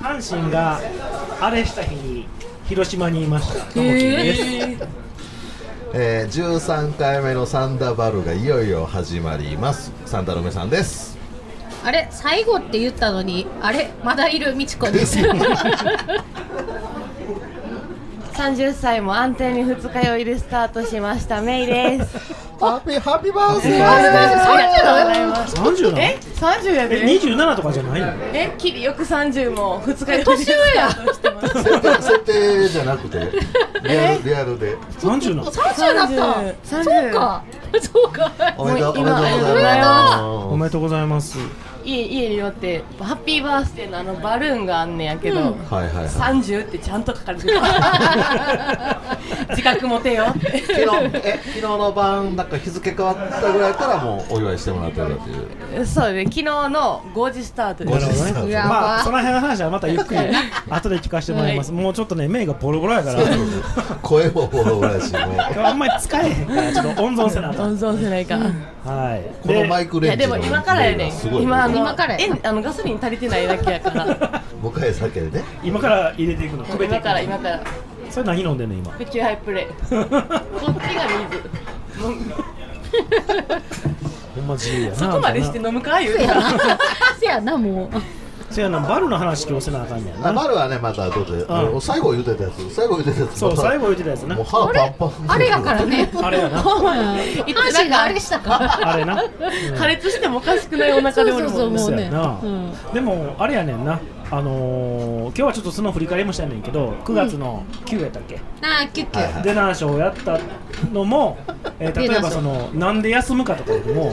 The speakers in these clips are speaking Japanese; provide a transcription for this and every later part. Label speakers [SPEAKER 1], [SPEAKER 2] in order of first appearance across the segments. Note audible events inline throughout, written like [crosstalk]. [SPEAKER 1] 阪神があれした日に広島にいました
[SPEAKER 2] え
[SPEAKER 1] 友樹です、
[SPEAKER 2] ー
[SPEAKER 3] えー、13回目のサンダーバルがいよいよ始まりますサンダルメさんです
[SPEAKER 2] あれ最後って言ったのにあれまだいるみちこ
[SPEAKER 1] [laughs]
[SPEAKER 2] です
[SPEAKER 4] 30歳も安定に二日酔いでスタートしましたメイです。
[SPEAKER 3] ハッピーハッピーバースデ
[SPEAKER 4] あり
[SPEAKER 3] ー
[SPEAKER 4] がとうございます。
[SPEAKER 1] 30なの
[SPEAKER 4] え
[SPEAKER 1] え、
[SPEAKER 4] 三十やで。
[SPEAKER 1] 27とかじゃないの
[SPEAKER 4] え、きりよく三十も二日酔いで
[SPEAKER 2] 年上や
[SPEAKER 4] スタートしてます。
[SPEAKER 3] 設定設定じゃなくてリアルリアルで
[SPEAKER 1] 30なの
[SPEAKER 2] 30だった
[SPEAKER 4] 三
[SPEAKER 2] そう
[SPEAKER 4] 十。
[SPEAKER 2] かそうか
[SPEAKER 3] おめでとうおめでとうご
[SPEAKER 4] 今
[SPEAKER 3] ざい
[SPEAKER 1] おめ
[SPEAKER 3] ま
[SPEAKER 1] でとうございます
[SPEAKER 4] 家家によってハッピーバースデーのあのバルーンがあんねやけど。
[SPEAKER 3] すはいはいはい
[SPEAKER 4] 三十ってちゃんと書かれ [laughs] てた。自覚持てよって。
[SPEAKER 3] 昨日え昨日の晩なんか日付変わったぐらいからもうお祝いしてもらってるっていう
[SPEAKER 4] そうね、昨日の5時スタート
[SPEAKER 3] ご
[SPEAKER 4] で
[SPEAKER 1] な
[SPEAKER 3] 時
[SPEAKER 1] る
[SPEAKER 4] す。
[SPEAKER 1] ほど
[SPEAKER 3] スタート
[SPEAKER 1] ね
[SPEAKER 2] やば
[SPEAKER 1] まあその辺の話はまたゆっくり [laughs] 後で聞かせてもらいます、もうちょっとね目がボロボロやから
[SPEAKER 3] 声もボロボロやしもう
[SPEAKER 1] あんまり使えへんからちょっと温存せなあかん
[SPEAKER 4] 温存せないか。
[SPEAKER 1] はい
[SPEAKER 3] [laughs] このマイ
[SPEAKER 1] ク
[SPEAKER 3] クレ
[SPEAKER 4] いや
[SPEAKER 3] ンジ
[SPEAKER 4] で
[SPEAKER 3] の
[SPEAKER 4] も今からやね
[SPEAKER 3] すご
[SPEAKER 4] ん。
[SPEAKER 3] い
[SPEAKER 4] 今あの
[SPEAKER 2] 今からや
[SPEAKER 4] えあのガソリン足りてないだけやから。
[SPEAKER 3] もう一回酒でね
[SPEAKER 1] 今から入れていくの止めてい
[SPEAKER 4] 今
[SPEAKER 1] く
[SPEAKER 4] から
[SPEAKER 1] の
[SPEAKER 4] 今から。
[SPEAKER 1] それ何飲んでんの今
[SPEAKER 4] ペキュハイプ
[SPEAKER 2] [laughs]
[SPEAKER 4] レイ。こっちが水。飲む
[SPEAKER 1] ほんま自由やな
[SPEAKER 4] そこまでして飲むか言う
[SPEAKER 2] せ
[SPEAKER 4] た
[SPEAKER 2] や
[SPEAKER 4] ら。
[SPEAKER 2] なせやなもう
[SPEAKER 1] せやなバルの話今日せなあかんねや
[SPEAKER 3] あ
[SPEAKER 1] な
[SPEAKER 3] マルはねまた後で、
[SPEAKER 1] うん
[SPEAKER 3] 最後言うてたやつ最後言うてたやつ
[SPEAKER 1] そう
[SPEAKER 3] また
[SPEAKER 1] 最後言ってたやつな
[SPEAKER 3] もう歯パンパン
[SPEAKER 2] あれやからね
[SPEAKER 1] あれや
[SPEAKER 2] [laughs]
[SPEAKER 1] な
[SPEAKER 4] いつ
[SPEAKER 2] 阪神があれした
[SPEAKER 1] [laughs]
[SPEAKER 2] か
[SPEAKER 1] あ
[SPEAKER 4] [laughs]
[SPEAKER 1] れな、
[SPEAKER 4] [laughs] 破裂してもおかしくないお腹でおる
[SPEAKER 2] そうそう
[SPEAKER 4] もん
[SPEAKER 2] そう
[SPEAKER 4] ね。
[SPEAKER 1] そう
[SPEAKER 2] ね
[SPEAKER 1] やな、
[SPEAKER 2] うん
[SPEAKER 1] でもあれやねんなあのー、今日はちょっとその振り返りもしたいねんけど9月の9やったっけ、
[SPEAKER 2] なあキュッキ
[SPEAKER 3] はい
[SPEAKER 2] ュ
[SPEAKER 3] はい
[SPEAKER 1] デナーショーをやったのも、えー
[SPEAKER 2] デ
[SPEAKER 1] 例
[SPEAKER 2] ナ
[SPEAKER 1] え
[SPEAKER 2] ーショ
[SPEAKER 1] ば
[SPEAKER 2] ー
[SPEAKER 1] そのなんで休むかとかでも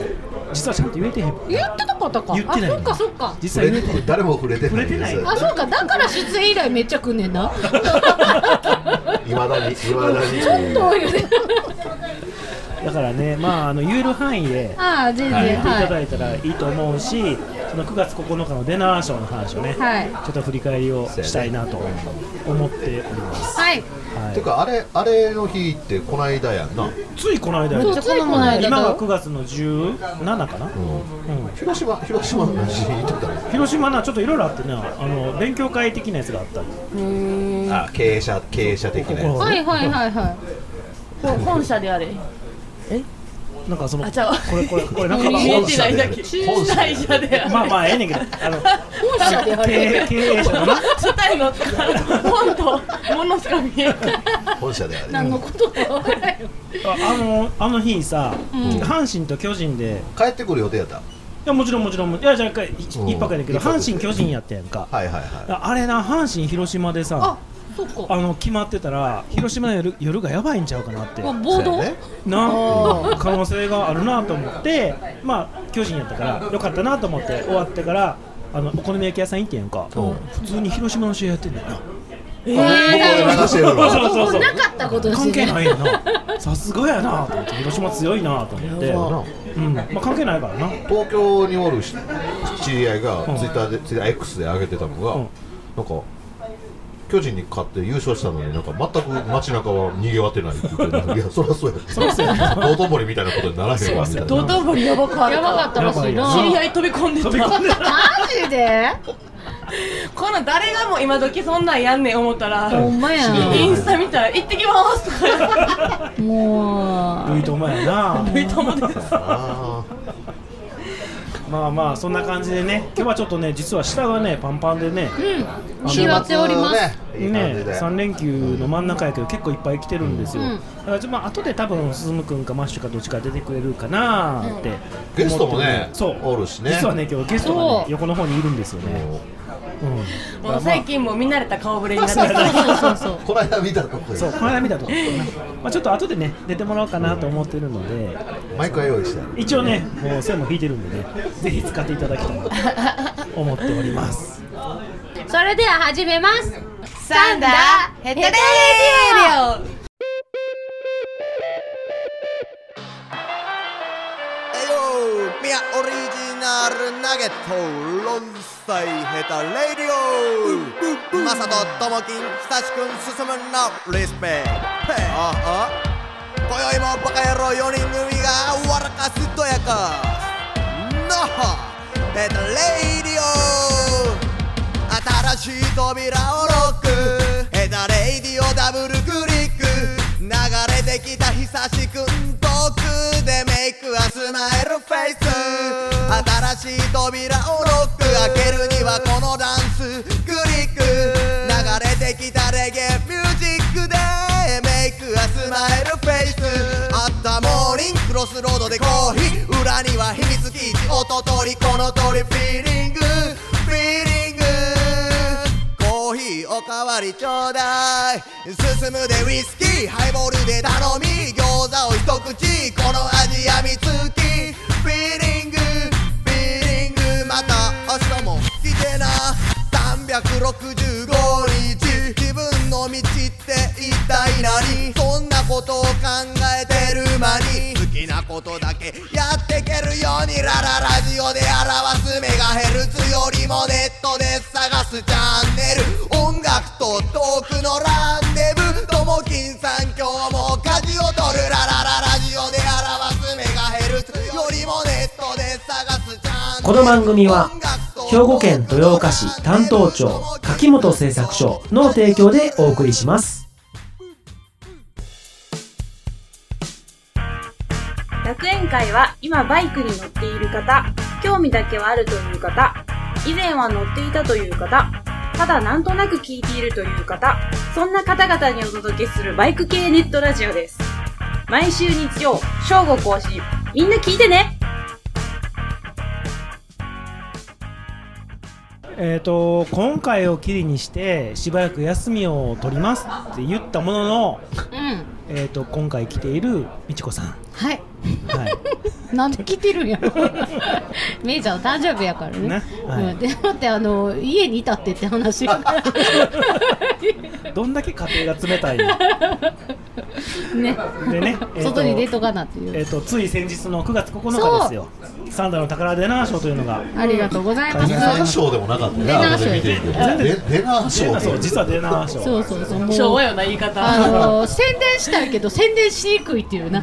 [SPEAKER 1] 実はちゃんと言えてへん
[SPEAKER 2] 言ってたことか
[SPEAKER 1] 言ってない
[SPEAKER 2] あそっかそっか
[SPEAKER 1] 実
[SPEAKER 3] 触
[SPEAKER 1] は言え
[SPEAKER 3] れて
[SPEAKER 1] てへん
[SPEAKER 3] 誰も触れてない
[SPEAKER 1] 触れてない
[SPEAKER 2] あそうかだから出演以来めっちゃ来んね
[SPEAKER 1] [laughs]
[SPEAKER 2] んな
[SPEAKER 3] いまだにいまだに
[SPEAKER 2] そういうね [laughs]
[SPEAKER 1] だからねまああの言える範囲で
[SPEAKER 2] ああ全然
[SPEAKER 1] 言っていた
[SPEAKER 2] は
[SPEAKER 1] だいたらいいと思うし、その9月9日のデナーショーの話をね、
[SPEAKER 2] いはい
[SPEAKER 1] ちょっと振り返りをしたいなと思っております、
[SPEAKER 2] はい
[SPEAKER 1] は
[SPEAKER 3] て
[SPEAKER 1] い、
[SPEAKER 3] かあれあれの日ってこないだやんな、うん
[SPEAKER 1] ついこの間や
[SPEAKER 2] そうついこの間
[SPEAKER 1] 今
[SPEAKER 2] だ
[SPEAKER 1] が9月の17かな、うん、
[SPEAKER 3] 広島広島の話言ってたの
[SPEAKER 1] 広島なちょっといろいろあってなあの勉強会的なやつがあったり
[SPEAKER 3] あ経営者経営者的なや
[SPEAKER 1] ここ
[SPEAKER 2] はいはいはいはい
[SPEAKER 4] ほ本社であれ。
[SPEAKER 1] なんかその
[SPEAKER 4] あちゃう
[SPEAKER 1] これこれこれ
[SPEAKER 4] [laughs]
[SPEAKER 1] なんか
[SPEAKER 3] まあ
[SPEAKER 4] 見えてないだけ。
[SPEAKER 3] 本社である
[SPEAKER 4] 本社であれ。
[SPEAKER 1] まあまあええねんけどあの
[SPEAKER 2] 本社であ
[SPEAKER 1] 経営
[SPEAKER 2] れ
[SPEAKER 1] 経営者のな
[SPEAKER 4] 初対の本と物しか見えない。
[SPEAKER 3] つ本社であれ
[SPEAKER 2] 何のことかわか
[SPEAKER 1] [laughs]
[SPEAKER 2] らないよ
[SPEAKER 1] ああのあの日さ、阪神と巨人で
[SPEAKER 3] 帰ってくる予定やった
[SPEAKER 1] いやもちろんもちろんいやじゃあ一回い
[SPEAKER 3] うん
[SPEAKER 1] 一泊やねんけど
[SPEAKER 3] 一泊
[SPEAKER 1] 阪神巨人やったやんか
[SPEAKER 3] はいはいは
[SPEAKER 1] あれな阪神広島でさ
[SPEAKER 2] あそっか
[SPEAKER 1] あの決まってたら広島の夜夜がやばいんちゃうかなって
[SPEAKER 2] うわ
[SPEAKER 3] い
[SPEAKER 2] 暴動
[SPEAKER 3] そうやね
[SPEAKER 1] な可能性があるなと思ってまあ巨人やったからよかったなと思って終わってからあのお好み焼き屋さん行ってんやんか
[SPEAKER 3] うん
[SPEAKER 1] 普通に広島の試合やってんだよな
[SPEAKER 2] え
[SPEAKER 3] 僕が流してる
[SPEAKER 1] そうそうそう
[SPEAKER 2] もうなかったこと
[SPEAKER 1] 関係
[SPEAKER 2] ね
[SPEAKER 1] ないよな [laughs] さすがやなと思って広島強いなと思って、うんまあ、関係ないからな
[SPEAKER 3] 東京におるし知り合いがツイッターで、ツイッター X で上げてたのが、
[SPEAKER 1] うん
[SPEAKER 3] なんか巨人に勝って優勝したのになんか全く街中は賑わってないって言っていやそりゃそうやそ
[SPEAKER 1] りゃそうや
[SPEAKER 3] 道頓堀みたいなことにならへんわみたい
[SPEAKER 4] 道
[SPEAKER 3] な
[SPEAKER 4] 頓堀やばかった。
[SPEAKER 2] やばかったらしい
[SPEAKER 1] やば
[SPEAKER 2] な
[SPEAKER 4] 知
[SPEAKER 1] い
[SPEAKER 4] り合い飛び込んでた。
[SPEAKER 1] 飛び込んでた
[SPEAKER 2] マジで
[SPEAKER 4] この誰がもう今時そんなんやんねん思ったら。
[SPEAKER 2] ほんまや
[SPEAKER 4] インスタ見たら行ってきます
[SPEAKER 2] [laughs]
[SPEAKER 4] とか
[SPEAKER 2] もう
[SPEAKER 1] ルイトマやな [laughs]
[SPEAKER 4] 言って友達
[SPEAKER 3] あ
[SPEAKER 1] まあまあそんな感じでね今日はちょっとね実は下がねパンパンでね
[SPEAKER 3] ー
[SPEAKER 2] にぎわっております
[SPEAKER 3] 週末ねいい感
[SPEAKER 1] ね
[SPEAKER 3] じで、
[SPEAKER 1] 3連休の真ん中やけど結構いっぱい来てるんですよ、
[SPEAKER 2] うん
[SPEAKER 1] だからちょまあ後で多分すずむくんかマッシュかどっちか出てくれるかなーって思ってる
[SPEAKER 3] ゲストもね
[SPEAKER 1] そう
[SPEAKER 3] おるしね
[SPEAKER 1] 実はね今日ゲストがね
[SPEAKER 2] そう
[SPEAKER 1] 横の方にいるんですよね
[SPEAKER 3] も
[SPEAKER 1] うん
[SPEAKER 4] もう最近もう見慣れた顔ぶれに
[SPEAKER 2] そう
[SPEAKER 4] なって
[SPEAKER 2] そう
[SPEAKER 4] る
[SPEAKER 2] そうそうそう
[SPEAKER 3] うこの間見たとこ
[SPEAKER 1] そうこの間見たとこまあちょっと後でね出てもらおうかなと思ってるので
[SPEAKER 3] マイクは用意してある
[SPEAKER 1] 一応ねもう線も引いてるんでねぜひ使っていただきたいと思っております
[SPEAKER 2] それでは始めます
[SPEAKER 4] サンダーヘッドレディ
[SPEAKER 5] えよミヤオリジナルナゲット論裁ヘタレディオマサトともきん久しくん進むのリスペクトああ今宵もバカ野郎4人組が笑かすとやかノッヘタレディオ新ししい扉をロックヘダレイディオダブルクリック流れてきた久しくん遠くでメイクはスマイルフェイス新しい扉をロック開けるにはこのダンスクリック流れてきたレゲエミュージックでメイクはスマイルフェイスあったモーニングクロスロードでコーヒー裏には秘密基地音取りこの鳥フィーリングフィーリングコーヒーおかわりちょうだい進むでウイスキーハイボールで頼み餃子を一口この味やみつきフィーリングフィーリングまた明日も来てな365日自分の道って一体何そんなことを考えてる間に好きなことだけやってけるようにラララジオで表すメガヘルツよりもネットで探すチャンネル音楽とトークのランデブーともきんさん今日も舵を取るララララジオで表すメガヘルツよりもネットで探すチャンネル
[SPEAKER 6] この番組は兵庫県豊岡市担当庁柿本製作所の提供でお送りします
[SPEAKER 7] 楽園会は今バイクに乗っている方、興味だけはあるという方、以前は乗っていたという方、ただなんとなく聞いているという方、そんな方々にお届けするバイク系ネットラジオです。毎週日曜、正午更新。みんな聞いてね
[SPEAKER 1] えー、と今回をきりにしてしばらく休みを取りますって言ったものの、
[SPEAKER 2] うん
[SPEAKER 1] えー、と今回来ている美智子さん、
[SPEAKER 2] はい
[SPEAKER 1] はい、
[SPEAKER 2] [laughs] なんで来てるんやろ [laughs] メイちゃん誕生日やからね
[SPEAKER 1] ねはい
[SPEAKER 2] うん、でだってあの家にいたってって話やから
[SPEAKER 1] どんだけ家庭が冷たいの
[SPEAKER 2] ね
[SPEAKER 1] でね、
[SPEAKER 2] 外に出
[SPEAKER 1] と
[SPEAKER 2] とかなっていう、
[SPEAKER 1] えー、とつい先日の9月9日ですよサンダの宝デナー賞というのが
[SPEAKER 2] ありがとうございま
[SPEAKER 1] う
[SPEAKER 2] す
[SPEAKER 1] ん
[SPEAKER 3] デナー賞でもなかったね
[SPEAKER 2] デナー賞
[SPEAKER 3] 後で見てるけどデデナー賞
[SPEAKER 1] デナー賞実はデナー賞
[SPEAKER 2] そうそうそう
[SPEAKER 4] 昭
[SPEAKER 2] も
[SPEAKER 4] 和
[SPEAKER 2] う
[SPEAKER 4] よな言い
[SPEAKER 2] あ
[SPEAKER 4] 方
[SPEAKER 2] の宣伝したいけど宣伝しにくいっていうな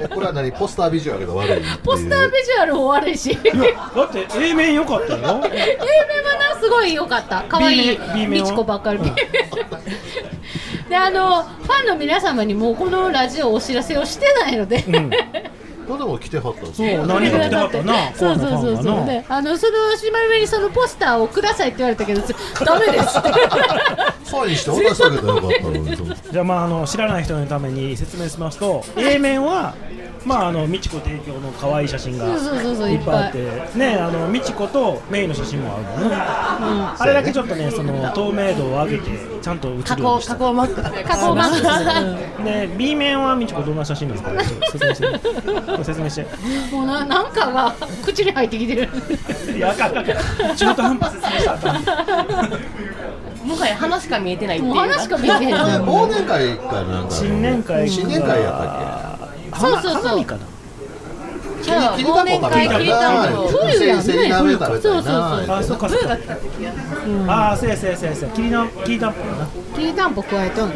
[SPEAKER 3] えこれは何ポスタービジュアルが悪いっていう
[SPEAKER 2] ポスタービジュアルも悪いし A 面
[SPEAKER 1] だって A 面良かったよ
[SPEAKER 2] はなすごい良かった可愛い
[SPEAKER 1] B 面 B 面
[SPEAKER 2] み
[SPEAKER 1] は
[SPEAKER 2] ちこばっかり [laughs] であのファンの皆様にもうこのラジオお知らせをしてないので、
[SPEAKER 1] うん
[SPEAKER 3] まあでも来てはったんです
[SPEAKER 1] そう何が来てはったな
[SPEAKER 2] [laughs] そうそうそう
[SPEAKER 1] コアのファン
[SPEAKER 2] そう
[SPEAKER 1] はな
[SPEAKER 2] であのその島上にそのポスターをくださいって言われたけどつダメですって
[SPEAKER 1] [laughs]
[SPEAKER 3] サインして渡してあげたらよかったのにそう
[SPEAKER 1] じゃあまああの知らない人のために説明しますと A 面はまああの美智子提供の可愛い写真が
[SPEAKER 2] そうそうそうそう
[SPEAKER 1] い
[SPEAKER 2] い
[SPEAKER 1] っ
[SPEAKER 2] っ
[SPEAKER 1] ぱいあ
[SPEAKER 2] ぱ
[SPEAKER 1] っ
[SPEAKER 2] い
[SPEAKER 1] てねあの美智子とメイの写真もあるもんねあれだけちょっとねその透明度を上げてちゃんと映るようにした
[SPEAKER 8] 加工、加工マック。
[SPEAKER 2] 加工マック
[SPEAKER 1] ね B 面はみちこどんな写真なんです
[SPEAKER 2] [laughs]
[SPEAKER 1] か説明して説明して
[SPEAKER 2] スもうななんかが口に入ってきてる
[SPEAKER 1] いやあかんあかん中途半端説明したらあかん
[SPEAKER 4] もはや花しか見えてないってい
[SPEAKER 2] も
[SPEAKER 4] う
[SPEAKER 2] う鼻しか見え
[SPEAKER 1] [laughs]
[SPEAKER 2] へん
[SPEAKER 3] あれ [laughs]
[SPEAKER 2] の
[SPEAKER 3] 忘年会かなんかの
[SPEAKER 1] 新年会
[SPEAKER 3] 新年会やっ
[SPEAKER 1] ったっけ
[SPEAKER 2] そうそうそう
[SPEAKER 1] 花火かな
[SPEAKER 4] じゃ
[SPEAKER 3] たっ
[SPEAKER 4] あ
[SPEAKER 3] け
[SPEAKER 4] 忘年会切りた
[SPEAKER 2] ん
[SPEAKER 4] ん
[SPEAKER 2] ぼ
[SPEAKER 4] と
[SPEAKER 2] 冬やんね
[SPEAKER 3] せり鍋食べたいな
[SPEAKER 2] そうそう
[SPEAKER 1] あ
[SPEAKER 3] みたいな
[SPEAKER 1] そうかそうかああせやせやせやせやきりなきりたんぽやな
[SPEAKER 2] きりたんぽ加えとん
[SPEAKER 1] うん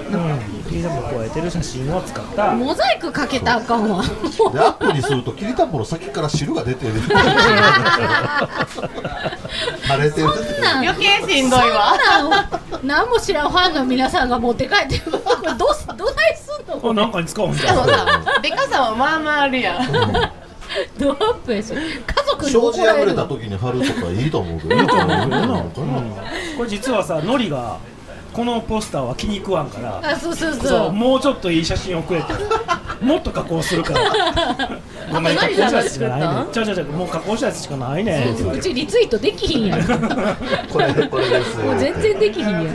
[SPEAKER 1] きりたんぽを超えてる写真を使った
[SPEAKER 2] モザイクかけたらあかんわ
[SPEAKER 3] でアップにするときりたんぽの先から汁が出てる腫れてる
[SPEAKER 2] そんなん
[SPEAKER 4] 余計しんどいわ
[SPEAKER 2] そんなん何も知らんファンの皆さんが持って帰ってこれどうすどないすんの
[SPEAKER 1] これなんかに使うんじゃ
[SPEAKER 4] そうんだでかさはまあまああるやん
[SPEAKER 2] ドアップやし家族に
[SPEAKER 3] 障
[SPEAKER 2] 怒
[SPEAKER 3] 子
[SPEAKER 2] ら
[SPEAKER 3] 破
[SPEAKER 2] れ
[SPEAKER 3] れ
[SPEAKER 2] る
[SPEAKER 3] た時に貼るとかいいと思うけどいいと思うけどなんかな
[SPEAKER 1] これ実はさノリがこのポスターは気に食わんから
[SPEAKER 2] あそうそうそう
[SPEAKER 1] そうもうちょっといい写真をくれてもっと加工するからごめん加工したやつしかないねんちゃうちゃうちゃうもう加工したやつしかないねんって言わ
[SPEAKER 2] う
[SPEAKER 1] れて
[SPEAKER 2] ちリツイートできひんやん
[SPEAKER 3] これこれです
[SPEAKER 2] もう全然できひんやん、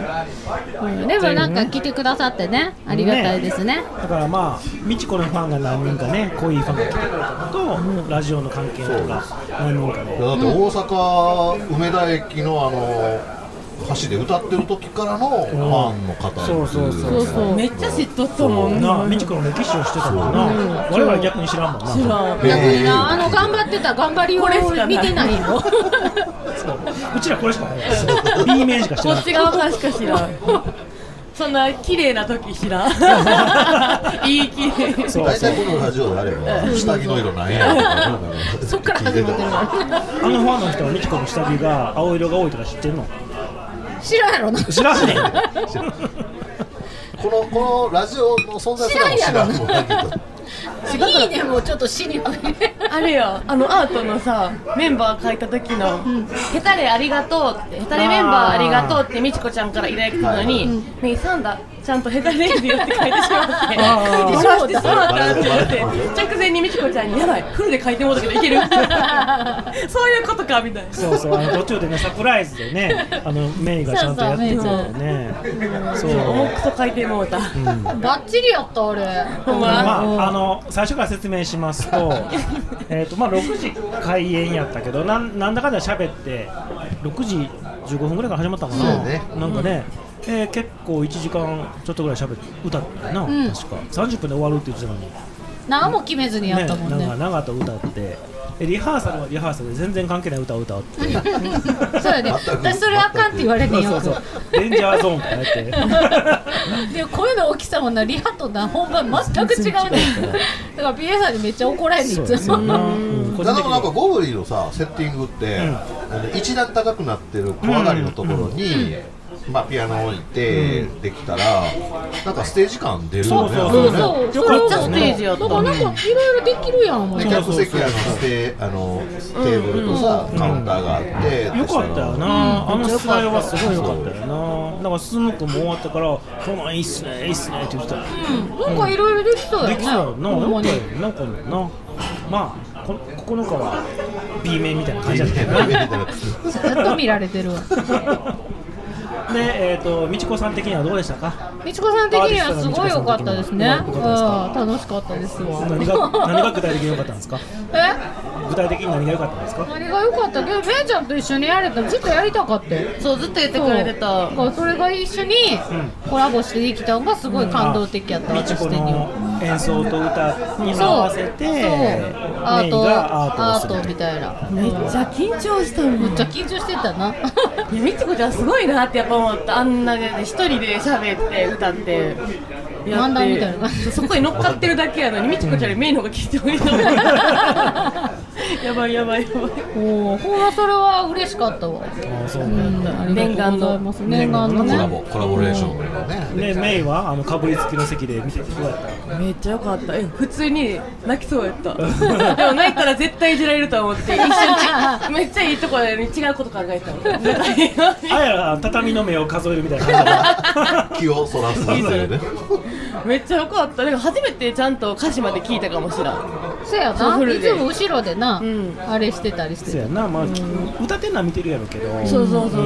[SPEAKER 2] うんでもなんか来てくださってねありがたいですね
[SPEAKER 1] だからまあ美智子のファンが何人かねこういうファンが来てくれたのとラジオの関係とか何人か
[SPEAKER 3] い
[SPEAKER 1] ね
[SPEAKER 3] やだって大阪梅田駅のあの橋で歌ってる時からのファンの方
[SPEAKER 1] そうそうそう
[SPEAKER 2] そうそう
[SPEAKER 4] めっちゃ知っとったもん
[SPEAKER 1] なあ美智子の歴史をしてたもんな我々逆に知らんもん
[SPEAKER 4] 知
[SPEAKER 1] な
[SPEAKER 4] らん
[SPEAKER 3] へー
[SPEAKER 2] 逆になあの頑張ってた頑張りを
[SPEAKER 4] これしかない
[SPEAKER 2] 見てないよ
[SPEAKER 1] うちらこれしかない B 面しか知
[SPEAKER 4] こ
[SPEAKER 1] らな
[SPEAKER 4] っ
[SPEAKER 1] い
[SPEAKER 4] ち側からしか知らん [laughs] そんな綺麗な時知ら [laughs] んいい綺麗
[SPEAKER 1] そう
[SPEAKER 3] 大
[SPEAKER 1] そう
[SPEAKER 3] 体このラジオであれば下着の色なんやとか
[SPEAKER 2] そっから始まってる
[SPEAKER 3] 聞いて
[SPEAKER 2] か
[SPEAKER 1] あのファンの人は美智子の下着が青色が多いとか知ってんの
[SPEAKER 4] 知
[SPEAKER 2] 知らんやろな
[SPEAKER 1] 知らんねん
[SPEAKER 3] このこのラジオの存在すらも知らんもんだけど
[SPEAKER 2] いいねもうちょっとしにくい
[SPEAKER 4] あれよ、あのアートのさ、メンバー書いた時の、ヘタレありがとうって、ヘタレメンバーありがとうって、みちこちゃんから依頼来たのに、ねえ、サンダ、ちゃんとヘタレレディオって書いてしまって、書いてしま [laughs] って、そうだったって言って、直前にみちこちゃんに、やばい、フルで書いてもうたけどいける [laughs] そういうことか、みたいな。
[SPEAKER 1] そうそうあの途中でねサプライズでねあのメイがちゃんとやってたよねそう
[SPEAKER 4] 重くそ書いてもうた。
[SPEAKER 2] バッチリやったあれ
[SPEAKER 4] ほんま
[SPEAKER 1] まあ、あの最初から説明します [laughs] とえーと、まあ、6時開演やったけどなんなんだかんだ喋って6時15分ぐらいから始まったか
[SPEAKER 3] そう
[SPEAKER 1] な、
[SPEAKER 3] やね
[SPEAKER 1] なんかね、えー結構1時間ちょっとぐらい喋って歌ったよな、
[SPEAKER 2] ん
[SPEAKER 1] 確か30分で終わるって言ってたのに、ね、
[SPEAKER 2] 何も決めずにやったもんね
[SPEAKER 1] なんか長と歌ってえリハーサルはリハーサルで全然関係ない歌を歌って
[SPEAKER 2] [laughs] そうやね
[SPEAKER 3] 全く
[SPEAKER 2] 私それあかんって言われてんよ
[SPEAKER 1] そうそうデンジャーゾーンとかやって
[SPEAKER 2] [laughs] で声の大きさもなリハとな本番全く違うねだから PA さんにめっちゃ怒られてい
[SPEAKER 1] そう
[SPEAKER 2] つ
[SPEAKER 1] ですよな、
[SPEAKER 2] も
[SPEAKER 1] うん個
[SPEAKER 3] だ
[SPEAKER 1] 人
[SPEAKER 3] か
[SPEAKER 1] 的
[SPEAKER 3] らなんか
[SPEAKER 1] に
[SPEAKER 3] ゴブリンのさセッティングって、
[SPEAKER 1] ん
[SPEAKER 3] あの一段高くなってる小上がりのところに、まあ、ピアノ置いてできたら、なんかステージ感出るよね
[SPEAKER 1] そう
[SPEAKER 2] そ
[SPEAKER 1] そう
[SPEAKER 2] そうそれ
[SPEAKER 1] よか
[SPEAKER 2] は
[SPEAKER 1] った
[SPEAKER 2] もう
[SPEAKER 1] ねステー
[SPEAKER 4] ジやった
[SPEAKER 2] だからなんかいろいろできるやん思い
[SPEAKER 3] で
[SPEAKER 2] ながら
[SPEAKER 3] 客席あのステあのテーブルとさ、カウンターがあって、
[SPEAKER 1] よかった
[SPEAKER 3] [laughs]
[SPEAKER 1] よな、あの
[SPEAKER 4] めっ
[SPEAKER 1] 出
[SPEAKER 4] ちゃ
[SPEAKER 1] 題
[SPEAKER 4] よか
[SPEAKER 1] は
[SPEAKER 4] った
[SPEAKER 1] すごいよかったよなだから進君も終わったから「そのいいっすねいいっすね」って言ってたら
[SPEAKER 2] なんかいろいろできそう
[SPEAKER 1] で
[SPEAKER 2] や
[SPEAKER 1] き
[SPEAKER 2] ね
[SPEAKER 1] たよな
[SPEAKER 2] ほ
[SPEAKER 1] よかっ
[SPEAKER 2] んまに
[SPEAKER 1] たよなこのなまあこ9日は [laughs] B 面みたいな感じだったよな
[SPEAKER 2] ずっと見られてるわ
[SPEAKER 1] でえっ、と美智子さん的にはどうでしたか
[SPEAKER 2] みちこさん的にはすごい良かったですね。
[SPEAKER 1] アーティストの
[SPEAKER 2] うん楽しかったですわ。
[SPEAKER 1] 何が何が具体的に良かったんですか
[SPEAKER 2] [laughs] え、
[SPEAKER 1] 具体的に何が良かったんですか
[SPEAKER 2] 何が良かったけど、めいちゃんと一緒にやれたらずっとやりたかったよ。
[SPEAKER 4] そう、ずっと言ってくれてた
[SPEAKER 2] そう。だからそれが一緒にコラボしてできたのがすごい感動的やった、
[SPEAKER 1] 美智
[SPEAKER 2] 私
[SPEAKER 1] 子
[SPEAKER 2] 的に
[SPEAKER 1] の
[SPEAKER 2] は。
[SPEAKER 1] 演奏と歌に合わせて
[SPEAKER 2] そうア
[SPEAKER 1] メ
[SPEAKER 2] ー
[SPEAKER 1] イ
[SPEAKER 2] ト
[SPEAKER 1] が
[SPEAKER 2] ア
[SPEAKER 1] ア
[SPEAKER 2] ー
[SPEAKER 1] ートを
[SPEAKER 2] ト
[SPEAKER 1] す
[SPEAKER 2] み
[SPEAKER 1] る
[SPEAKER 2] たいな
[SPEAKER 4] めっちゃ緊張したもん。
[SPEAKER 2] めっちゃ緊張してたな
[SPEAKER 4] いやみちこちゃんすごいなってやっぱ思ったあんなで一人で喋って歌ってやって
[SPEAKER 2] 漫談みたいな感じ
[SPEAKER 4] そうそこに乗っかってるだけやのにみちこちゃんよりメイの方が聞いてもいいと思う
[SPEAKER 2] [laughs]
[SPEAKER 4] やばいやばいやばい
[SPEAKER 2] おおほんまそれは嬉しかったわ
[SPEAKER 1] あそう
[SPEAKER 2] うんありがとうございます念
[SPEAKER 1] 念願
[SPEAKER 2] 願
[SPEAKER 1] の
[SPEAKER 3] コ
[SPEAKER 2] のね
[SPEAKER 3] ラボコラボレーションが
[SPEAKER 1] で
[SPEAKER 3] ね、
[SPEAKER 1] メイはあのかぶりつきの席で見ててどうやった
[SPEAKER 4] めっちゃよかったえ普通に泣きそうやったでも泣いたら絶対いじられると思って一緒にめっちゃいいところやのに違うこと考えてたの
[SPEAKER 1] あやら畳の目を数えるみたいな感じだ
[SPEAKER 3] 気をそらすっていうね
[SPEAKER 4] めっちゃよかったなんか初めてちゃんと歌詞まで聞いたかもしれん
[SPEAKER 2] せや
[SPEAKER 4] そうフ
[SPEAKER 2] な
[SPEAKER 4] ル
[SPEAKER 2] い
[SPEAKER 4] で
[SPEAKER 2] つも後ろでな、
[SPEAKER 4] ん
[SPEAKER 2] あれしてたりして
[SPEAKER 1] そうやな、まあ、歌ってんのは見てるやろうけど
[SPEAKER 4] そうそうそうそう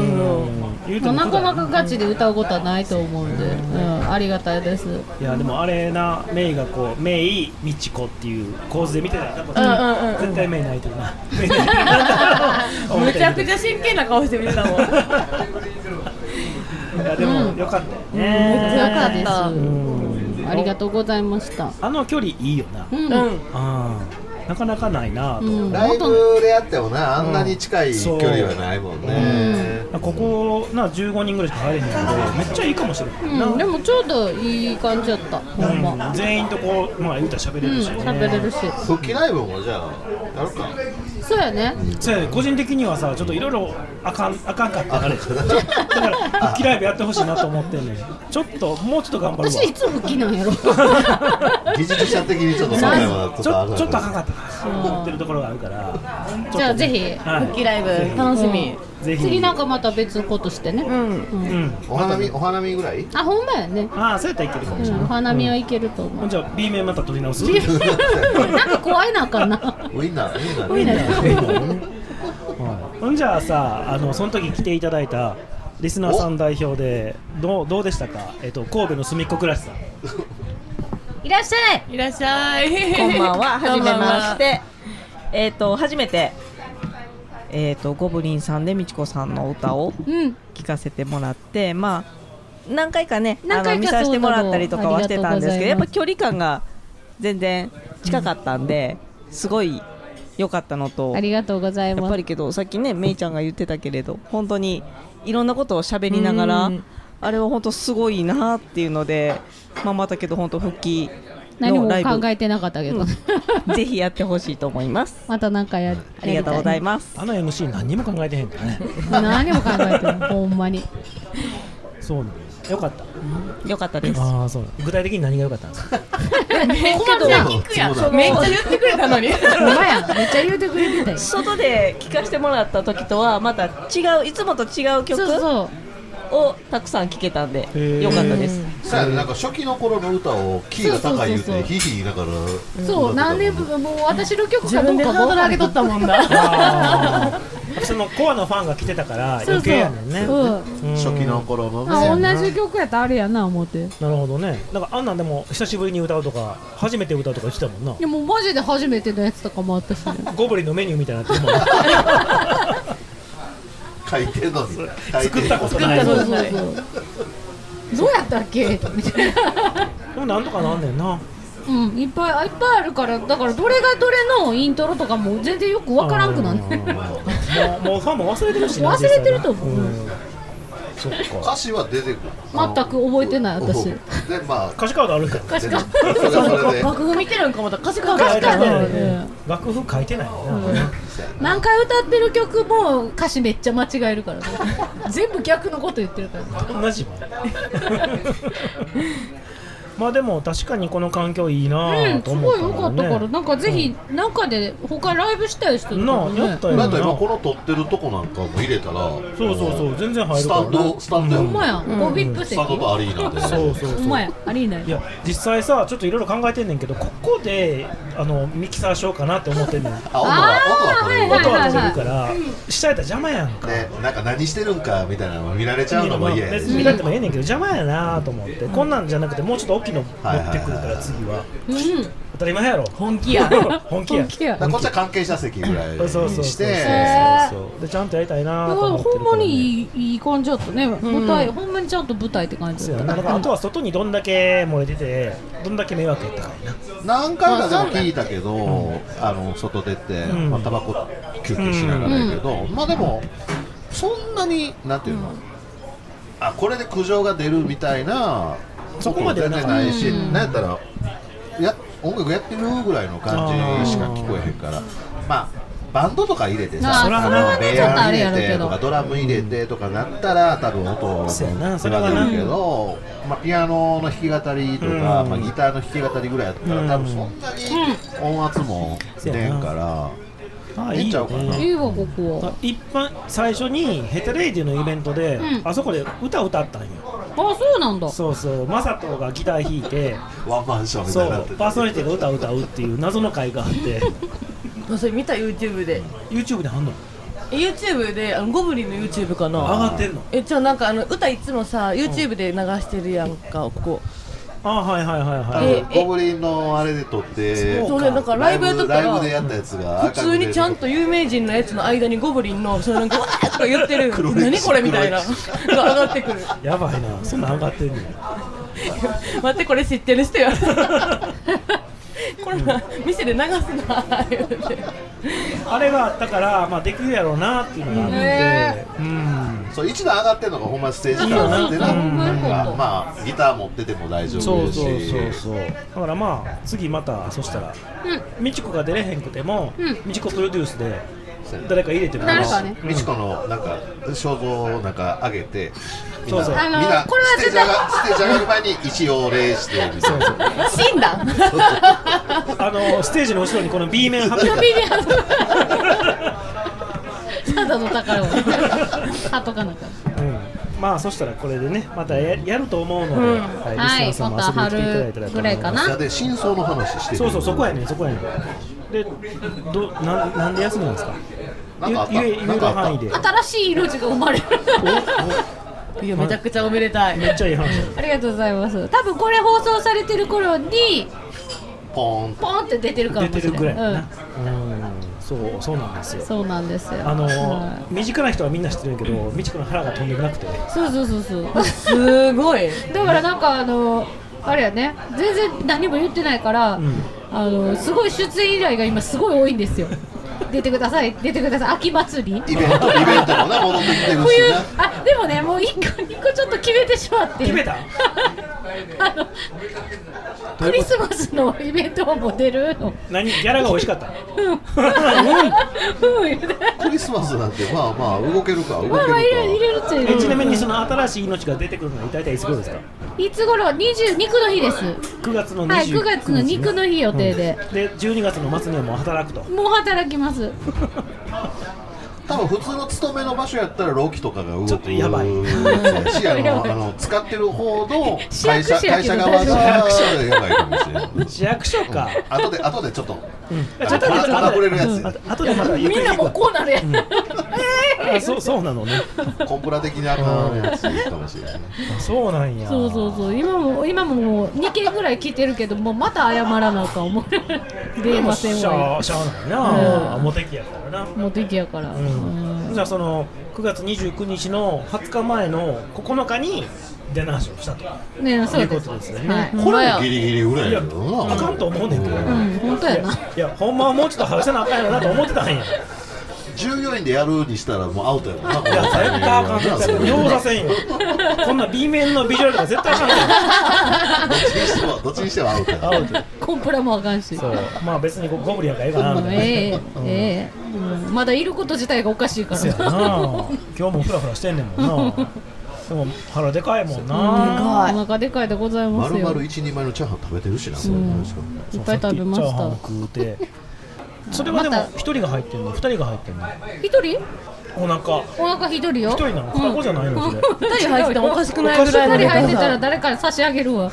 [SPEAKER 1] 言うて
[SPEAKER 2] もう
[SPEAKER 1] も
[SPEAKER 2] な
[SPEAKER 1] 普段
[SPEAKER 2] かなかガチで歌うことはないと思うんで、うん、ありがたいです。う
[SPEAKER 1] いやでもあれなメイがこうメイ美智子っていう構図で見てたら多
[SPEAKER 4] うんうん
[SPEAKER 1] 分
[SPEAKER 4] うん
[SPEAKER 1] 絶対メイ泣いてるな
[SPEAKER 4] [laughs]
[SPEAKER 1] [laughs]
[SPEAKER 4] むちゃくち
[SPEAKER 1] ゃ
[SPEAKER 4] ゃ真剣な顔して見てたもん
[SPEAKER 1] [laughs] いやでもよかったよね
[SPEAKER 4] めっちゃよかった
[SPEAKER 1] うん
[SPEAKER 2] ありがとうございました。
[SPEAKER 1] あの距離いいよな
[SPEAKER 2] うん、
[SPEAKER 4] うん
[SPEAKER 1] うんなかなかないなと
[SPEAKER 2] うん、
[SPEAKER 3] ライ
[SPEAKER 2] 元
[SPEAKER 3] ブでやってもなあんなに近い距離はないもんね、
[SPEAKER 1] ここな15人ぐらいしか入れへんけどめっちゃいいかもしれないな
[SPEAKER 2] うん、でもちょうどいい感じやった。ほんま。
[SPEAKER 1] うん全員とこうまあ言うたら喋
[SPEAKER 2] う
[SPEAKER 1] れ
[SPEAKER 2] ん、
[SPEAKER 1] るしね
[SPEAKER 2] 喋れるし。
[SPEAKER 3] 復帰ライブもじゃあやろうか
[SPEAKER 2] そうやね。
[SPEAKER 1] そうやね個人的にはさちょっといろいろあかんあかんかったあれだから復帰ライブやってほしいなと思ってんねんちょっともうちょっと頑張るわ
[SPEAKER 2] 私
[SPEAKER 1] ち
[SPEAKER 2] いつ復帰なんやろ。
[SPEAKER 3] 技術者的にちょっと今回は
[SPEAKER 1] ょ
[SPEAKER 3] ち
[SPEAKER 1] ち
[SPEAKER 3] ょっ
[SPEAKER 1] ょ
[SPEAKER 3] と
[SPEAKER 1] っとあかんかったな思ってるところがあるからちょっと
[SPEAKER 2] じゃあぜひ
[SPEAKER 1] はい
[SPEAKER 4] 復帰ライブ楽しみ
[SPEAKER 1] ぜひ
[SPEAKER 2] 次なんかまた別のことしてね。
[SPEAKER 4] うん
[SPEAKER 1] うん
[SPEAKER 3] お花見お花見ぐらい
[SPEAKER 2] あ、ほんまやね。
[SPEAKER 1] ああそうやったらいけるかも
[SPEAKER 2] う
[SPEAKER 1] しれ
[SPEAKER 2] ん、
[SPEAKER 1] ない
[SPEAKER 2] 花見はいけると思
[SPEAKER 1] ほん
[SPEAKER 2] う。
[SPEAKER 1] じゃあ B 面また取り直す
[SPEAKER 2] [laughs] なんか怖いなあかんな。
[SPEAKER 3] ウインナーウインナー
[SPEAKER 2] ウインナー
[SPEAKER 1] はいほんじゃあさあのその時来ていただいたリスナーさん代表でどうどうでしたか、えっと、神戸の隅っこ暮らしさん
[SPEAKER 2] いらっしゃい。
[SPEAKER 4] いらっしゃい
[SPEAKER 9] こんば
[SPEAKER 2] [laughs]
[SPEAKER 9] んは、はじ
[SPEAKER 4] こ
[SPEAKER 9] めまし
[SPEAKER 4] んばんは
[SPEAKER 9] て。えっ、と、初めて。えっ、と、ゴブリンさんで、みちこさんの歌を
[SPEAKER 2] うん、
[SPEAKER 9] 聞かせてもらって、まあ。何回かね、
[SPEAKER 2] 何
[SPEAKER 9] あ
[SPEAKER 2] 回
[SPEAKER 9] の、
[SPEAKER 2] か
[SPEAKER 9] 見させてもらったりとかは
[SPEAKER 2] そ
[SPEAKER 9] し
[SPEAKER 2] うな
[SPEAKER 9] て
[SPEAKER 2] の
[SPEAKER 9] たんですけど、や
[SPEAKER 2] あ
[SPEAKER 9] っ
[SPEAKER 2] りがとうございま
[SPEAKER 9] ぱ
[SPEAKER 2] す
[SPEAKER 9] 距離感が。全然近かったんで、すごい良かったのと
[SPEAKER 2] あ。りがとうござい
[SPEAKER 9] や
[SPEAKER 2] ま
[SPEAKER 9] っ
[SPEAKER 2] す
[SPEAKER 9] ぱ。りけどさっきねめいちゃんが言ってたけれど本当にいろんなことを喋りながら
[SPEAKER 4] うん
[SPEAKER 9] あれは本当すごいなっていうので、まあ、またけど本当復帰
[SPEAKER 2] 何
[SPEAKER 9] の
[SPEAKER 2] も
[SPEAKER 9] ライブ
[SPEAKER 2] 考えてなかったけど、
[SPEAKER 9] [laughs] ぜひやってほしいと思います。
[SPEAKER 2] [laughs] またなんかや
[SPEAKER 9] ありがとうござい
[SPEAKER 2] ま
[SPEAKER 9] ます。
[SPEAKER 1] [laughs] あの MC 何にも考えてへんからね
[SPEAKER 2] す何も考えてないほんまに
[SPEAKER 1] そうなんですよかった
[SPEAKER 9] よかったです
[SPEAKER 1] ああそうなん具体的に何が良かったんですか
[SPEAKER 3] 聞くやん
[SPEAKER 4] めっちゃ言ってくれたのに
[SPEAKER 2] ほんまやめっちゃ言うてくれてたよ
[SPEAKER 9] [laughs] 外で聴かせてもらった時とはまた違ういつもと違う曲
[SPEAKER 2] そうそう
[SPEAKER 9] をたくさん聴けたんで
[SPEAKER 1] へー
[SPEAKER 9] よかったです
[SPEAKER 3] そうやねなんか初期の頃の歌をキーが高い言うてヒヒだから
[SPEAKER 2] そう何年
[SPEAKER 3] 分
[SPEAKER 2] 分もう私の曲
[SPEAKER 4] 自
[SPEAKER 2] かど
[SPEAKER 4] 分
[SPEAKER 2] う
[SPEAKER 4] で
[SPEAKER 2] か
[SPEAKER 4] ハードル上げとったもん
[SPEAKER 1] [laughs]
[SPEAKER 4] だ
[SPEAKER 1] あーそのコアのファンが来てたから
[SPEAKER 2] [laughs] そ
[SPEAKER 1] 余
[SPEAKER 2] うそう
[SPEAKER 1] 計やねんね
[SPEAKER 2] うん
[SPEAKER 1] うん
[SPEAKER 3] 初期の頃の
[SPEAKER 2] あ
[SPEAKER 3] ね
[SPEAKER 2] 同じ曲やったらあれやな思って
[SPEAKER 1] なるほどねなんかあんなんでも久しぶりに歌うとか初めて歌うとか言ってたもんな
[SPEAKER 2] でもうマジで初めてのやつとかもあったしね
[SPEAKER 1] ゴブリンのメニューみたいになってるもん [laughs]
[SPEAKER 3] 書いてるのに
[SPEAKER 1] 作ったこと
[SPEAKER 3] い
[SPEAKER 1] ない
[SPEAKER 2] そう
[SPEAKER 1] で
[SPEAKER 2] そうそうどうやったっけみたいな
[SPEAKER 1] もなんとかなんねんな
[SPEAKER 2] うんいっぱいあいっぱいあるからだからどれがどれのイントロとかも全然よくわからんくなる
[SPEAKER 1] うんもうもうファンも忘れてるしな
[SPEAKER 2] 忘れてると思う
[SPEAKER 1] 実際なんそっか
[SPEAKER 3] 歌詞は出てくる
[SPEAKER 2] 全く覚えてない私
[SPEAKER 3] でまあ
[SPEAKER 1] 歌詞カードあるんか
[SPEAKER 3] それはそ
[SPEAKER 2] [laughs]
[SPEAKER 3] れで
[SPEAKER 4] 楽譜見てるんかもだ歌詞書いて
[SPEAKER 1] 書いて
[SPEAKER 4] あ
[SPEAKER 1] な
[SPEAKER 4] る
[SPEAKER 1] いよ
[SPEAKER 4] のに
[SPEAKER 1] ね楽譜書いてないよな
[SPEAKER 2] 何回歌ってる曲も歌詞めっちゃ間違えるからね全部逆のこと言ってるからね
[SPEAKER 1] 同じもんまあでも確かにこの環境いいな
[SPEAKER 2] う
[SPEAKER 1] あ
[SPEAKER 2] ん
[SPEAKER 1] と
[SPEAKER 2] す
[SPEAKER 1] 思っ
[SPEAKER 2] ごい
[SPEAKER 1] た
[SPEAKER 2] 良かったからなんかぜひ中で他ライブしたい人とか
[SPEAKER 1] なあ
[SPEAKER 2] も
[SPEAKER 1] や
[SPEAKER 2] ね
[SPEAKER 1] ったよ
[SPEAKER 3] ま
[SPEAKER 1] な
[SPEAKER 3] あと今この撮ってるとこなんかも入れたら
[SPEAKER 1] そうそうそう全然入
[SPEAKER 3] ス
[SPEAKER 1] るからね
[SPEAKER 3] タンドスタンドや
[SPEAKER 2] ほ
[SPEAKER 3] も
[SPEAKER 2] んま
[SPEAKER 3] ん
[SPEAKER 2] やゴビップ
[SPEAKER 3] ス
[SPEAKER 2] 席
[SPEAKER 3] タンドとアリーナで
[SPEAKER 1] そうそうそう
[SPEAKER 2] ほんまやありえない
[SPEAKER 1] いや実際さちょっといろいろ考えてんねんけどここであのミキサーしようかなって思ってんねん音
[SPEAKER 3] あ音は音は
[SPEAKER 2] あーはいはい
[SPEAKER 1] は出るから下やったら邪魔やんか
[SPEAKER 3] ね、なんか何してるんかみたいなの見られちゃうのも嫌や
[SPEAKER 1] 別
[SPEAKER 3] し、
[SPEAKER 1] に見たってもええねんけど邪魔やなと思ってこんなんじゃなくてもうちょっと大きいの持
[SPEAKER 3] はいはい
[SPEAKER 1] ってくるから次は
[SPEAKER 2] うん
[SPEAKER 1] 当たり前やろ
[SPEAKER 4] 本気や
[SPEAKER 1] [laughs] 本気や
[SPEAKER 2] 本気や
[SPEAKER 3] だからこっちは関係者席ぐらいに
[SPEAKER 1] そうそうそう
[SPEAKER 3] し
[SPEAKER 2] へ
[SPEAKER 3] て、
[SPEAKER 2] ー
[SPEAKER 1] そうそうでちゃんとやりたい
[SPEAKER 2] い
[SPEAKER 1] な
[SPEAKER 2] や
[SPEAKER 1] と思って
[SPEAKER 2] ほ
[SPEAKER 1] る
[SPEAKER 2] ん
[SPEAKER 1] か
[SPEAKER 2] ま
[SPEAKER 1] らね
[SPEAKER 2] にいいいい感じだったね舞台ほんまにちゃんと舞台って感じ
[SPEAKER 1] そう
[SPEAKER 2] だ
[SPEAKER 1] や
[SPEAKER 2] っ
[SPEAKER 1] な
[SPEAKER 2] た
[SPEAKER 1] だからあとは外にどんだけ漏れててどんだけ迷惑やったかやな
[SPEAKER 3] 何回かでも聞いたけど、あの外出て、
[SPEAKER 1] ん
[SPEAKER 3] まあ、タバコ休憩しながらやけど、まあでも、そんなに、なんていうの、あこれで苦情が出るみたいな、
[SPEAKER 1] そこまでは
[SPEAKER 3] 全
[SPEAKER 1] な
[SPEAKER 3] 然ないし、なんやったらや、音楽やってるぐらいの感じしか聞こえへんから、まあ、バンドとか入れて
[SPEAKER 2] あ
[SPEAKER 3] さ、
[SPEAKER 2] ーそれはね
[SPEAKER 3] ベ
[SPEAKER 2] ちょっとあ
[SPEAKER 3] ア
[SPEAKER 2] れや
[SPEAKER 3] 入
[SPEAKER 2] ろう
[SPEAKER 3] れ
[SPEAKER 2] け
[SPEAKER 3] て
[SPEAKER 2] ど
[SPEAKER 3] とか、ドラム入れてとかなったら、多分音が
[SPEAKER 1] そうやなそ
[SPEAKER 3] 出
[SPEAKER 1] れはな
[SPEAKER 3] るけど、まあ、ピアノの弾き語りとか、
[SPEAKER 1] うん
[SPEAKER 3] まあ、ギターの弾き語りぐらいやったら、多分そんなに音圧も出んから、
[SPEAKER 1] あ
[SPEAKER 3] 出ちゃうかな
[SPEAKER 2] うんいいわここは
[SPEAKER 1] 一般最初にヘタレイディのイベントで、
[SPEAKER 2] ん
[SPEAKER 1] あそこで歌歌ったんよ
[SPEAKER 2] あそうなんだ
[SPEAKER 1] そうそうマサトがギター弾いて
[SPEAKER 3] ワンマンションみた
[SPEAKER 1] そ
[SPEAKER 3] いになって
[SPEAKER 1] う
[SPEAKER 3] て
[SPEAKER 1] パーソナリティが歌を歌うっていう謎の会があって
[SPEAKER 3] [laughs]
[SPEAKER 4] それ見た YouTube で
[SPEAKER 1] YouTube であんの
[SPEAKER 4] え YouTube であのゴブリンの YouTube かな
[SPEAKER 1] 上がってんの
[SPEAKER 4] えじゃあなんかあの歌いつもさ YouTube で流してるやんかここ
[SPEAKER 1] あはいはいはい
[SPEAKER 3] あ
[SPEAKER 1] はい
[SPEAKER 4] え
[SPEAKER 3] のゴブリンのあれで撮って
[SPEAKER 1] そう
[SPEAKER 4] それだからライブやっとった
[SPEAKER 3] ライ
[SPEAKER 4] ら
[SPEAKER 3] ブでやったやつが
[SPEAKER 4] 普通にちゃんと有名人のやつの間にゴブリンのそれなんかわーとか言ってる
[SPEAKER 3] 黒歴史
[SPEAKER 4] 何これみたいなが上がってくる
[SPEAKER 1] やばいなそんなん上がってんねん
[SPEAKER 4] 待ってこれ知ってる人やこれな店で流すな言うて
[SPEAKER 1] あれがあったからまあできるやろうなっていうのがあって
[SPEAKER 2] へ
[SPEAKER 1] うん
[SPEAKER 3] そう一段上がってんのがほんまステージ感あってな
[SPEAKER 2] そうそうそう
[SPEAKER 3] なんかまあギター持ってても大丈
[SPEAKER 1] そ
[SPEAKER 3] 夫
[SPEAKER 1] う
[SPEAKER 3] だし
[SPEAKER 1] そうそうそうだからまあ次またそしたらみちこが出れへんくても
[SPEAKER 2] うん
[SPEAKER 1] みちこプロデュースで
[SPEAKER 3] そう
[SPEAKER 1] 誰か入れてもらうし
[SPEAKER 2] 誰かね
[SPEAKER 3] みちこのなんか肖像をなんか上げてみん
[SPEAKER 1] そう
[SPEAKER 3] な
[SPEAKER 1] そう
[SPEAKER 2] あの
[SPEAKER 3] みんな
[SPEAKER 2] これは
[SPEAKER 3] ステー
[SPEAKER 2] 絶
[SPEAKER 3] ジ上
[SPEAKER 2] 対
[SPEAKER 3] がステージ上がる前に一応礼してみたいな
[SPEAKER 4] 死
[SPEAKER 2] [laughs]
[SPEAKER 4] んだ
[SPEAKER 1] あのステージの後ろにこの B 面貼って
[SPEAKER 2] ビリヤードただの宝を [laughs] 貼っとかなあかん
[SPEAKER 1] うんまあそしたらこれでねまたややると思うので、はい
[SPEAKER 2] はい
[SPEAKER 1] リスナーさんも遊びに来ていただいたらと思い
[SPEAKER 2] また春ぐらい
[SPEAKER 1] ま
[SPEAKER 2] か
[SPEAKER 1] す
[SPEAKER 2] な
[SPEAKER 3] それで真相の話してる
[SPEAKER 1] そうそうそこやねんそこやねんでどななんで休みなんですか
[SPEAKER 3] なんかあった
[SPEAKER 1] ゆゆ言え
[SPEAKER 3] なん
[SPEAKER 1] る
[SPEAKER 3] かあった
[SPEAKER 1] 範囲で
[SPEAKER 2] 新しい命が生まれる
[SPEAKER 4] いやめちゃくちゃおめでたい
[SPEAKER 1] めっちゃいい話だ
[SPEAKER 2] ありがとうございます多分これ放送されてる頃に
[SPEAKER 3] ポーン
[SPEAKER 2] ポンって出てるか
[SPEAKER 1] 出
[SPEAKER 2] もしれ
[SPEAKER 1] てるぐらいや
[SPEAKER 2] う、
[SPEAKER 1] なんうん、そうそうなんですよ
[SPEAKER 2] そうなんですよ
[SPEAKER 1] あの
[SPEAKER 2] はい
[SPEAKER 1] 身近な人はみんな知ってるけどみちこの腹が飛んでなくて
[SPEAKER 2] そうそうそうそう
[SPEAKER 4] すごい
[SPEAKER 2] だからなんかあのあれやね全然何も言ってないから、
[SPEAKER 1] ん
[SPEAKER 2] あのすごい出演依頼が今すごい多いんですよ出てください出てください秋祭り
[SPEAKER 3] イベントイベントもね戻ってきてるし
[SPEAKER 2] 冬
[SPEAKER 3] ね
[SPEAKER 2] あでもねもう一個二個ちょっと決めてしまって
[SPEAKER 1] 決めた
[SPEAKER 2] あのクリスマスのイベントも出るの。
[SPEAKER 1] 何ギャラが美味しかった
[SPEAKER 2] うん。うん。
[SPEAKER 3] クリスマスなんてまあまあ動けるか動ける
[SPEAKER 2] まあまあ入れ入
[SPEAKER 3] か
[SPEAKER 2] れるっちゃ入れ
[SPEAKER 1] え
[SPEAKER 2] る。
[SPEAKER 1] ちなみにその新しい命が出てくるのは大体いつ頃ですか
[SPEAKER 2] いつ頃二十肉の日です。
[SPEAKER 1] 9月の29
[SPEAKER 2] はい9月の肉の日予定で
[SPEAKER 1] うんで12月の末にはもう働くと
[SPEAKER 2] もう働きます。
[SPEAKER 3] 多分普通の勤めの場所やったら労基とかが動く
[SPEAKER 1] ちょっとやばい
[SPEAKER 3] しあ
[SPEAKER 2] や
[SPEAKER 3] の
[SPEAKER 2] ばい
[SPEAKER 3] あの使ってる方
[SPEAKER 1] [laughs]
[SPEAKER 3] の
[SPEAKER 2] 市
[SPEAKER 3] 会
[SPEAKER 2] 役所
[SPEAKER 3] 社
[SPEAKER 2] や
[SPEAKER 3] 会
[SPEAKER 2] けど
[SPEAKER 3] 社側
[SPEAKER 2] 大丈夫
[SPEAKER 3] がやばいかもしれない
[SPEAKER 1] 市役所か
[SPEAKER 3] 後で後でちょっと
[SPEAKER 1] ちょっと
[SPEAKER 3] またまたこれるやつ
[SPEAKER 1] あとでまたゆっく
[SPEAKER 2] みん
[SPEAKER 1] り
[SPEAKER 2] なもうこうなるやん。ええ
[SPEAKER 1] あそうそうなのね
[SPEAKER 3] コンプラ的にあかんやつかもしれないね
[SPEAKER 1] あそうなんや
[SPEAKER 2] [laughs] そうそうそう今も今ももう2件ぐらい来てるけどもうまた謝らなあかん思う出ません
[SPEAKER 1] しゃ
[SPEAKER 2] わ
[SPEAKER 1] あしゃあない
[SPEAKER 2] うん
[SPEAKER 1] なあモテ期やからな
[SPEAKER 2] もう出来やから、
[SPEAKER 1] うんじゃあその9月29日の20日前の9日に出直しをしたと
[SPEAKER 2] ねえそ
[SPEAKER 1] と
[SPEAKER 2] う
[SPEAKER 1] い
[SPEAKER 2] で
[SPEAKER 1] う
[SPEAKER 2] す
[SPEAKER 1] ことですよね
[SPEAKER 2] はい、
[SPEAKER 3] こ
[SPEAKER 2] ほんま
[SPEAKER 3] れ
[SPEAKER 2] や
[SPEAKER 3] もギリギリぐらい
[SPEAKER 1] いや
[SPEAKER 3] やけどな
[SPEAKER 1] あかんと思うねんけど
[SPEAKER 2] う
[SPEAKER 1] い
[SPEAKER 2] ん本当やな
[SPEAKER 1] やほんまはもうちょっと話せなあかんやろなと思ってたんや
[SPEAKER 3] 従業員でやるにしたらもうアウトやもんない
[SPEAKER 1] や絶対あかん絶対あかん両座せんよこんな B 面のビジュアルとか絶対あかんや
[SPEAKER 3] どっちにしてもどっちにしてもアウトや
[SPEAKER 1] んアウト
[SPEAKER 2] コンプラもあかんし
[SPEAKER 1] そうまあ別にゴブリンやからええかなみ
[SPEAKER 2] うん
[SPEAKER 1] たいな
[SPEAKER 2] ええええうんまだいること自体がおかしいか
[SPEAKER 1] そうや [laughs] な
[SPEAKER 2] ら
[SPEAKER 1] 今日もフラフラしてんねんもんなでも腹でかいもんな
[SPEAKER 2] [laughs] お腹でかいでございま
[SPEAKER 3] まする
[SPEAKER 2] よ
[SPEAKER 3] まる一人前のチャーハン食べてるしなそうなんですか
[SPEAKER 2] いっぱい食べま
[SPEAKER 1] チ
[SPEAKER 2] し
[SPEAKER 1] ャーハ
[SPEAKER 2] た
[SPEAKER 1] ン食うてそれはでも
[SPEAKER 2] また
[SPEAKER 1] 一人が入ってんの二人が入ってんの
[SPEAKER 2] 一人
[SPEAKER 1] お腹
[SPEAKER 2] お腹一人よ
[SPEAKER 1] 一人なの双子じゃないのそれ
[SPEAKER 4] 二人入っててもおかしくないぐらいの
[SPEAKER 2] 二人入って
[SPEAKER 4] でか
[SPEAKER 2] た
[SPEAKER 4] さ
[SPEAKER 2] ら誰かに差し上げるわ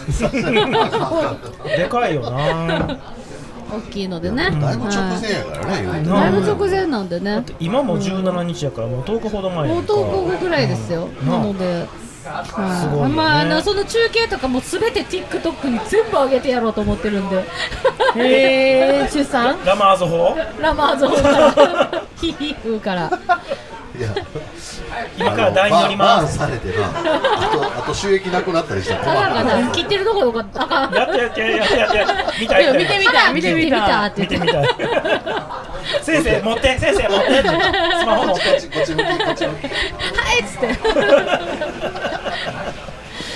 [SPEAKER 1] でかいよな
[SPEAKER 2] [laughs] 大きいのでね
[SPEAKER 3] だいぶ直
[SPEAKER 2] はい
[SPEAKER 3] 前やからね言うて
[SPEAKER 1] な
[SPEAKER 2] だいぶ直前なんでね
[SPEAKER 1] 今も17日やからもう10日ほど前や
[SPEAKER 2] もうん
[SPEAKER 1] か
[SPEAKER 2] 投稿後ぐらいですよ、
[SPEAKER 1] ん
[SPEAKER 2] なので、
[SPEAKER 1] すごいよ
[SPEAKER 2] はい
[SPEAKER 1] ね
[SPEAKER 2] まああのその中継とかもすべて TikTok に全部上げてやろうと思ってるんで、
[SPEAKER 4] へえ出産
[SPEAKER 1] ラマーズ法
[SPEAKER 2] [laughs] ラマーズホから、 [laughs] ヒヒーから、
[SPEAKER 3] いや
[SPEAKER 1] 今から台に乗りま
[SPEAKER 3] あ
[SPEAKER 1] す
[SPEAKER 3] のバーンされてなあとあと収益なくなったりしたら
[SPEAKER 2] ただが
[SPEAKER 3] 困る
[SPEAKER 2] な、切ってるところがあかん、
[SPEAKER 1] やってやってやってやってやって見たい
[SPEAKER 4] 見てみたい見てみたい
[SPEAKER 2] って
[SPEAKER 1] 見
[SPEAKER 2] 言
[SPEAKER 1] て
[SPEAKER 2] っ
[SPEAKER 1] みたい [laughs] 先生持って先生持ってってスマホ持っ
[SPEAKER 3] こってちこっち向きこっち向き
[SPEAKER 2] て、はいっつって、 [laughs]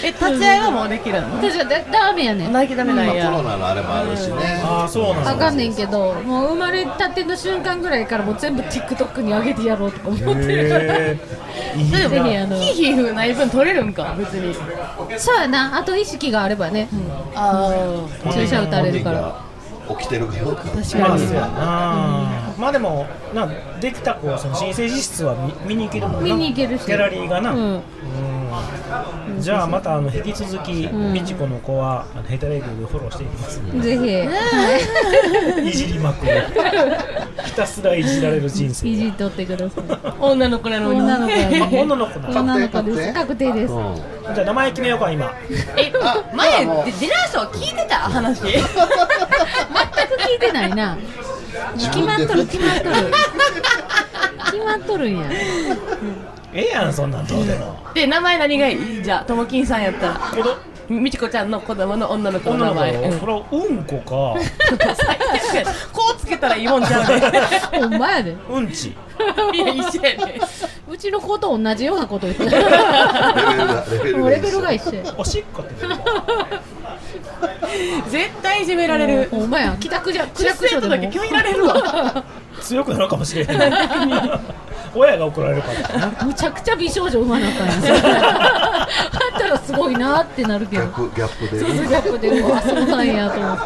[SPEAKER 4] え立ち会いはもうできるの
[SPEAKER 2] 私はだダメやねん。
[SPEAKER 4] 泣きダメなん
[SPEAKER 3] コロ
[SPEAKER 4] や
[SPEAKER 3] ナのあれもあるしね
[SPEAKER 1] ああそうな
[SPEAKER 2] あ
[SPEAKER 1] ん
[SPEAKER 2] か
[SPEAKER 1] だ
[SPEAKER 2] んねんけど、もう生まれたての瞬間ぐらいからもう全部 TikTok に上げてやろうとか思ってるから、
[SPEAKER 1] へえいい
[SPEAKER 2] [laughs] ぜひ
[SPEAKER 1] な
[SPEAKER 2] あの、
[SPEAKER 4] ヒーヒー風ない分取れるんか別に
[SPEAKER 2] そうやな、あと意識があればね、
[SPEAKER 4] あ
[SPEAKER 2] 注射打たれるから。
[SPEAKER 3] 本人が起きてるかどうか
[SPEAKER 1] まあそうやな、まあでもなできた子はその新生児室は見見に行けるもんな
[SPEAKER 2] 見に行けるし
[SPEAKER 1] ギャラリーがな、
[SPEAKER 2] うん
[SPEAKER 1] うんじゃあまたあの引き続き、みちこの子はあのヘタレグでフォローしていきますん
[SPEAKER 2] ぜ
[SPEAKER 1] でいじりまく
[SPEAKER 2] [laughs]
[SPEAKER 1] るひたすらいじられる人
[SPEAKER 2] ひ、い
[SPEAKER 1] 生
[SPEAKER 2] じっとってください。
[SPEAKER 4] あ女の子なのに
[SPEAKER 2] 女の子やね
[SPEAKER 1] あ女の子だ
[SPEAKER 2] 女の子です。確定です。
[SPEAKER 3] う
[SPEAKER 1] じゃあ名前決めようか今
[SPEAKER 4] え前でディナーショー聞いてた話
[SPEAKER 2] 全く聞いてないな。
[SPEAKER 3] 自
[SPEAKER 2] 決ま
[SPEAKER 3] 分で
[SPEAKER 2] っとる、決まっとる。決まっとるんや。
[SPEAKER 1] ええやんそんなんどうでも
[SPEAKER 4] で名前何がいいじゃあともきんさんやったら
[SPEAKER 1] 子ど
[SPEAKER 4] みちこちゃんの子供の女の子
[SPEAKER 1] 女
[SPEAKER 4] の名
[SPEAKER 1] の子
[SPEAKER 4] 前
[SPEAKER 1] よそれはうんこか
[SPEAKER 4] こうつけたらいいもんちゃう [laughs] で
[SPEAKER 2] ほんまやで。
[SPEAKER 1] うんち
[SPEAKER 4] いや一緒やね
[SPEAKER 2] うちの子と同じようなこと言ってる。
[SPEAKER 3] レベル
[SPEAKER 2] も
[SPEAKER 3] が
[SPEAKER 2] う
[SPEAKER 3] レベ
[SPEAKER 2] レベ
[SPEAKER 3] ル
[SPEAKER 2] ル
[SPEAKER 3] が
[SPEAKER 2] が
[SPEAKER 3] 一緒
[SPEAKER 2] 一緒や。
[SPEAKER 1] おしっこって言う
[SPEAKER 4] 絶対いじめられる
[SPEAKER 2] ほんまや。帰宅じゃ、帰
[SPEAKER 4] 出
[SPEAKER 2] 宅所
[SPEAKER 4] 生
[SPEAKER 2] で
[SPEAKER 4] と
[SPEAKER 2] も
[SPEAKER 4] だけ拒否られるわ
[SPEAKER 1] 強くなるかもしれへん [laughs] 親が怒られるからな
[SPEAKER 2] むちゃくちゃ美少女生まなあか
[SPEAKER 3] [laughs]
[SPEAKER 2] んやん。あったらすごいなってなるけ
[SPEAKER 3] ギ
[SPEAKER 2] ど。
[SPEAKER 3] ャップギャップで
[SPEAKER 2] そうそうギャップで、うわ、そうなんやと思って。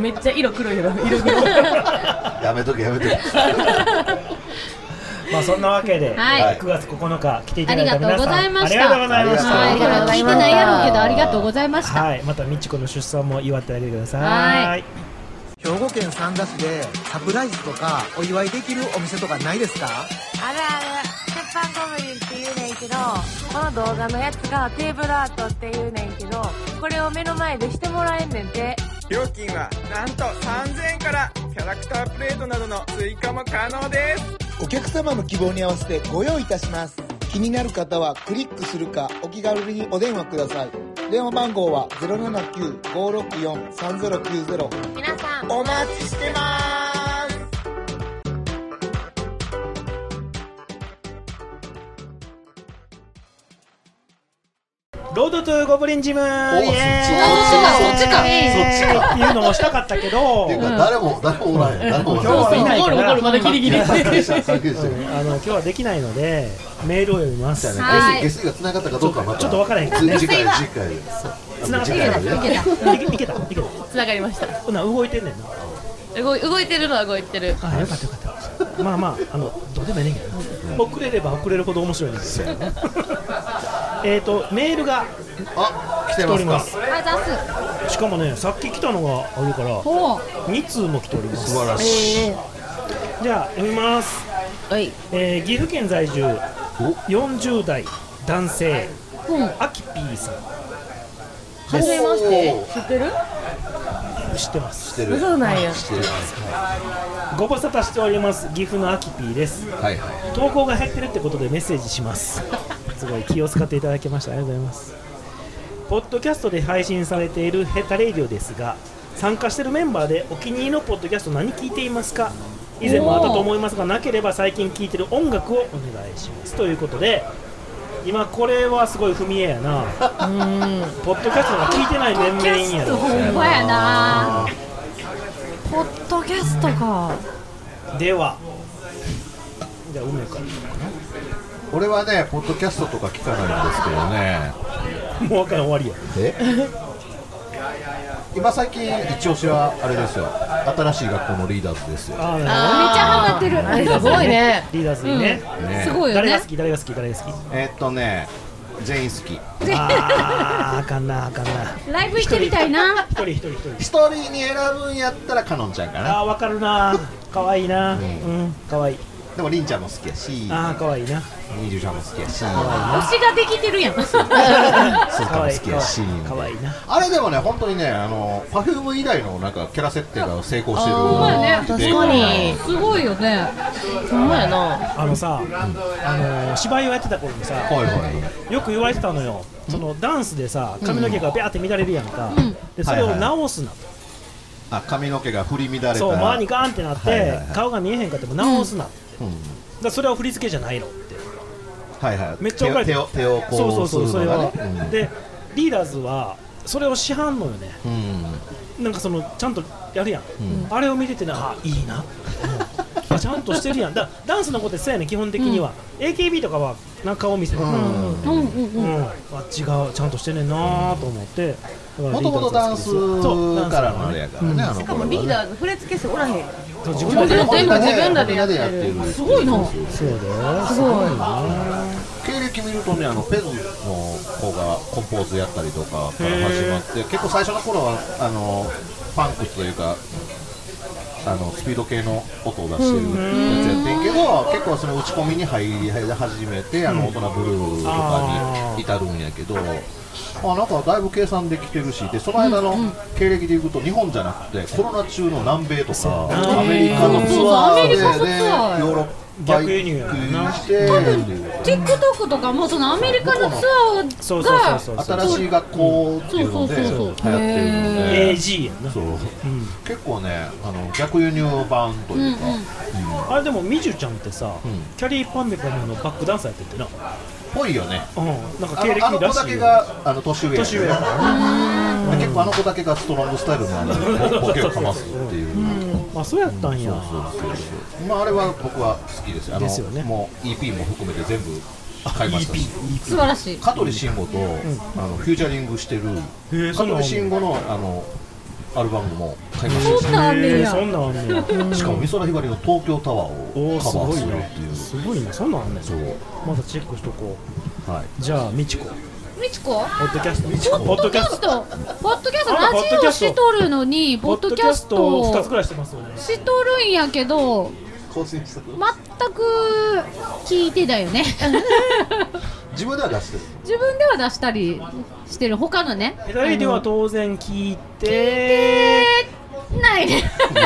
[SPEAKER 4] [laughs] めっちゃ色黒いけど色黒い
[SPEAKER 3] やめとけやめとけ
[SPEAKER 1] まあそんなわけで、
[SPEAKER 2] はい
[SPEAKER 1] 9月9日来てい
[SPEAKER 2] あ
[SPEAKER 1] ただい
[SPEAKER 2] りが
[SPEAKER 1] た
[SPEAKER 2] とう
[SPEAKER 1] 皆
[SPEAKER 2] ご
[SPEAKER 1] さん
[SPEAKER 2] ざいま
[SPEAKER 1] あ
[SPEAKER 2] した。
[SPEAKER 1] りがとうございまし
[SPEAKER 2] はい、
[SPEAKER 3] ありがとうござ
[SPEAKER 2] 聞
[SPEAKER 3] いま
[SPEAKER 2] い
[SPEAKER 3] した
[SPEAKER 2] てないやろうけど、ありがとうございましたた。
[SPEAKER 1] はいまたみちこの出産も祝ってあげてください
[SPEAKER 2] はい
[SPEAKER 10] 兵庫県三田市でサプライズとかお祝いできるお店とかないですか
[SPEAKER 8] あるある鉄板ゴブリンって言うねんけどこの動画のやつがテーブルアートって言うねんけどこれを目の前でしてもらえんねんて
[SPEAKER 11] 料金はなんと3000円からキャラクタープレートなどの追加も可能です
[SPEAKER 10] お客様の希望に合わせてご用意いたします気になる方はクリックするかお気軽にお電話ください電話番号は079-564-3090
[SPEAKER 8] 皆さん
[SPEAKER 10] お待ちしてます
[SPEAKER 1] ロードトゥーゴブリンジムイエーイそ
[SPEAKER 3] そっちそっちかそっちか
[SPEAKER 1] っていうのもしたかったけど
[SPEAKER 3] ていうか誰も誰もおらへん誰もおらへん
[SPEAKER 1] 今日はいないから
[SPEAKER 3] ゴールゴールまだギリギリ関係者関係者
[SPEAKER 1] うんあの今日はできないのでメールを読みます
[SPEAKER 3] じゃあね下水下水が繋がったかどうかはまた
[SPEAKER 1] ちょっと分からへんけどね
[SPEAKER 3] 次回次回
[SPEAKER 1] つながった
[SPEAKER 3] 次回
[SPEAKER 1] いけ
[SPEAKER 3] ね
[SPEAKER 1] たいけたいけたいけた
[SPEAKER 4] つながりました
[SPEAKER 1] ほな動いてんねんな
[SPEAKER 4] 動い動いてるのは動いてる
[SPEAKER 1] あよかったよかったまあまああのどうでもいいねんけど遅れれば遅れるほど面白いんですよ [laughs] えっとメールが
[SPEAKER 3] 来て
[SPEAKER 1] ており
[SPEAKER 3] ま
[SPEAKER 1] ますす
[SPEAKER 3] か
[SPEAKER 2] あざす
[SPEAKER 1] しかもねさっき来たのがあるから
[SPEAKER 2] ほう
[SPEAKER 1] 2通も来ております
[SPEAKER 3] 素晴らし
[SPEAKER 1] いじゃあ読みます
[SPEAKER 9] はい、
[SPEAKER 1] えー岐阜県在住40代男性あきぴーさん
[SPEAKER 4] はじめまして知ってる
[SPEAKER 1] 知ってます
[SPEAKER 3] 知ってる
[SPEAKER 4] 嘘なんや
[SPEAKER 3] 知ってる
[SPEAKER 1] ご無沙汰しております岐阜のあきぴーです
[SPEAKER 3] はいはい
[SPEAKER 1] 投稿が減ってるってことでメッセージしますすごい気を使っていただきましたありがとうございますポッドキャストで配信されているヘタレイディオですが参加してるメンバーでお気に入りのポッドキャスト何聞いていますか以前もあったと思いますがなければ最近聴いてる音楽をお願いしますということで今これはすごい踏み絵やなポッドキャストが聞いてない面々やろ
[SPEAKER 2] ほんまやなポッドキャストか
[SPEAKER 1] ではじゃあ梅から
[SPEAKER 3] 俺はねポッドキャストとか聞かないんですけどね
[SPEAKER 1] もう分からん終わりや
[SPEAKER 3] え今最近一押しはあれですよ新しい学校のリーダーズですよ
[SPEAKER 1] あめっち
[SPEAKER 2] ゃハマってるあれすごいね
[SPEAKER 1] リーダーズいいね
[SPEAKER 3] うんね
[SPEAKER 2] すごいよね
[SPEAKER 1] 誰が好き誰が好き誰が好き
[SPEAKER 3] えーっとね全員好き
[SPEAKER 1] あーあかんなあかんな
[SPEAKER 2] ライブしてみたいな
[SPEAKER 1] 一人一人一人
[SPEAKER 3] 一人に選ぶんやったらかのんちゃんか
[SPEAKER 1] あ
[SPEAKER 3] な
[SPEAKER 1] ーわかるな可愛いなうん可愛い
[SPEAKER 3] でもりんちゃんも好きやし
[SPEAKER 1] あー可愛いな
[SPEAKER 3] 二十ちゃんも好きやし
[SPEAKER 2] 推しができて [laughs] るやん
[SPEAKER 3] そうかも好きやし
[SPEAKER 1] 可愛いな
[SPEAKER 3] あれでもね本当にねあのパフューム以来のなんかキャラ設定が成功してる
[SPEAKER 2] ほんまやね
[SPEAKER 3] で
[SPEAKER 2] すごいよね
[SPEAKER 4] ほんまやな
[SPEAKER 1] あのさあのー芝居をやってた頃にさ
[SPEAKER 3] はいはい
[SPEAKER 1] よく言われてたのよそのダンスでさ髪の毛がビャーって乱れるやんかでそれを直すな
[SPEAKER 3] あ髪の毛が振り乱れた
[SPEAKER 1] そう周りにガーンってなっ
[SPEAKER 3] はいはい
[SPEAKER 1] て
[SPEAKER 3] はい
[SPEAKER 1] 顔が見えへんかっても直すなだか
[SPEAKER 3] うん
[SPEAKER 1] らそれは振り付けじゃないのって
[SPEAKER 3] はいはい
[SPEAKER 1] めっちゃ怒られて
[SPEAKER 3] 手を手を手をこう
[SPEAKER 1] そうそうそう
[SPEAKER 3] す
[SPEAKER 1] そ
[SPEAKER 3] る
[SPEAKER 1] れ
[SPEAKER 3] の
[SPEAKER 1] は
[SPEAKER 3] がねうん
[SPEAKER 1] でリーダーズはそれをしはんのよね
[SPEAKER 3] うん
[SPEAKER 1] なんかそのちゃんとやるやん、あれを見ててなあいいな、うんあちゃんとしてるやんだダンスのことってそうやね基本的には、AKB とかはなんか顔見せる、うんうん
[SPEAKER 2] うんうんうん
[SPEAKER 1] あ違うちゃんとしてんねんなーと思って
[SPEAKER 3] もともとダンスからのあれやからね、あの
[SPEAKER 4] しかも
[SPEAKER 3] 頃は
[SPEAKER 4] リー
[SPEAKER 3] ね。
[SPEAKER 4] ダーが触れ付け数おらへん
[SPEAKER 1] そう自分でやってる
[SPEAKER 4] 全部自分らでや
[SPEAKER 3] 自分ら
[SPEAKER 4] って
[SPEAKER 3] でやって
[SPEAKER 4] る
[SPEAKER 3] る
[SPEAKER 4] す [laughs] ごいな
[SPEAKER 1] そうだよ
[SPEAKER 4] すごい
[SPEAKER 3] 経歴見るとね、あのペズの子がコンポーズやったりとかから始まって、結構最初の頃はあのパンクというか。あのスピード系の音を出してるやつやってんけど、結構その打ち込みに入り始めて、あの大人ブルーとかに至るんやけど、あなんかだいぶ計算できてるし、でその間の経歴でいくと、日本じゃなくて、コロナ中の南米とか、アメリカのツアーで、でヨーロッパ
[SPEAKER 1] 逆輸入やもんな
[SPEAKER 3] 行って、
[SPEAKER 2] TikTok とかもそのアメリカのツア
[SPEAKER 1] そうそ
[SPEAKER 2] ー
[SPEAKER 1] う
[SPEAKER 2] が
[SPEAKER 1] そうそう
[SPEAKER 3] 新しい学校っていうので流
[SPEAKER 2] そう
[SPEAKER 3] 行
[SPEAKER 2] そう
[SPEAKER 3] っ
[SPEAKER 2] そう
[SPEAKER 3] てるので
[SPEAKER 1] AG やんな
[SPEAKER 3] そう
[SPEAKER 1] うん
[SPEAKER 3] 結構ねあの逆輸入版というか、
[SPEAKER 2] うん
[SPEAKER 3] う
[SPEAKER 2] うん
[SPEAKER 3] ん
[SPEAKER 1] あれでもみじゅちゃんってさ、キャリーパンメカムのバックダンサーやっててな、
[SPEAKER 3] ぽいよね
[SPEAKER 1] うん、なんか
[SPEAKER 3] あ
[SPEAKER 1] 経
[SPEAKER 3] のあの
[SPEAKER 1] 歴
[SPEAKER 3] 子
[SPEAKER 1] ら
[SPEAKER 3] だ
[SPEAKER 1] しい
[SPEAKER 3] け
[SPEAKER 1] よ
[SPEAKER 3] があの年上や
[SPEAKER 1] 年上やから
[SPEAKER 3] で結構あの子だけがストロングスタイルのあのボケをかますっていう、
[SPEAKER 1] あそうやったんや、
[SPEAKER 3] まああれは僕は好きですよあの
[SPEAKER 1] ですよね
[SPEAKER 3] もう EP も含めて全部買いましたし
[SPEAKER 2] 素晴らしい
[SPEAKER 3] 香取慎吾と、あのフューチャリングしてる
[SPEAKER 1] へーそ
[SPEAKER 3] 香
[SPEAKER 1] んなんあんの
[SPEAKER 3] 取慎吾のあのアルバムも買いましたし
[SPEAKER 2] そんなんあんねん
[SPEAKER 1] えー
[SPEAKER 2] や
[SPEAKER 1] そんなんあんねん
[SPEAKER 3] しかも美空ひばりの東京タワー
[SPEAKER 1] お
[SPEAKER 3] を
[SPEAKER 1] お
[SPEAKER 3] カ
[SPEAKER 1] す
[SPEAKER 3] バ
[SPEAKER 1] ご
[SPEAKER 3] ー
[SPEAKER 1] い
[SPEAKER 3] する
[SPEAKER 1] な
[SPEAKER 3] っていう
[SPEAKER 1] すごいなそんなんあんねん
[SPEAKER 3] そう
[SPEAKER 1] まだチェックしとこ
[SPEAKER 3] はいう
[SPEAKER 1] じゃあみちこポ
[SPEAKER 2] みちこ
[SPEAKER 1] ッドキャスト
[SPEAKER 2] ポッドキャストポッドキャストラジオしとるのにポッドキャス
[SPEAKER 1] ポッドキャストを2つくらい
[SPEAKER 2] ト
[SPEAKER 1] してますよね
[SPEAKER 2] しとるんやけど
[SPEAKER 3] 更新した
[SPEAKER 2] 全く聞いてだ
[SPEAKER 1] [laughs]
[SPEAKER 2] よね
[SPEAKER 3] 自分では出してる
[SPEAKER 2] 自分では出したりしてる他のね
[SPEAKER 1] ヘタレイディオは当然聞い
[SPEAKER 2] [laughs]
[SPEAKER 1] て
[SPEAKER 2] ないね
[SPEAKER 3] い
[SPEAKER 2] 今日ポ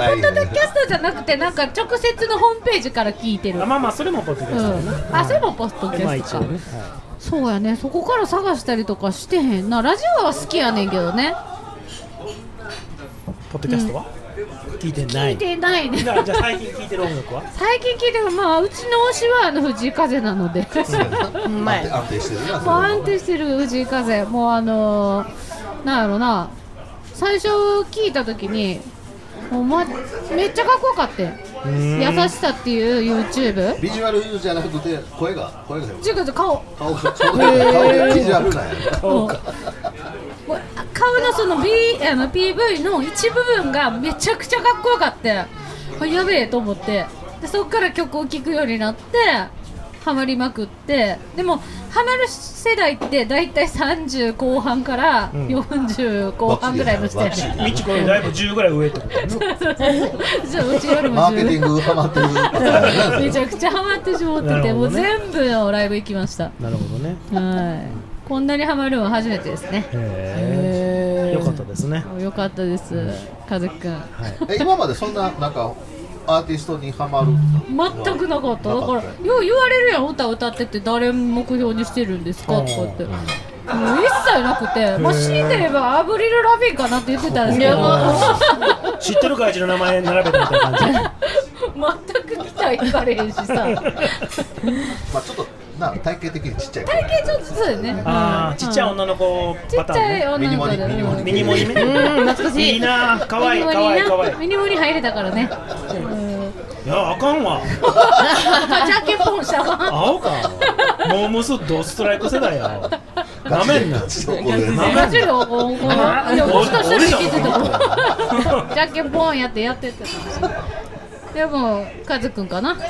[SPEAKER 2] ッドキャストじゃなくてなんか直接のホームページから聞いてる
[SPEAKER 1] あまあまあそれもポッドキ
[SPEAKER 2] う
[SPEAKER 1] ャストだね
[SPEAKER 2] ん、あそれもポッドキ
[SPEAKER 1] まあ
[SPEAKER 2] ャス
[SPEAKER 1] 一
[SPEAKER 2] ト
[SPEAKER 1] 応
[SPEAKER 2] か、
[SPEAKER 1] ね
[SPEAKER 2] そうやねそこから探したりとかしてへんなラジオは好きやねんけどね
[SPEAKER 1] ポッドキャストは聞いてない
[SPEAKER 2] 聞いてないね
[SPEAKER 1] じゃあじゃあ最近聞いてる音楽は
[SPEAKER 2] 最近聞いてる、まあ、うちの推しはあの藤井風なので、うまい
[SPEAKER 3] 安定安定してるなそれ
[SPEAKER 2] もう
[SPEAKER 3] は
[SPEAKER 2] 安定してる藤井風もうあのー、なんやろな最初聞いた時にもう、ま、めっちゃかっこよかったよ
[SPEAKER 3] ん
[SPEAKER 2] 優しさっていう YouTube
[SPEAKER 3] ビジュアルじゃなくて声が声が
[SPEAKER 2] 違う違う顔
[SPEAKER 3] 顔が顔がビジュアルなんや顔が
[SPEAKER 2] 顔のその B あの PV の一部分がめちゃくちゃかっこよかってあやべえと思ってでそっから曲を聴くようになってハマりまくってでもハマる世代って大体30後半から
[SPEAKER 1] うん
[SPEAKER 2] 40後半ぐらいの人やから、
[SPEAKER 1] みちこよりだいぶ10ぐらい上ってことやな
[SPEAKER 2] じゃあうちよりも
[SPEAKER 3] マーケティング
[SPEAKER 2] 10
[SPEAKER 3] ハマってる
[SPEAKER 2] [laughs] めちゃくちゃハマってしまって
[SPEAKER 1] な
[SPEAKER 2] て、
[SPEAKER 1] るほ
[SPEAKER 2] も
[SPEAKER 1] ど
[SPEAKER 2] う
[SPEAKER 1] ね
[SPEAKER 2] 全部のライブ行きました
[SPEAKER 1] なるほどね
[SPEAKER 2] はいこんなにハマるのは初めてですね
[SPEAKER 1] へえよかったですね
[SPEAKER 2] よかったです和樹くん
[SPEAKER 3] え今までそんななんかアーティストにハマる
[SPEAKER 2] 全くなかっただからよう言われるやん歌歌ってって誰目標にしてるんですかとかってもう一切なくて、まあ、
[SPEAKER 1] へー
[SPEAKER 2] 強いてればアブリル・ラビンかなって言ってたんですけど
[SPEAKER 1] やば知ってる外人の名前並べたみたいな感じ
[SPEAKER 2] 全く期待いかれへん
[SPEAKER 1] [laughs]
[SPEAKER 2] しさ
[SPEAKER 3] まあちょっとな体型的にちっちゃい
[SPEAKER 2] 体型ちょっとそうだよね
[SPEAKER 1] あ
[SPEAKER 2] う
[SPEAKER 1] あ
[SPEAKER 2] ん
[SPEAKER 1] ちっちゃい女の子パターンね
[SPEAKER 2] ちっちゃい女の子だね
[SPEAKER 1] ミニモニミニモニね
[SPEAKER 2] うん懐かしい
[SPEAKER 1] いいなかわいいかわいいかわいい
[SPEAKER 2] ミニモニ入れた
[SPEAKER 12] [laughs]
[SPEAKER 2] からね
[SPEAKER 1] いやあかんわ
[SPEAKER 2] ジャケポンしたわ
[SPEAKER 1] 青かモームスドストライク世代やわなめんな
[SPEAKER 2] マジでおこんこんなでも人一人聞いてたもんジャケポンやってやってたでもカズくんかな
[SPEAKER 1] はい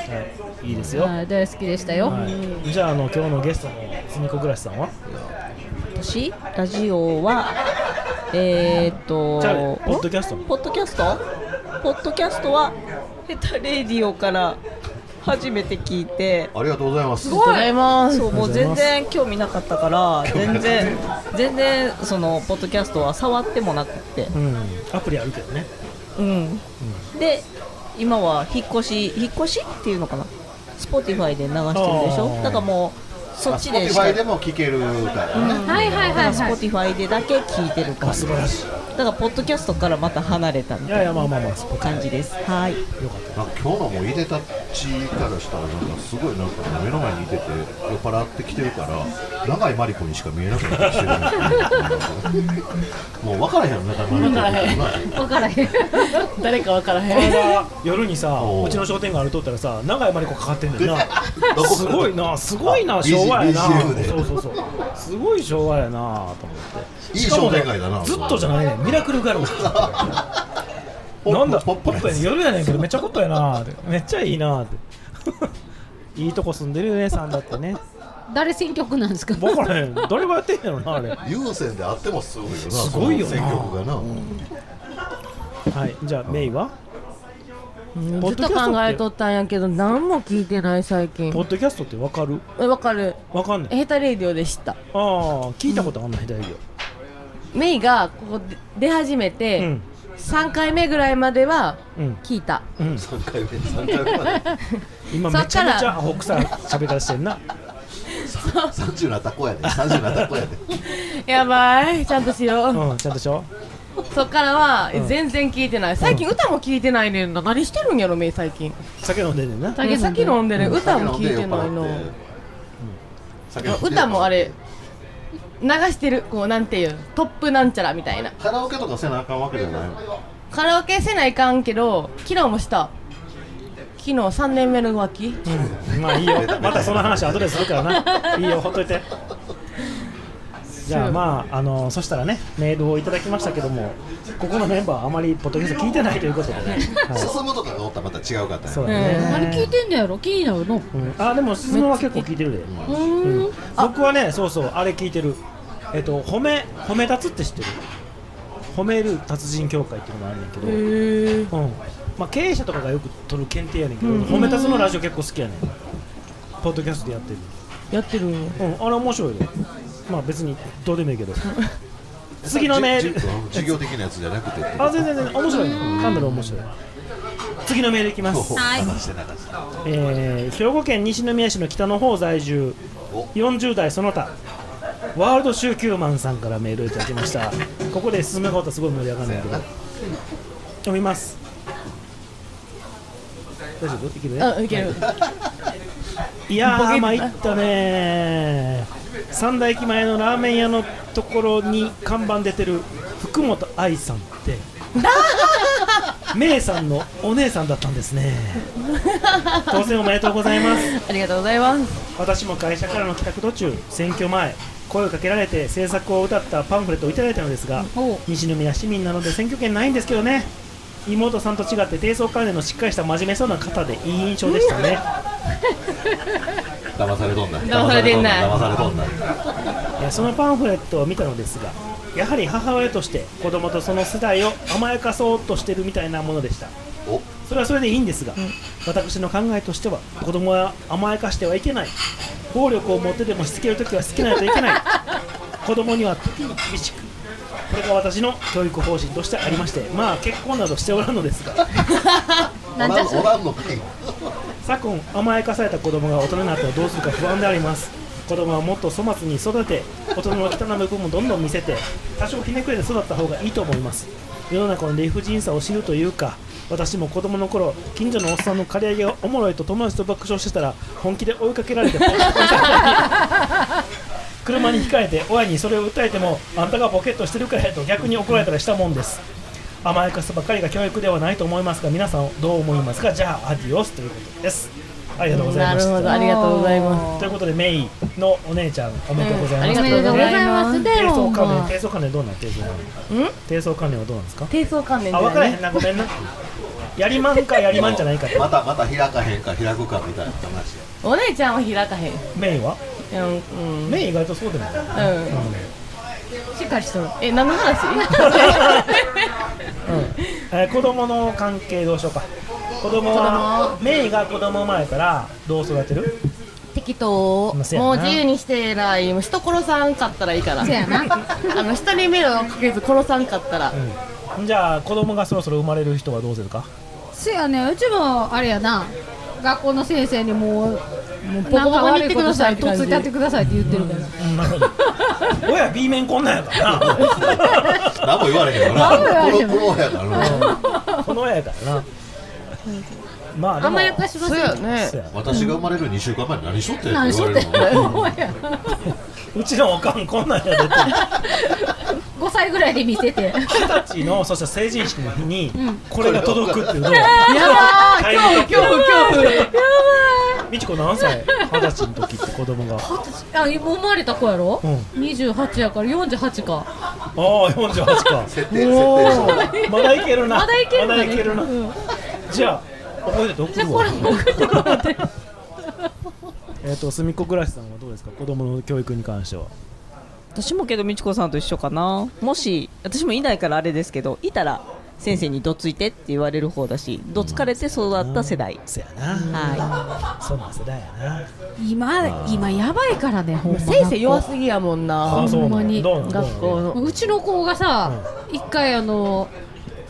[SPEAKER 1] いいですよ
[SPEAKER 2] はい大好きでしたよ
[SPEAKER 1] はいじゃああの今日のゲストのすみこぐらしさんは
[SPEAKER 9] 私ラジオはえー、っと
[SPEAKER 1] じゃあポッドキャスト
[SPEAKER 9] ポッドキャストポッドキャストはヘタレディオから初めて聞いて
[SPEAKER 3] ありがとうございます
[SPEAKER 9] そうもう全然興味なかったから全然全然そのポッドキャストは触ってもなくて
[SPEAKER 1] うんアプリあるけどね
[SPEAKER 9] うんで今は引っ越し引っ越しっていうのかな Spotify で流してるでし
[SPEAKER 3] あ
[SPEAKER 9] ょ
[SPEAKER 3] ー
[SPEAKER 9] だからもうそっちでしか
[SPEAKER 3] Spotify でも聴けるから
[SPEAKER 9] うん
[SPEAKER 3] ね
[SPEAKER 2] はいはいはいはい
[SPEAKER 9] だから Spotify でだけ聞いてるから素晴らしいだからポッドキャストからまた離れたみたいない
[SPEAKER 3] やいやまあまあまあ
[SPEAKER 9] 感じですはい
[SPEAKER 3] なんか今日のもういでたちからしたらなんかすごいなんか目の前にいてて酔っ払ってきてるから永井真理子にしか見えなくなってきてるんですよもう分からへんよ永井真理
[SPEAKER 4] 分
[SPEAKER 3] 子
[SPEAKER 4] か
[SPEAKER 2] 分から
[SPEAKER 4] らへん
[SPEAKER 2] へん
[SPEAKER 4] 誰か分から
[SPEAKER 1] この
[SPEAKER 4] へん
[SPEAKER 1] 間夜にさうちの商店街歩いとったらさ長い真理子かかってんだ [laughs] よなすごいなすごいな昭和やな
[SPEAKER 3] BGM で
[SPEAKER 1] そうそうそうすごい昭和やなと思って
[SPEAKER 3] いい
[SPEAKER 1] しかもね
[SPEAKER 3] 商店街だな
[SPEAKER 1] ずっとじゃないねミラクルガルなんだポップやね夜やねんけどめっちゃことやなってめっちゃいいなって [laughs] いいとこ住んでるよねさんだってね
[SPEAKER 2] 誰選曲なんですか
[SPEAKER 1] 僕らね誰がやってんやろなあれ
[SPEAKER 3] 優先であってもすごいよな
[SPEAKER 1] すごいよな
[SPEAKER 3] その選曲がな、
[SPEAKER 1] はいじゃあメイは
[SPEAKER 12] うん
[SPEAKER 1] ポ
[SPEAKER 12] ず
[SPEAKER 1] ッ
[SPEAKER 12] っ
[SPEAKER 1] ド
[SPEAKER 12] と
[SPEAKER 1] キャストって
[SPEAKER 12] 考えとったんやけど何も聞いてない最近
[SPEAKER 1] ポッドキャストってわかる
[SPEAKER 12] えわかる
[SPEAKER 1] わかんない
[SPEAKER 12] ヘタレイディオで知った
[SPEAKER 1] ああ聞いたことあんない大丈
[SPEAKER 12] メイがここで出始め
[SPEAKER 1] う
[SPEAKER 12] て
[SPEAKER 1] ん
[SPEAKER 12] 3回目ぐらいまでは
[SPEAKER 1] 夫うん
[SPEAKER 12] 聞いた
[SPEAKER 1] うん、
[SPEAKER 3] 3回目3
[SPEAKER 12] 回目まで
[SPEAKER 1] 今
[SPEAKER 12] そっ
[SPEAKER 1] めちゃ
[SPEAKER 12] から
[SPEAKER 1] めちゃアホ臭い喋り方してんな
[SPEAKER 3] 30なたこやで30なたこやで
[SPEAKER 12] やばいちゃんとしよう
[SPEAKER 1] うんちゃんとしよ
[SPEAKER 12] そっからは
[SPEAKER 1] うん
[SPEAKER 12] 全然聞いてない最近歌も聞いてないねんな何してるんやろメイ最近
[SPEAKER 1] う酒飲んでんねんな
[SPEAKER 12] 酒先飲んでね
[SPEAKER 1] う
[SPEAKER 12] 歌も聞いてないの
[SPEAKER 3] 酒飲んで
[SPEAKER 12] 歌もあれ流してるこうなんていうトップなんちゃらみたいな
[SPEAKER 3] カラオケとかせなあかんわけじゃないの
[SPEAKER 12] カラオケせないかんけど昨日もした昨日3年目の浮気
[SPEAKER 1] まあいいよ [laughs] またその話後でするから [laughs] ないいよほっといてじゃあまああのそしたらねメールをいただきましたけどもここのメンバーはあまりポッドキャスト聞いてないということ [laughs] でね、
[SPEAKER 3] 進むとかがおったらまた違うかった
[SPEAKER 1] そうだね
[SPEAKER 2] あれ聞いてんのやろ気になるの
[SPEAKER 1] うんあでも進むは結構聞いてるで、
[SPEAKER 2] うん
[SPEAKER 1] 僕はねそうそうあれ聞いてるえっと褒め褒め立つって知ってる褒める達人協会っていうのがあるんだけど、うんまあ、経営者とかがよく取る検定やねんけど、
[SPEAKER 12] うん
[SPEAKER 1] 褒め立つのラジオ結構好きやねんポッドキャストでやってる
[SPEAKER 12] やってるんや
[SPEAKER 1] うんあれ面白いでまあ別にどうでもいい [laughs] けど次のメー
[SPEAKER 3] じじ
[SPEAKER 1] ル
[SPEAKER 3] 授業的なやつじゃなくてってこと
[SPEAKER 1] あ全然全然面白いねかなり面白い次のメールいきます
[SPEAKER 3] はい流して流して
[SPEAKER 1] えー兵庫県西宮市の北の方在住40代その他ワールドシューキューマンさんからメールをいただきましたここで進め方すごい盛り上がるんだけど読みます大丈夫いけるね
[SPEAKER 12] うんいける
[SPEAKER 1] いや
[SPEAKER 12] ボケ
[SPEAKER 1] ー参ったねー三田駅前のラーメン屋のところに看板出てる福本愛さん
[SPEAKER 12] [laughs]
[SPEAKER 1] ってめいさんのお姉さんだったんですね当選おめでとうございます
[SPEAKER 12] ありがとうございます
[SPEAKER 1] 私も会社からの帰宅途中選挙前声をかけられて制作を歌ったパンフレットをいただいたのですが西宮市民なので選挙権ないんですけどね妹さんと違って低層関連のしっかりした真面目そうな方でいい印象でしたね
[SPEAKER 3] 騙されとんだ
[SPEAKER 1] 騙されてんない
[SPEAKER 3] 騙されとんだ
[SPEAKER 1] いやそのパンフレットを見たのですがやはり母親として子供とその世代を甘やかそうとしてるみたいなものでしたそれはそれでいいんですが、私の考えとしては子供は甘やかしてはいけない暴力を持ってでもしつけるときはしつけないといけない子供には時に厳しくこれが私の教育方針としてありましてまあ結婚などしておらんのですが
[SPEAKER 3] なんじゃそれおらんのか
[SPEAKER 1] 昨今甘やかされた子供が大人になったらどうするか不安であります子供はもっと粗末に育て大人の汚い部分もどんどん見せて多少ひねくれて育った方がいいと思います世の中の理不尽さを知るというか私も子供の頃近所のおっさんの刈り上げがおもろいと友達と爆笑してたら本気で追いかけられて [laughs] ポッとこいた車にひかれて親にそれを訴えてもあんたがボケっとしてるからやと逆に怒られたりしたもんです甘やかすばかりが教育ではないと思いますが皆さんどう思いますかじゃあアディオスということですありがとうございました
[SPEAKER 12] なるほどありがとうございます
[SPEAKER 1] ということでメイのお姉ちゃんおめでとうございます、
[SPEAKER 12] うんありがとうございます
[SPEAKER 1] 低層関
[SPEAKER 12] でも
[SPEAKER 1] 連低層関連どうなん低層関連低層関連はどうなんですか
[SPEAKER 12] 低層関連だ
[SPEAKER 1] あ
[SPEAKER 12] よね
[SPEAKER 1] 分からへんなごめんなやりまんかやりまんじゃないかって
[SPEAKER 3] またまた開かへんか開くかみたいな話や
[SPEAKER 12] お姉ちゃんは開かへん
[SPEAKER 1] メイは
[SPEAKER 12] うん、うん、
[SPEAKER 1] メイ意外とそうでもない
[SPEAKER 12] うんしっかりしとるえ何の話
[SPEAKER 1] [laughs] えー子供の関係どうしようか子供はメイが子供前からどう育てる
[SPEAKER 12] 適当
[SPEAKER 1] まあせやな
[SPEAKER 12] もう自由にしてえらいもう人殺さんかったらいいから
[SPEAKER 1] せやな
[SPEAKER 12] あの人に迷惑かけず殺さんかったら、
[SPEAKER 1] じゃあ子供がそろそろ生まれる人はどうするか
[SPEAKER 2] せやねうちもあれやな学校の先生にもうもう
[SPEAKER 12] ボコボコに言ってくださいって
[SPEAKER 2] と
[SPEAKER 12] 感
[SPEAKER 2] っ
[SPEAKER 12] じ
[SPEAKER 2] ついてやってくださいって言ってるから、
[SPEAKER 1] 親 B 面こんなんやからな
[SPEAKER 3] 何も言われへんよな
[SPEAKER 2] 何も言われへん
[SPEAKER 3] このこの親やから
[SPEAKER 1] [laughs]
[SPEAKER 3] な
[SPEAKER 1] この親やからなまあでも
[SPEAKER 2] 甘やかしますよ
[SPEAKER 3] そうや私が生まれる2週間前に何しとって
[SPEAKER 2] 何しとって
[SPEAKER 3] 言われるの
[SPEAKER 2] [laughs]
[SPEAKER 1] うちのおかんこんなんやでって
[SPEAKER 2] 5歳ぐらいで見せて
[SPEAKER 1] 二十歳のそして成人式の日に
[SPEAKER 2] うん
[SPEAKER 1] これが届くっていうのを
[SPEAKER 2] やばー
[SPEAKER 1] タイム
[SPEAKER 2] 恐怖恐怖やば
[SPEAKER 1] みちこ何歳二十歳の時って子供があ
[SPEAKER 2] あ今生まれた子やろ、
[SPEAKER 1] うん
[SPEAKER 2] 28やから48か
[SPEAKER 1] あ48か設
[SPEAKER 3] 定
[SPEAKER 2] 設定
[SPEAKER 1] まだいけるな
[SPEAKER 2] まだいける
[SPEAKER 1] ま
[SPEAKER 2] かね
[SPEAKER 1] だいけるな
[SPEAKER 2] うん
[SPEAKER 1] じゃあ覚えてて送るわ [laughs] えっとすみっこ暮らしさんはどうですか子供の教育に関しては
[SPEAKER 9] 私もけど美智子さんと一緒かなもし私もいないからあれですけどいたら先生にどついてって言われる方だしどつかれて育った世代、
[SPEAKER 1] そやな
[SPEAKER 9] はい
[SPEAKER 1] そんな世代やな
[SPEAKER 2] 今今やばいからねほんま
[SPEAKER 12] 先生弱すぎやもんな
[SPEAKER 2] あそうなんや
[SPEAKER 12] ほんまに
[SPEAKER 2] どうなん
[SPEAKER 12] 学校の
[SPEAKER 2] うちの子がさ、一回あの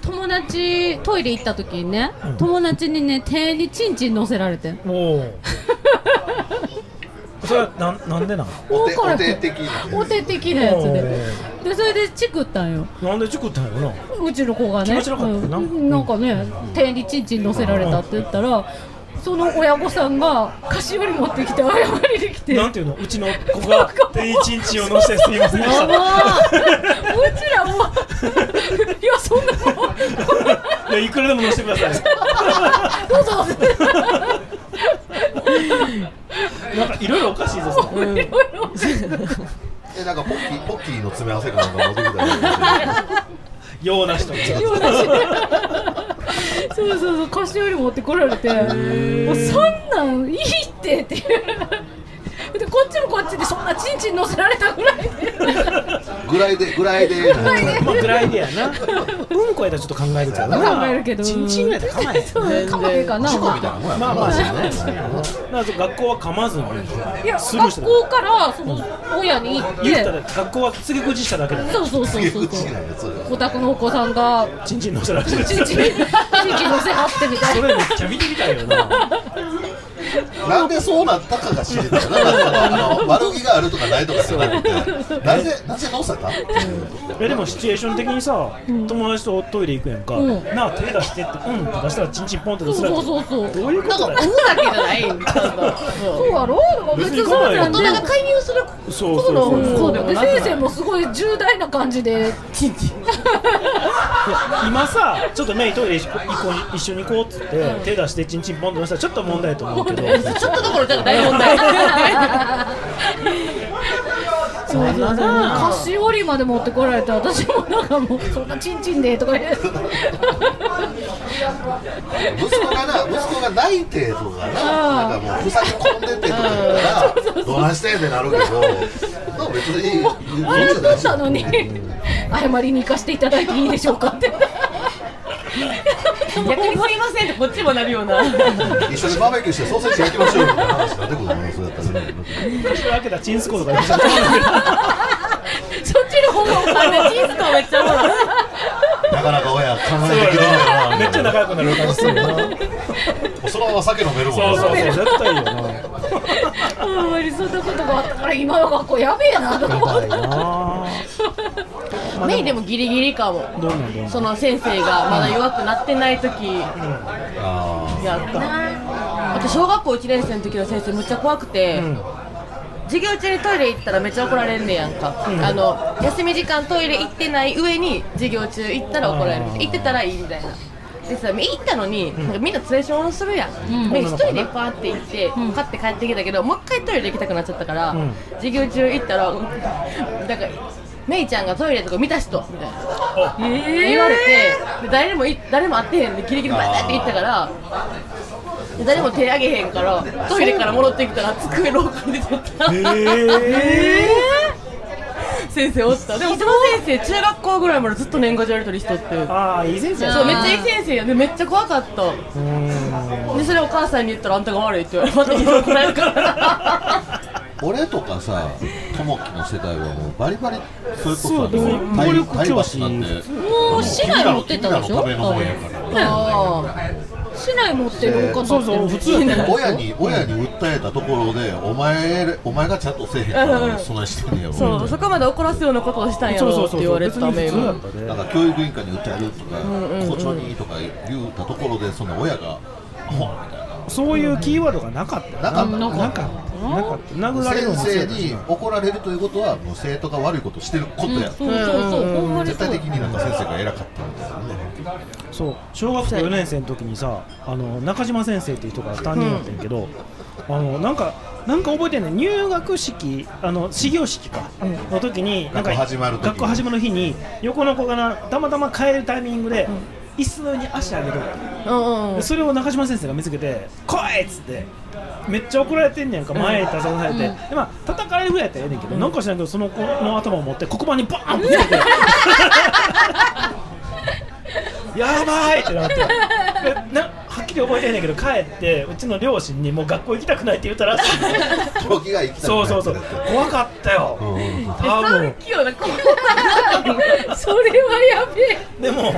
[SPEAKER 2] 友達トイレ行った時にね、友達にね手にチンチン乗せられてん
[SPEAKER 1] お
[SPEAKER 2] [laughs]
[SPEAKER 1] おそれはなんなんでなん
[SPEAKER 2] お手お手
[SPEAKER 3] 的な
[SPEAKER 2] お手的なやつで
[SPEAKER 1] お
[SPEAKER 2] でそれでチクったんよ
[SPEAKER 1] なんで塾ったんやろな
[SPEAKER 2] うちの子がね
[SPEAKER 1] 気持ち悪かったよな
[SPEAKER 2] うんなんかね手にチンチン乗せられたって言ったらその親御さんが柏に持ってきて謝りに来て
[SPEAKER 1] なんていうのうちの子が手一日を乗せてすいませんでし
[SPEAKER 2] やば
[SPEAKER 1] た
[SPEAKER 2] うちらも [laughs] いやそんなもん
[SPEAKER 1] いやいくらでも乗せてくださ
[SPEAKER 2] どうぞ
[SPEAKER 1] いなんかいろいろおかしいぞそれ
[SPEAKER 3] えなんかポッキーポッキーの詰め合わせかなんか持ってきたよ
[SPEAKER 1] ような人
[SPEAKER 2] ような人そうそうそう菓子折り持ってこられて「もうそんなんいいって」っていうでこっちもこっちでそんなチンチン乗せられたぐらい
[SPEAKER 3] ぐらいでぐらいで
[SPEAKER 2] ぐらいで
[SPEAKER 1] まあぐらいでやなうんこやったらちょっと考えるけどな
[SPEAKER 2] 考えるけど
[SPEAKER 1] ちんちんぐらいやったら構えへん
[SPEAKER 2] そう構えへんかな
[SPEAKER 1] 事故みたいなもんやまあま
[SPEAKER 3] [laughs]
[SPEAKER 1] あ
[SPEAKER 2] まあ
[SPEAKER 1] なんか学校は噛まずに
[SPEAKER 2] いや
[SPEAKER 1] スルーして
[SPEAKER 2] 学
[SPEAKER 1] た
[SPEAKER 2] 校からその親に行っ
[SPEAKER 1] 言った
[SPEAKER 2] て
[SPEAKER 1] ら学校は告げ口しただけだ
[SPEAKER 2] そうそうそうそうお宅のお子さん
[SPEAKER 1] [laughs]
[SPEAKER 2] が
[SPEAKER 1] ちんちん
[SPEAKER 2] [laughs]
[SPEAKER 1] 乗せられて
[SPEAKER 2] チ
[SPEAKER 1] る
[SPEAKER 2] ンチンチンチン乗せはってみたい
[SPEAKER 1] それめっちゃ見てみたいよな
[SPEAKER 3] なんでそうなったかが知りたいななんかあの悪気があるとかないとかじゃなくてなぜなぜどうしたか
[SPEAKER 1] いやでもシチュエーション的にさ、友達とトイレ行くやんか、
[SPEAKER 2] うん
[SPEAKER 1] なあ手出してってうんって出したらチンチンポンって出す
[SPEAKER 2] そうそうそう
[SPEAKER 1] どういうことだよ
[SPEAKER 2] なんか
[SPEAKER 4] だけじゃ
[SPEAKER 1] [laughs]
[SPEAKER 4] ない
[SPEAKER 2] そうやろ
[SPEAKER 1] 別
[SPEAKER 2] 別
[SPEAKER 1] に
[SPEAKER 2] に
[SPEAKER 1] そ
[SPEAKER 2] そうう
[SPEAKER 1] な
[SPEAKER 2] なんん
[SPEAKER 1] で
[SPEAKER 2] で
[SPEAKER 1] 大人が
[SPEAKER 2] 介入する
[SPEAKER 1] そうそうそう
[SPEAKER 2] そうだよね先生もすごい重大な感
[SPEAKER 1] [laughs]
[SPEAKER 2] じで
[SPEAKER 1] 今さちょっとメイトイレ行こう一緒に行こうっつって、手出してチンチンポンって出したらちょっと問題やと思うけど
[SPEAKER 4] ちょっとどころじゃない問題
[SPEAKER 1] そんな
[SPEAKER 2] 菓
[SPEAKER 1] な
[SPEAKER 2] 子折りまで持ってこられて私もなんかもうそんなチンチンでと
[SPEAKER 1] [laughs]
[SPEAKER 2] か言って
[SPEAKER 3] 息子がな息子がない程度がななんかもうふさぎ込んでてとか言ったらどないしてんってなるけどまあ別に
[SPEAKER 2] 笑っと [laughs] ったのに謝りに行かせていただいていいでしょ
[SPEAKER 1] [laughs]
[SPEAKER 2] うかって
[SPEAKER 4] 逆にすいませんってこっちもなるような
[SPEAKER 3] 一緒にバーベキューしてソーセージ焼きましょうみたいな話になってくるのよそうやったらね
[SPEAKER 1] 口を開けたチンスコーとか言ってた
[SPEAKER 2] そっちの方がお金チンスコめっち
[SPEAKER 4] [laughs]
[SPEAKER 2] ゃおもろい
[SPEAKER 3] なかなか親考えてくれないなめっちゃ
[SPEAKER 1] 仲良くなる感じするな
[SPEAKER 3] そのまま酒飲めるもん
[SPEAKER 1] そうそうそう絶対いいよな
[SPEAKER 2] ほんまにそんなことがあったから今の学校やべえなと思って
[SPEAKER 4] メイでもギリギリかも
[SPEAKER 1] どうなんどうなん
[SPEAKER 4] その先生がまだ弱くなってない時やったあと小学校1年生の時の先生めっちゃ怖くて、授業中にトイレ行ったらめっちゃ怒られんねやんか、
[SPEAKER 2] うん
[SPEAKER 4] あの休み時間トイレ行ってない上に授業中行ったら怒られる
[SPEAKER 2] あー
[SPEAKER 4] 行ってたらいいみたいなでさ行ったのに、
[SPEAKER 2] うん
[SPEAKER 4] なんかみんな連れションするやん、
[SPEAKER 2] ん
[SPEAKER 4] で一人でパーって行って、パって帰ってきたけどもう一回トイレ行きたくなっちゃったから、
[SPEAKER 2] うん
[SPEAKER 4] 授業中行ったらなんかメイちゃんがトイレとか見た人みたいな言われてで誰もい誰も会ってへんでギリギリバーって行ったからで誰も手上げへんからトイレから戻ってきたら机廊下に出てった
[SPEAKER 1] え
[SPEAKER 4] [laughs] 先生おったでもその先生中学校ぐらいまでずっと年賀状やり取りしとって
[SPEAKER 1] ああいい先生やな
[SPEAKER 4] そうめっちゃいい先生やでめっちゃ怖かったでそれお母さんに言ったらあんたが悪いって言われてまたひどくなるから [laughs]
[SPEAKER 3] 俺とかさ、ともきの世代はもうバリバリそれこ
[SPEAKER 1] そ
[SPEAKER 3] そう
[SPEAKER 1] でも
[SPEAKER 3] 体
[SPEAKER 1] 暴力教師
[SPEAKER 3] 体罰なんて
[SPEAKER 2] もう市内持ってたでし
[SPEAKER 3] 君らの
[SPEAKER 2] ょ
[SPEAKER 3] ためのもんやから
[SPEAKER 2] 市内持ってる方
[SPEAKER 3] 親に親に訴えたところでお前お前がちゃんとせえへんからそないしてんねやろ
[SPEAKER 4] そうそこまで怒らすようなことをしたんやろって言われてたメイは
[SPEAKER 3] なんか教育委員会に訴えるとか、
[SPEAKER 4] うんうんうん
[SPEAKER 3] 校長にとか言うたところでその親が
[SPEAKER 1] そういうキーワードがなかったな
[SPEAKER 3] なか
[SPEAKER 1] なか
[SPEAKER 3] った
[SPEAKER 1] ったなかった殴られるの
[SPEAKER 3] 先
[SPEAKER 1] もそうや
[SPEAKER 3] 生
[SPEAKER 1] ったし
[SPEAKER 3] に怒られるということはもう生徒が悪いことしてることや、
[SPEAKER 1] うんそうそうそうほんまにそう
[SPEAKER 3] 絶対的になんか先生が偉かったみたいなね
[SPEAKER 1] そう小学校4年生の時にさあの中島先生っていう人が担任だったんやけど、あのなんかなんか覚えてんねん入学式あの始業式か、の時になんか
[SPEAKER 3] 学校始まる時に
[SPEAKER 1] 学校始まる日に横の子がなたまたま帰るタイミングで、椅子の上に足上げとった、でそれを中島先生が見つけて「来い!」っつってめっちゃ怒られてんねやんか
[SPEAKER 6] うん
[SPEAKER 1] 前へ出さされて、
[SPEAKER 6] うん
[SPEAKER 1] でまあ叩かれるぐらいやったらええねんけど、なんか知らんけどその子の頭を持って黒板にバーンってつけてやばいってなってでなはっきり覚えてんねんけど帰ってうちの両親にもう学校行きたくないって言ったらしいんですよ
[SPEAKER 3] 時が行きたく
[SPEAKER 1] そ
[SPEAKER 3] な
[SPEAKER 1] う
[SPEAKER 3] い
[SPEAKER 1] そうそう怖かったよ、多分
[SPEAKER 4] 器用な子
[SPEAKER 2] それはやべえ
[SPEAKER 1] でも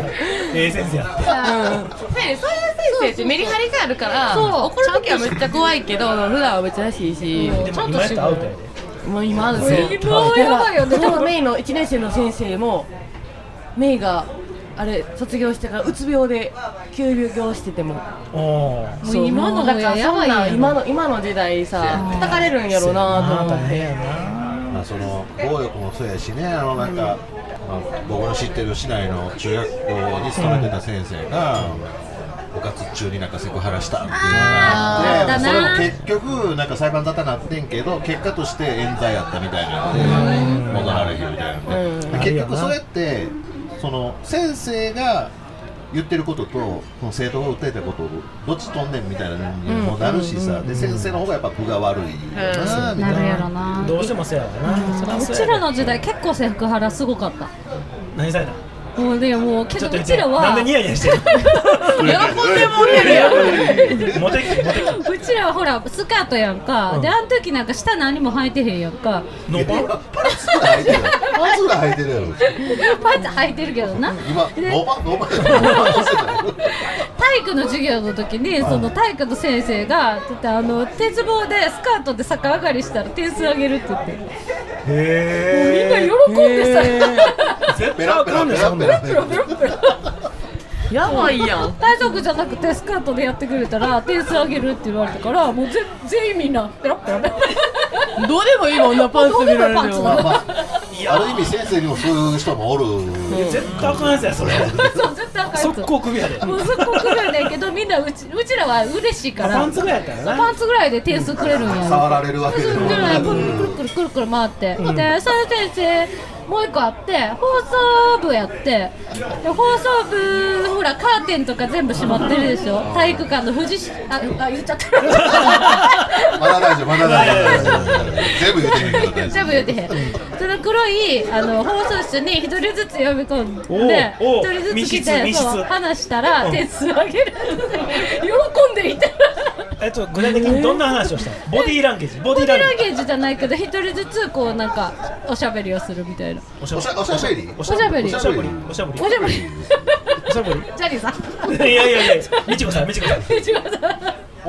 [SPEAKER 1] ええ先生やった
[SPEAKER 4] そういう先生ってメリハリがあるから
[SPEAKER 2] そう
[SPEAKER 4] 怒る時はめっちゃ怖いけど普段はめっちゃ優しいし
[SPEAKER 1] でも今やったらアウトやで
[SPEAKER 4] もう今ある
[SPEAKER 1] もう今やばいよね
[SPEAKER 4] でもメイの1年生の先生もメイがあれ卒業してからうつ病で休業してても
[SPEAKER 1] お
[SPEAKER 2] もう今の
[SPEAKER 4] だから
[SPEAKER 2] や
[SPEAKER 4] そ
[SPEAKER 2] ば
[SPEAKER 4] ん
[SPEAKER 2] いや
[SPEAKER 4] なんん今の今の時代さ叩かれるんやろうなと思って
[SPEAKER 3] まあ、その暴力もそうやしねあのなんか、まあ、僕の知ってる市内の中学校に勤めてた先生が、部活中になんかセクハラしたっていうのがあっ
[SPEAKER 2] あー
[SPEAKER 3] て
[SPEAKER 2] だな
[SPEAKER 3] それも結局なんか裁判沙汰なってんけど結果として冤罪やったみたいなので戻られへんみたいなので、
[SPEAKER 1] うん
[SPEAKER 3] 結局それってその先生が言ってることとその生徒が訴えたことどっちとんねんみたいなのにもなるしさ、で先生の方がやっぱ分が悪いなみたいな。
[SPEAKER 2] なるやろな
[SPEAKER 1] どうしてもそうやわな、そら
[SPEAKER 2] う
[SPEAKER 1] そう
[SPEAKER 2] ち
[SPEAKER 1] や
[SPEAKER 2] らの時代結構セクハラすごかった
[SPEAKER 1] 何歳だ
[SPEAKER 2] もうねもうけ
[SPEAKER 1] ちょっと
[SPEAKER 2] どう
[SPEAKER 1] 待
[SPEAKER 2] ち
[SPEAKER 1] って
[SPEAKER 2] ら
[SPEAKER 1] なんでニ
[SPEAKER 2] は
[SPEAKER 1] ヤニヤしてる喜んで
[SPEAKER 2] もらえ
[SPEAKER 1] るやんモテ期モテ
[SPEAKER 2] うちらはほらスカートやん
[SPEAKER 1] う
[SPEAKER 2] か、
[SPEAKER 1] ん
[SPEAKER 2] であの時なんか下何も履いてへんやんか
[SPEAKER 1] ノパン
[SPEAKER 3] パンツぐらい履いてるパンツぐらい履いてるやろ
[SPEAKER 2] パンツ履いてるけどな
[SPEAKER 3] 今ノーパンノーパン
[SPEAKER 2] 体育の授業の時にその体育の先生がって言ってあの鉄棒でスカートで逆上がりしたら点数上げるって言ってもう
[SPEAKER 1] へ
[SPEAKER 2] みんな喜んでさ、
[SPEAKER 3] 絶対あかんでしょペラペラペラ
[SPEAKER 2] や
[SPEAKER 4] ばいやん
[SPEAKER 2] 体操服じゃなくてスカートでやってくれたら点数上げるって言われたからもうぜ全員みんなペラッペラペラ
[SPEAKER 4] どうでもいいもんなパンツ見られる
[SPEAKER 2] どうでもいいパンツ
[SPEAKER 4] の
[SPEAKER 2] なの
[SPEAKER 3] ある意味先生にもそういう人もおる
[SPEAKER 1] 絶対あかんやつやそれ
[SPEAKER 2] そう絶対あかんやつ
[SPEAKER 1] 速攻首やで
[SPEAKER 2] もうすっごくやねんけどみんなうちうちらは嬉しいから
[SPEAKER 1] パンツぐらいやったよな
[SPEAKER 2] パンツぐらいで点数くれるんや
[SPEAKER 3] 触られるわけでも
[SPEAKER 2] く
[SPEAKER 3] な
[SPEAKER 2] るくるくるくる回って、
[SPEAKER 3] うん
[SPEAKER 2] でその先生もう一個あって放送部やってで放送部ほらカーテンとか全部閉まってるでしょ体育館の富士しああ言っちゃっ
[SPEAKER 3] ま
[SPEAKER 2] た
[SPEAKER 3] だ大丈夫まだ大丈夫全部言うてへんけど大丈
[SPEAKER 2] 全部言ってへんその黒いあの放送室に一人ずつ呼び込んで
[SPEAKER 1] おうおう
[SPEAKER 2] 一人ずつ来
[SPEAKER 1] 密
[SPEAKER 2] て
[SPEAKER 1] 室
[SPEAKER 2] そう
[SPEAKER 1] 密室
[SPEAKER 2] 話したら
[SPEAKER 1] うん
[SPEAKER 2] 点数上げる喜んでいた
[SPEAKER 1] えっと具体的にどんな話をしたのボディーランゲージボ
[SPEAKER 2] ボ
[SPEAKER 1] デ
[SPEAKER 2] デ
[SPEAKER 1] ィ
[SPEAKER 2] ィ
[SPEAKER 1] ーランゲ
[SPEAKER 2] ラ
[SPEAKER 1] ー
[SPEAKER 2] ンゲージじゃないけど一人ずつこうなんかおしゃべりをするみたいな
[SPEAKER 1] ジおしゃべり
[SPEAKER 3] おしゃべり
[SPEAKER 1] おしゃべり
[SPEAKER 2] お
[SPEAKER 1] お
[SPEAKER 2] し
[SPEAKER 1] し
[SPEAKER 2] ゃ
[SPEAKER 1] ゃ
[SPEAKER 2] べ
[SPEAKER 1] べりお
[SPEAKER 2] り
[SPEAKER 1] しゃべり
[SPEAKER 2] おしゃべり
[SPEAKER 1] おしゃべり
[SPEAKER 2] ジャニーさん
[SPEAKER 1] いやいやいやみちこさんみちこさん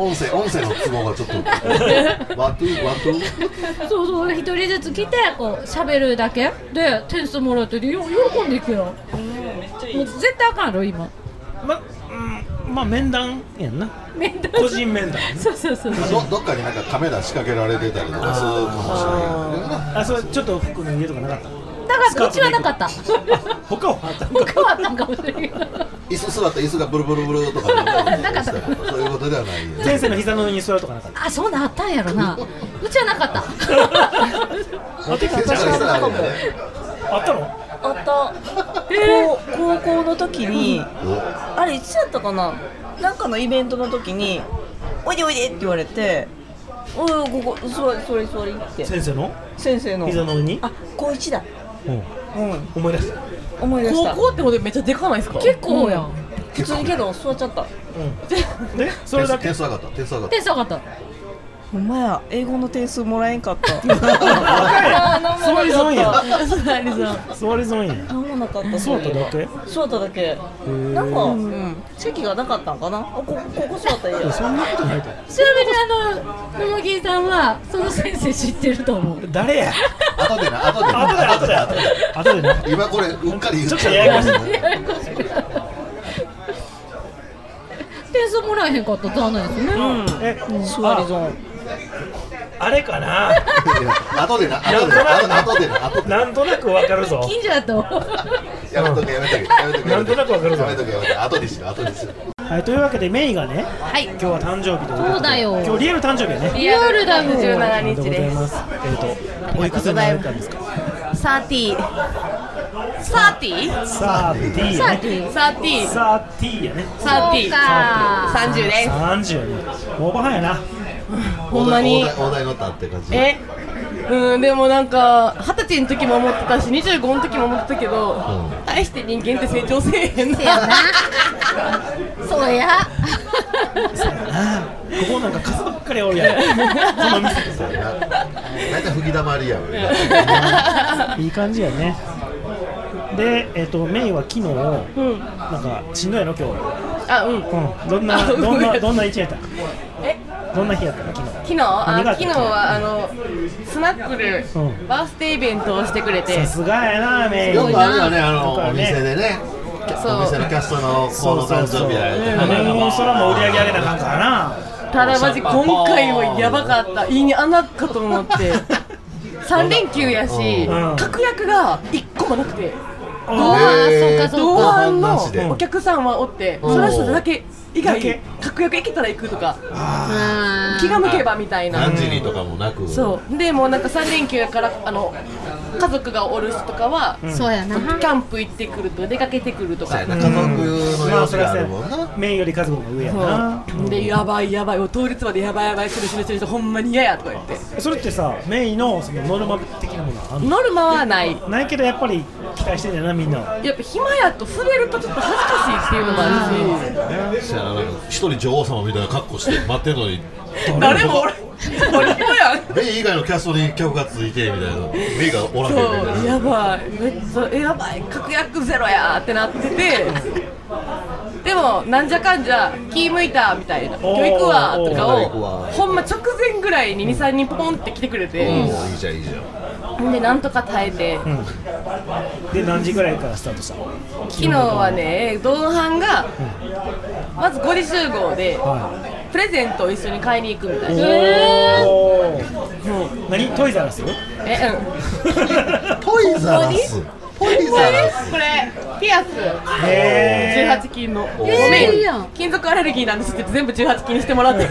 [SPEAKER 3] 音声音声の都合がちょっとワトゥーワトゥー
[SPEAKER 2] [laughs] そうそう一人ずつ来てこうしゃべるだけで点数もらってよ喜んでいくよもう絶対あかんやろ今
[SPEAKER 1] まうんまあ面談やんな
[SPEAKER 2] 面談
[SPEAKER 1] 個人面談
[SPEAKER 2] そうそうそう
[SPEAKER 3] どどっかになんかカメラ仕掛けられてたりとかするかもしれな
[SPEAKER 1] あ
[SPEAKER 3] い
[SPEAKER 1] ーあそれちょっと服脱いでとかなかった
[SPEAKER 2] だからうちはなかった
[SPEAKER 1] 他はあった
[SPEAKER 2] 他はあったんかもしれんけど
[SPEAKER 3] 椅子座ったら椅子がブルブルブルとか
[SPEAKER 2] なかった
[SPEAKER 3] そういうことではない
[SPEAKER 1] 先生の膝の上に座るとかなかっ
[SPEAKER 2] あそんなんあったんやろなうちはなかった
[SPEAKER 1] た
[SPEAKER 3] 先生の膝があるよね
[SPEAKER 1] あったの
[SPEAKER 9] あった、高高校の時にあれいつやったかななんかのイベントの時に「おいでおいで」って言われて「おいおいここ座り座り座り」って
[SPEAKER 1] 先生の
[SPEAKER 9] 先生の
[SPEAKER 1] 膝の上に
[SPEAKER 9] あ高一だ
[SPEAKER 1] うん
[SPEAKER 9] うん
[SPEAKER 1] 思い出した
[SPEAKER 9] 思い出した
[SPEAKER 4] 高校ってことでめっちゃでかないですか
[SPEAKER 9] 結構やん
[SPEAKER 4] う
[SPEAKER 9] 普通にけど座っちゃった
[SPEAKER 1] でそれだけ [laughs]
[SPEAKER 3] 点数上がった点数上がった
[SPEAKER 2] 点数上がった
[SPEAKER 9] ほんまや英語の点数もらえんかった
[SPEAKER 1] 座り損や
[SPEAKER 9] 座り損
[SPEAKER 1] 座り損や
[SPEAKER 9] 何もなかった
[SPEAKER 1] 座っただけ
[SPEAKER 9] 座っただけ
[SPEAKER 1] ー
[SPEAKER 9] なんか、うん、席がなかったんかなあこここ座ったらいいや
[SPEAKER 1] そんなことないと思
[SPEAKER 2] ちなみにあの桃木さんはその先生知ってると思う
[SPEAKER 1] う誰や
[SPEAKER 3] 後でな後でな後でな後で
[SPEAKER 1] 後でな
[SPEAKER 3] 今これうっかり言っ
[SPEAKER 1] ちょっ
[SPEAKER 3] ち
[SPEAKER 1] とややこ
[SPEAKER 3] ゃう
[SPEAKER 1] しい
[SPEAKER 2] 点数もらえへんかったら残念ですね、
[SPEAKER 1] え
[SPEAKER 9] 座り損
[SPEAKER 1] あれか [laughs] な
[SPEAKER 3] 後でな後でな後でな後でな
[SPEAKER 1] なんとなくわかるぞ
[SPEAKER 2] 近所だと
[SPEAKER 3] やめとけやめとけやめとけ
[SPEAKER 1] なんとなくわかるぞ
[SPEAKER 3] やめとけやめとけ後でしろ後でしろ
[SPEAKER 1] はいというわけでメイがね
[SPEAKER 2] はい
[SPEAKER 1] 今日は誕生日ということで
[SPEAKER 2] そうだよ
[SPEAKER 1] 今日リアル誕生日やね
[SPEAKER 2] リアルだもん
[SPEAKER 1] ありがとうございますえっとおいくつになられたんですか
[SPEAKER 4] サーティーサーティー
[SPEAKER 1] さあ D やね
[SPEAKER 4] サーティー
[SPEAKER 1] さあ T やね
[SPEAKER 4] サーティー
[SPEAKER 2] か
[SPEAKER 4] 30です
[SPEAKER 1] 30やねオーバーハンやな
[SPEAKER 4] ほんまに
[SPEAKER 3] お題お題のったって感じ
[SPEAKER 4] えうんでもなんか二十歳の時も思ってたし25の時も思ってたけど、大して人間って成長せえへんな
[SPEAKER 2] せやなそうや
[SPEAKER 1] ここなんか数ばっかりおるやんこの店
[SPEAKER 3] そうやな大体吹き溜まりや俺が
[SPEAKER 1] いい感じやねでえっとメイは昨日
[SPEAKER 4] [laughs] うん
[SPEAKER 1] なんかしんどいの今日
[SPEAKER 4] あうん
[SPEAKER 1] うんどんな
[SPEAKER 4] あ
[SPEAKER 1] どん
[SPEAKER 4] ごめ
[SPEAKER 1] なんどんな一日やった
[SPEAKER 4] え
[SPEAKER 1] どんな日やったの昨日
[SPEAKER 4] 昨日あ
[SPEAKER 1] 何があっ
[SPEAKER 4] 昨
[SPEAKER 1] た
[SPEAKER 4] 日はあのスナックル
[SPEAKER 1] うん
[SPEAKER 4] バースデーイベントをしてくれて
[SPEAKER 1] さすがやなメイ
[SPEAKER 3] よくあるよねあの
[SPEAKER 1] とか
[SPEAKER 3] お店でね
[SPEAKER 4] そう
[SPEAKER 3] お店のキャストの子の誕生日やられて
[SPEAKER 1] そうそうそうもうそれはもう売り上げ上げなあかんからな
[SPEAKER 4] ただマジ今回はやばかった胃に穴かと思って
[SPEAKER 1] [laughs]
[SPEAKER 4] 3連休やし
[SPEAKER 1] うん
[SPEAKER 4] 確約が1個もなくて
[SPEAKER 2] あーそうかそうか
[SPEAKER 4] 同
[SPEAKER 3] 同伴
[SPEAKER 4] 伴
[SPEAKER 3] なしで
[SPEAKER 4] のお客さんはおってその人だけ以
[SPEAKER 1] だ
[SPEAKER 4] 外
[SPEAKER 1] け
[SPEAKER 4] 確約行けたら行くとか気が向けばみたいな
[SPEAKER 3] 何時にとかもなく
[SPEAKER 4] そうでもうなんか3連休やからあの家族がおる人とかは、
[SPEAKER 3] うんそうやな
[SPEAKER 4] キャンプ行ってくるとか出かけてくるとか
[SPEAKER 1] の
[SPEAKER 3] 様子があるも
[SPEAKER 1] んな面より家族の方が上やな
[SPEAKER 4] そうでやばいやばいもう当日までやばいやばいするするするほんまに嫌やとか言って
[SPEAKER 1] それってさメインのそのノルマ的なものはあんの
[SPEAKER 4] ノルマはない
[SPEAKER 1] ないけどやっぱり期待してんだよなみんな
[SPEAKER 4] やっぱ暇やと触れるとちょっと恥ずかしいっていうのもあるし
[SPEAKER 3] そやななんか一人女王様みたいな格好して待ってんのに
[SPEAKER 4] 誰もおらん
[SPEAKER 3] メイ以外のキャストに客がついてみたいなメイがおらんけみたい
[SPEAKER 4] そう
[SPEAKER 3] な
[SPEAKER 4] やばいめっちゃえやばい確約ゼロやーってなっててでもなんじゃかんじゃ気向いたみたいな今日行くわとか
[SPEAKER 3] おー行
[SPEAKER 4] を
[SPEAKER 3] くわ
[SPEAKER 4] ほんま直前ぐらいに23人ポンって来てくれて
[SPEAKER 3] おーいいじゃんいいじゃん
[SPEAKER 4] でなんとか耐えて
[SPEAKER 1] で何時ぐらいからスタートしたの
[SPEAKER 4] 昨日はね同伴がまず5時集合でプレゼントを一緒に買いに行くみたいな
[SPEAKER 1] へ何トイザ
[SPEAKER 4] [laughs]
[SPEAKER 1] らス
[SPEAKER 4] えうん
[SPEAKER 3] トイ
[SPEAKER 1] ザラス
[SPEAKER 4] これ
[SPEAKER 1] ザラス
[SPEAKER 4] これピアス
[SPEAKER 1] へー
[SPEAKER 4] 18金のご
[SPEAKER 1] おー
[SPEAKER 4] め
[SPEAKER 1] いい
[SPEAKER 4] ん金属アレルギーなんですって全部18金にしてもら
[SPEAKER 1] [laughs]
[SPEAKER 4] って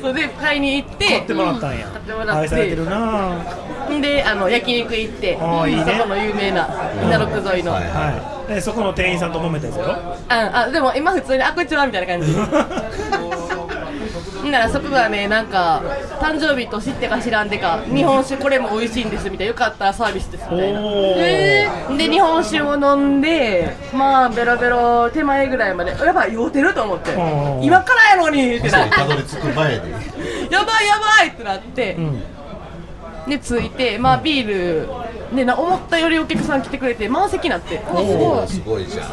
[SPEAKER 4] それで買いに行って買
[SPEAKER 1] ってもらったんや
[SPEAKER 4] 買ってもら
[SPEAKER 1] 愛
[SPEAKER 4] っ
[SPEAKER 1] されてる
[SPEAKER 4] て
[SPEAKER 1] なぁ
[SPEAKER 4] であの焼肉行ってそ
[SPEAKER 1] あ
[SPEAKER 4] こ
[SPEAKER 1] ーいいね
[SPEAKER 4] の有名な稲六沿いの
[SPEAKER 1] はいはい、でそこの店員さんと揉めたやつやろ
[SPEAKER 4] ああでも今普通に「あこんにちは」みた
[SPEAKER 3] [laughs]
[SPEAKER 4] いな感じほんならそこがねなんか誕生日と知ってか知らんでか日本酒これも美味しいんですみたいなよかったらサービスですみたいな
[SPEAKER 1] へ
[SPEAKER 4] ーで日本酒を飲んでまあベロベロ手前ぐらいまでやばい酔うてると思って
[SPEAKER 3] ん
[SPEAKER 4] 今からやのにって
[SPEAKER 3] 店
[SPEAKER 4] なっ
[SPEAKER 3] に
[SPEAKER 4] て
[SPEAKER 3] たどり着く前に
[SPEAKER 4] やばいやばいってなって、で着いてまあビールでな思ったよりお客さん来てくれて満席になってうわすご
[SPEAKER 3] お
[SPEAKER 4] い
[SPEAKER 3] ーすごいじゃん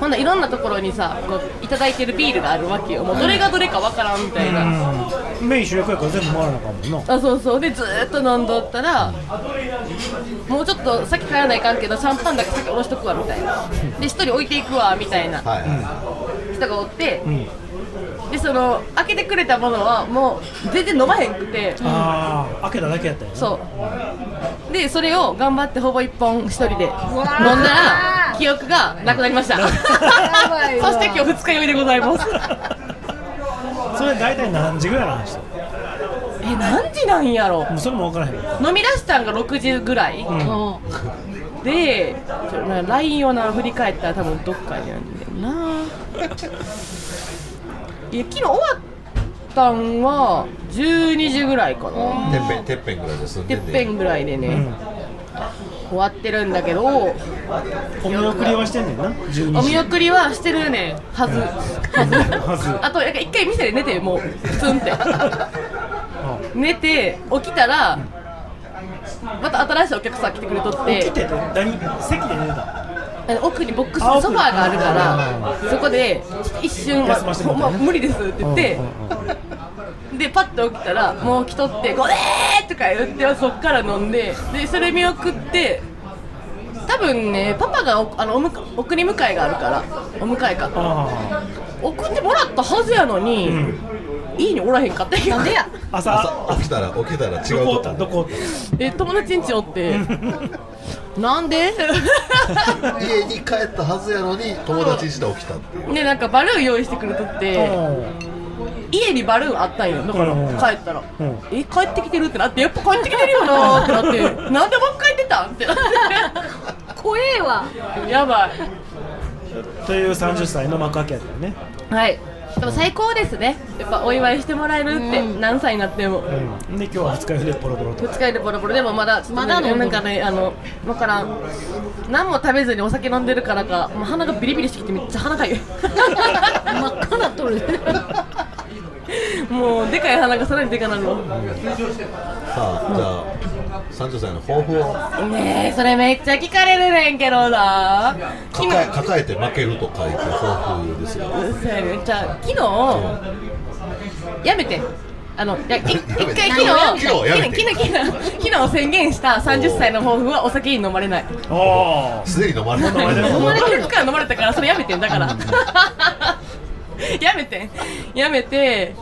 [SPEAKER 4] ほんないろんなところにさこういただいてるビールがあるわけよもうどれがどれかわからんみたいな、
[SPEAKER 1] うんメイン主役やから全部回らなあかんもんな
[SPEAKER 4] あそうそうでずーっと飲んどったらもうちょっと先帰らないかんけどシャンパンだけ先下ろしとくわみたいなで一人置いていくわみたいな人がおって、
[SPEAKER 1] うん
[SPEAKER 4] でその開けてくれたものはもう全然飲まへんくて、
[SPEAKER 1] ああ開けただけやったんやな
[SPEAKER 4] そうでそれを頑張ってほぼ一本一人で飲んだら記憶がなくなりましたそ
[SPEAKER 2] い
[SPEAKER 4] [laughs]
[SPEAKER 2] わ
[SPEAKER 4] して今日二日酔いでございます
[SPEAKER 1] それ大体何時ぐらいの話
[SPEAKER 4] え何時なんやろ
[SPEAKER 1] もうそれも分からへん
[SPEAKER 4] 飲み出したんが6時ぐらい、でちょな LINE をな振り返ったら多分どっかにあるんだよないや昨日終わったんは12時ぐらいかな
[SPEAKER 3] てっぺんてっぺんぐらいで住ん
[SPEAKER 4] て
[SPEAKER 3] で
[SPEAKER 4] っ
[SPEAKER 3] ん
[SPEAKER 4] ぺ
[SPEAKER 3] ね
[SPEAKER 4] んぐらいでね、終わってるんだけど
[SPEAKER 1] お見送りはしてんねんな12時
[SPEAKER 4] お見送りはしてるねんはず、
[SPEAKER 1] はず
[SPEAKER 4] [laughs] あとなんか一回店で寝てもう
[SPEAKER 1] [laughs]
[SPEAKER 4] ツンって寝て起きたらまた新しいお客さん来てくれとって
[SPEAKER 1] 起きてて何席で寝てた
[SPEAKER 4] あの奥にボックス
[SPEAKER 1] あ
[SPEAKER 4] ソファーがあるか
[SPEAKER 1] 奥
[SPEAKER 4] らそこでちょっと一瞬
[SPEAKER 1] 休ませてもらっ
[SPEAKER 4] まあ無理ですって言ってでパッと起きたらもう来とって「ごめー!」とか言ってそっから飲んででそれ見送って多分ねパパがおあのおむか送り迎えがあるからお迎えか送ってもらったはずやのに、家におらへんかったなんでや
[SPEAKER 3] 朝起きたら起きたら違うとこど
[SPEAKER 1] こ
[SPEAKER 4] え友達んちおってなんで [laughs]
[SPEAKER 3] 家に帰ったはずやのに友達して起きたっていう
[SPEAKER 4] でなんかバルーン用意してくれとって家にバルーンあったんよだから
[SPEAKER 3] うん
[SPEAKER 4] 帰ったら「え帰ってきてる?」ってなって「やっぱ帰ってきてるよな」ってな
[SPEAKER 3] [laughs]
[SPEAKER 4] って「なんでもう一回出た?」ってなって怖えわ [laughs] やば
[SPEAKER 1] という30歳の幕開けやったよね
[SPEAKER 4] いはいでも最高ですねやっぱお祝いしてもらえるって何歳になっても
[SPEAKER 1] うんで今日は二日酔いでポロポロと
[SPEAKER 4] 二日酔いでボロボロでもまだちょっと
[SPEAKER 1] まだ飲んでる
[SPEAKER 4] なんかねあのわからん何も食べずにお酒飲んでるからかもう鼻がビリビリしてきてめっちゃ鼻かゆい [laughs] 真っ赤なとる [laughs] もうでかい鼻がさらにでかなるの
[SPEAKER 3] さあじゃあ30歳の抱負を
[SPEAKER 4] ねえそれめっちゃ聞かれるねんけどな
[SPEAKER 3] 抱え抱えて負けると書いて抱負ですよ
[SPEAKER 4] うっせえめっちゃ昨日やめてあのいやい一回昨日
[SPEAKER 3] 昨日やめて
[SPEAKER 4] 昨日昨日昨日宣言した30歳の抱負はお酒に飲まれない
[SPEAKER 1] あ
[SPEAKER 3] すでに飲まれてる
[SPEAKER 4] 飲まれてるから飲まれたからそれやめてんだからやめてやめて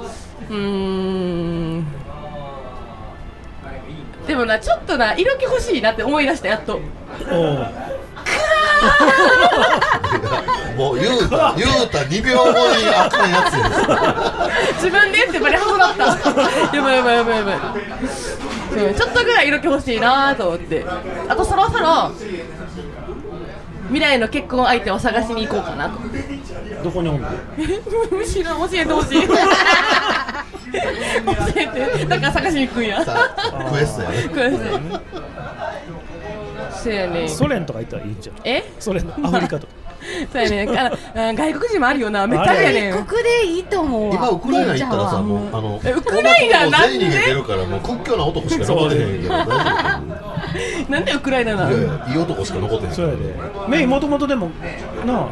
[SPEAKER 4] うーんでもなちょっとな色気欲しいなって思い出したやっと
[SPEAKER 1] おう
[SPEAKER 4] あ
[SPEAKER 3] もう言うた言うた2秒後にあかんやつ
[SPEAKER 4] 自分でってバレハマったやばいやばいやばいやばいそうちょっとぐらい色気欲しいなと思ってあとそろそろ未来の結婚相手を探しに行こうかなと
[SPEAKER 1] どこにおんの
[SPEAKER 4] むしろ教えてほしい [laughs] 教えてだから探しに行くんや
[SPEAKER 3] クエス
[SPEAKER 1] [laughs]
[SPEAKER 3] トやね
[SPEAKER 4] クエストそうやね
[SPEAKER 1] ソ連とか行ったらいいんじゃん
[SPEAKER 4] え
[SPEAKER 1] ソ連のアフリカとか
[SPEAKER 4] そうやねああ外国人もあるよなめっちゃあるやねん
[SPEAKER 2] 外国でいいと思うわ
[SPEAKER 3] 今ウクライナ行ったらさ
[SPEAKER 2] うん
[SPEAKER 3] もうあの
[SPEAKER 4] えウクライナなんで
[SPEAKER 3] 全員に出るからもう屈強な男しか残ってへんけど大丈
[SPEAKER 4] なんでウクライナなの
[SPEAKER 3] 夫いい男しか残ってへん
[SPEAKER 1] そうやでメイもともとでもなあ,、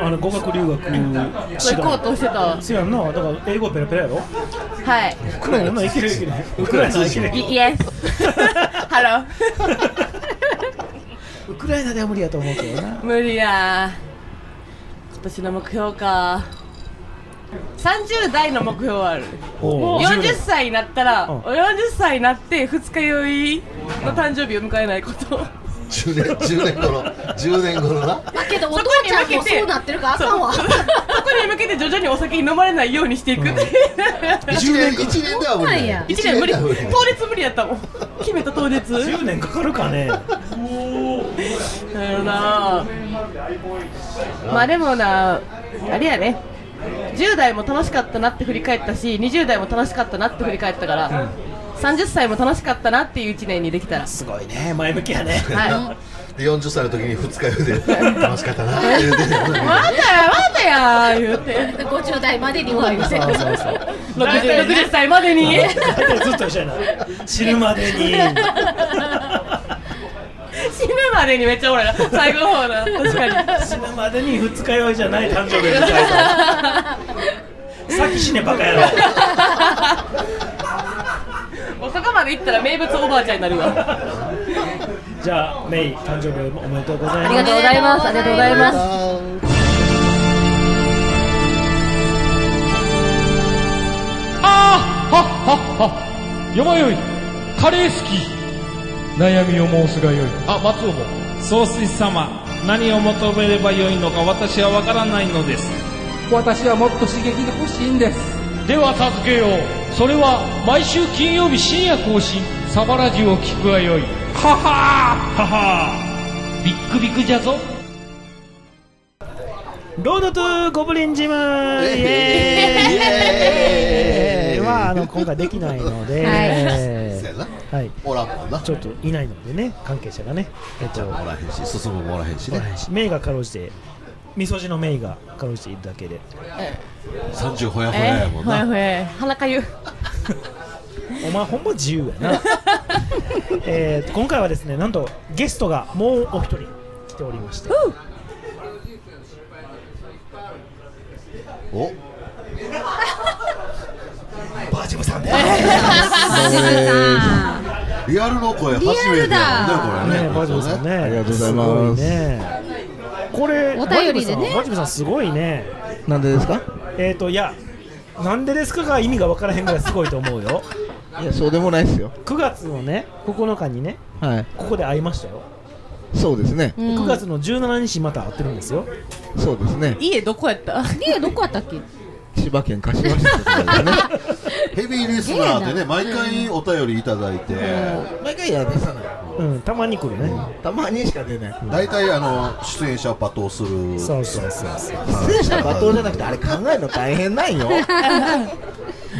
[SPEAKER 1] あの語学留学
[SPEAKER 4] そう行こうとしてた
[SPEAKER 1] そうやんなだから英語ペラペラやろ
[SPEAKER 4] はい
[SPEAKER 1] ウクライナのいけるいけるウクライナいける
[SPEAKER 4] イエスハロー
[SPEAKER 1] [laughs] ウクライナでは無理やと思うけどな
[SPEAKER 4] 無理や今年の目標か30代の目標はある
[SPEAKER 1] おう
[SPEAKER 4] 40歳になったら
[SPEAKER 1] うん
[SPEAKER 4] 40歳になって二日酔いの誕生日を迎えないこと
[SPEAKER 3] 10年10年後 [laughs] の10年後のな
[SPEAKER 2] だけどお父ちゃんもそうなってるからあかんわ
[SPEAKER 4] そこに向けて徐々にお酒に飲まれないようにしていくって
[SPEAKER 1] [laughs]
[SPEAKER 3] 1年1年では無理
[SPEAKER 4] 1年無理当
[SPEAKER 3] ね
[SPEAKER 4] 日無理やったもん決めた当日
[SPEAKER 1] 10年かかるかね
[SPEAKER 4] だよなまあでもなあれやね10代も楽しかったなって振り返ったし20代も楽しかったなって振り返ったから、30歳も楽しかったなっていう1年にできた
[SPEAKER 1] [laughs]
[SPEAKER 4] ら
[SPEAKER 1] すごいね前向きや [laughs] ね
[SPEAKER 4] はい
[SPEAKER 3] で40歳の時に二
[SPEAKER 1] [laughs]
[SPEAKER 3] 日酔いで楽しかったなって言うて
[SPEAKER 4] まだやまだや言うて
[SPEAKER 2] 50代までには言うて
[SPEAKER 1] そうそうそう
[SPEAKER 2] [laughs]
[SPEAKER 4] 60, 60歳までに
[SPEAKER 1] だってずっと一緒やな死ぬまで [laughs] に
[SPEAKER 4] 死ぬまでにめっちゃおらな最後の方な確かに
[SPEAKER 1] 死ぬまでに二日酔いじゃない誕生日を迎え [laughs] たさっき死ねバカ野郎
[SPEAKER 4] もうそこまで行ったら名物おばあちゃんになるわ
[SPEAKER 1] じゃあメイ誕生日おめでとうございます
[SPEAKER 4] ありがとうございますありがとうございます
[SPEAKER 13] あーはっはっはよまよいカレー好き悩みを申すがよいあ松尾も総帥様何を求めればよいのか私はわからないのです私はもっと刺激が欲しいんですでは助けようそれは毎週金曜日深夜更新サバラジを聞くがよいははーははービックビックじゃぞ
[SPEAKER 1] ロードトゥーゴブリンジ [laughs] ムイ
[SPEAKER 3] [laughs]
[SPEAKER 1] エーイはあの今回できないので、はい
[SPEAKER 3] おらんもんな
[SPEAKER 1] ちょっといないのでね関係者がね、えっと、
[SPEAKER 3] おらへんし進むもおらへんし
[SPEAKER 1] お
[SPEAKER 3] ね
[SPEAKER 1] らへんしメイがかろうじて味噌汁のメイがかろうじているだけで
[SPEAKER 3] 30ほやほややもん
[SPEAKER 4] ほや
[SPEAKER 3] な
[SPEAKER 4] ほや鼻かゆ
[SPEAKER 1] お前ほんま自由やな [laughs] えー今回はですねなんとゲストがもうお一人来ておりまして
[SPEAKER 3] お
[SPEAKER 1] バージムさん
[SPEAKER 3] リアルの声初めてやもんねこれね
[SPEAKER 1] バージムさんねありがとうござい
[SPEAKER 14] ます
[SPEAKER 1] これ
[SPEAKER 2] お便りでね
[SPEAKER 1] バージムさんバージムさんすごいね
[SPEAKER 14] なんでですか
[SPEAKER 1] えっ、といやなんでですかが意味がわからへんぐらいすごいと思うよ
[SPEAKER 14] いやそうでもないですよ
[SPEAKER 1] 9月のね9日にね
[SPEAKER 14] はい
[SPEAKER 1] ここで会いましたよ、
[SPEAKER 14] そうですね、
[SPEAKER 1] で9月の17日また会ってるんですよ
[SPEAKER 14] そうですね
[SPEAKER 4] 家どこやった
[SPEAKER 2] 家どこやったっけ
[SPEAKER 14] 千葉県柏市
[SPEAKER 3] ヘビーリスナーでね毎回お便りいただいて
[SPEAKER 14] [laughs] 毎回や出さない
[SPEAKER 1] うんたまに来るね
[SPEAKER 14] たまにしか出ない
[SPEAKER 3] 大体あの出演者を罵倒する
[SPEAKER 1] そうそうそうそう
[SPEAKER 14] 出演者罵倒じゃなくてあれ考えるの大変なん [laughs] よ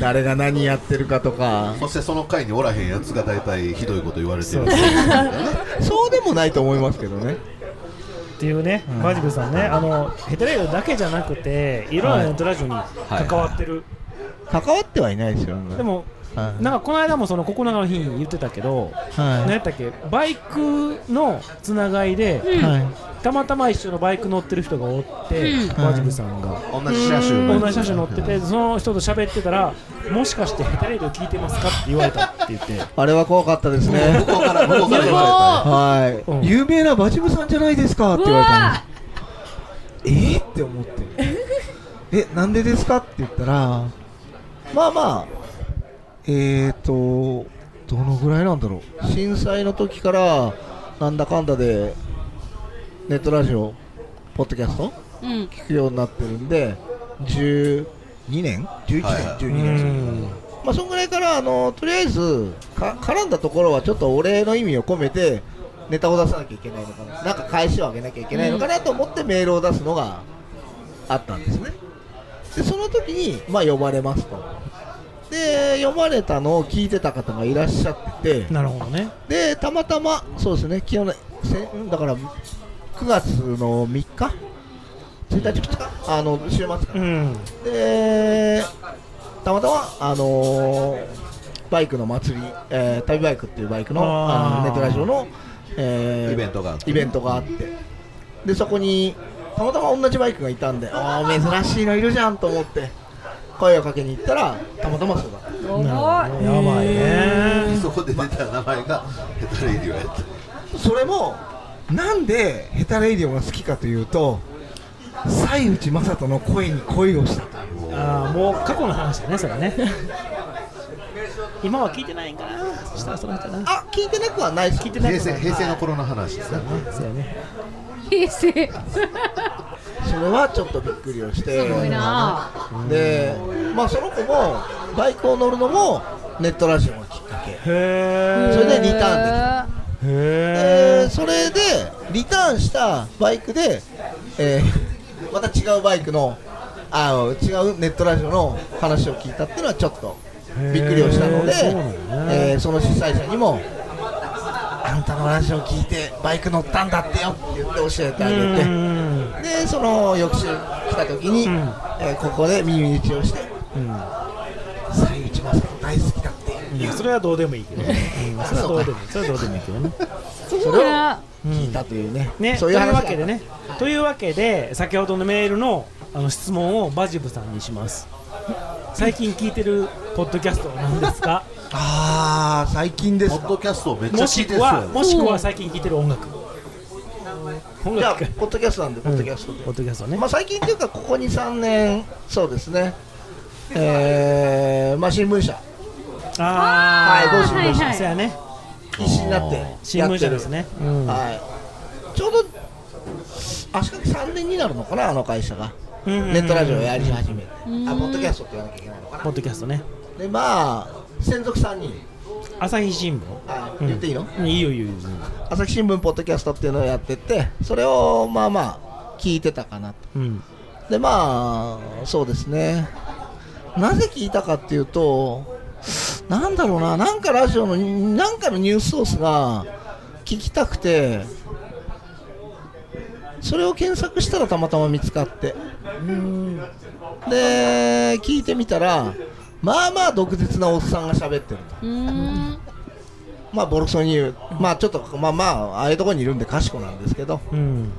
[SPEAKER 14] 誰が何やってるかとか
[SPEAKER 3] そしてその回におらへんやつが大体ひどいこと言われてる
[SPEAKER 14] そうでもないと思いますけどね
[SPEAKER 1] っていうね、バジブさんね、あのヘタレードだけじゃなくて、いろんなネットラジオに関わってる、
[SPEAKER 14] 関わってはいないですよ
[SPEAKER 1] でも、
[SPEAKER 14] は
[SPEAKER 1] なんかこの間もその9日の日に言ってたけど、
[SPEAKER 14] はい
[SPEAKER 1] 何やったっけ、バイクのつながりで、たまたま一緒のバイク乗ってる人がおって、
[SPEAKER 14] うん
[SPEAKER 1] バジブさんが、
[SPEAKER 3] 同じ車種
[SPEAKER 1] 同じ車種乗ってて、その人と喋ってたら、もしかしてヘタレード聞いてますかって言われたって言って。
[SPEAKER 14] あれは怖かったですね
[SPEAKER 3] 向こうから向こうから言われた
[SPEAKER 14] はい、有名なバチブさんじゃないですかって言われたのえーって思ってえなんでですかって言ったらまあまあえーとどのぐらいなんだろう震災の時からなんだかんだでネットラジオポッドキャスト、
[SPEAKER 2] うん
[SPEAKER 14] 聞くようになってるんで12年11年、12年まあそんぐらいからあのとりあえずか絡んだところはちょっとお礼の意味を込めてネタを出さなきゃいけないのかななんか返しをあげなきゃいけないのかなと思ってメールを出すのがあったんですねでその時にまあ呼ばれますとで読まれたのを聞いてた方がいらっしゃってて
[SPEAKER 1] なるほどね
[SPEAKER 14] でたまたまそうですね昨日のせんだから9月の3日1日2日あの週末かな、でたまたまあのーバイクの祭り、えー旅バイクっていうバイクの
[SPEAKER 3] あー
[SPEAKER 14] あのネットラジオの、えー
[SPEAKER 3] イベントがあって
[SPEAKER 14] イベントがあってでそこにたまたま同じバイクがいたんでああ珍しいのいるじゃんと思って声をかけに行ったらたまたまそうだ
[SPEAKER 2] や
[SPEAKER 14] ばいね
[SPEAKER 3] そこで出た名前がヘタレイディオやった
[SPEAKER 14] それもなんでヘタレイディオが好きかというと西内正人の声に恋をしたという
[SPEAKER 1] ああもう過去の話だねそれはね今は聞いてないんかなそしたらその人な
[SPEAKER 14] あ聞いてなくはない
[SPEAKER 1] 聞いてなくはない
[SPEAKER 3] 平成平成の頃の話ですね
[SPEAKER 1] そうやね
[SPEAKER 2] 平成
[SPEAKER 14] それはちょっとびっくりをして
[SPEAKER 2] すごいな
[SPEAKER 14] で、まあ、その子もバイクを乗るのもネットラジオがきっかけへ
[SPEAKER 1] え
[SPEAKER 14] それでリターンでき
[SPEAKER 1] へ
[SPEAKER 14] たえーそれでリターンしたバイクで、えー [laughs] また違うバイクのあの違うネットラジオの話を聞いたっていうのはちょっとびっくりをしたので
[SPEAKER 1] へーそうなんだね
[SPEAKER 14] えーその主催者にもあんたのラジオ聞いてバイク乗ったんだってよって言って教えてあげてでその翌週来た時に、えーここで耳打ちをして西内正人大好きだって
[SPEAKER 1] うんいやそれはどうでもいいけどね、うん、それはどうでもいいそれはどうでもいいけどね
[SPEAKER 14] それを聞いたというね,、
[SPEAKER 1] ね、
[SPEAKER 14] そ
[SPEAKER 1] そううい
[SPEAKER 14] い
[SPEAKER 1] うう
[SPEAKER 14] 話
[SPEAKER 1] わ
[SPEAKER 14] が
[SPEAKER 1] けでね。というわけで、先ほどのメールのあの質問をバジブさんにします。最近聞いてるポッドキャストは何ですか
[SPEAKER 14] ああ、最近です
[SPEAKER 3] かポッドキャストめっちゃ
[SPEAKER 1] も
[SPEAKER 3] 聞い
[SPEAKER 1] してくは、もしくは最近聞いてる音楽。
[SPEAKER 14] じゃあポッドキャストなんでポッドキャストで、
[SPEAKER 1] ポッドキャストね。
[SPEAKER 14] まあ最近っていうかここ23年そうですねえー、まあ新聞社
[SPEAKER 1] あ
[SPEAKER 14] はいご新聞社、
[SPEAKER 1] そうやね。
[SPEAKER 14] 必死になってやってる
[SPEAKER 1] 新聞社ですね。うん
[SPEAKER 14] はいちょうど足掛け3年になるのかなあの会社が、
[SPEAKER 1] うんうんうん
[SPEAKER 14] ネットラジオやり始めて、
[SPEAKER 1] うん
[SPEAKER 14] あポッドキャストって言わなきゃいけないのか
[SPEAKER 1] ポッドキャストね。
[SPEAKER 14] なでまあ専属3人
[SPEAKER 1] 朝日新聞。
[SPEAKER 14] あ
[SPEAKER 1] うん
[SPEAKER 14] 言っていいの、
[SPEAKER 1] いいよいいよいいよ。
[SPEAKER 14] 朝日新聞ポッドキャストっていうのをやっててそれをまあまあ聞いてたかなと
[SPEAKER 1] うん。
[SPEAKER 14] でまあそうですねなぜ聞いたかっていうとなんだろうななんかラジオのなんかのニュースソースが聞きたくてそれを検索したらたまたま見つかってで聞いてみたらまあまあ毒舌なおっさんが喋ってる
[SPEAKER 2] う
[SPEAKER 14] と
[SPEAKER 2] ん
[SPEAKER 14] まあボロクソに言うまあちょっとまあまあああいうとこにいるんで賢なんですけど
[SPEAKER 1] うん。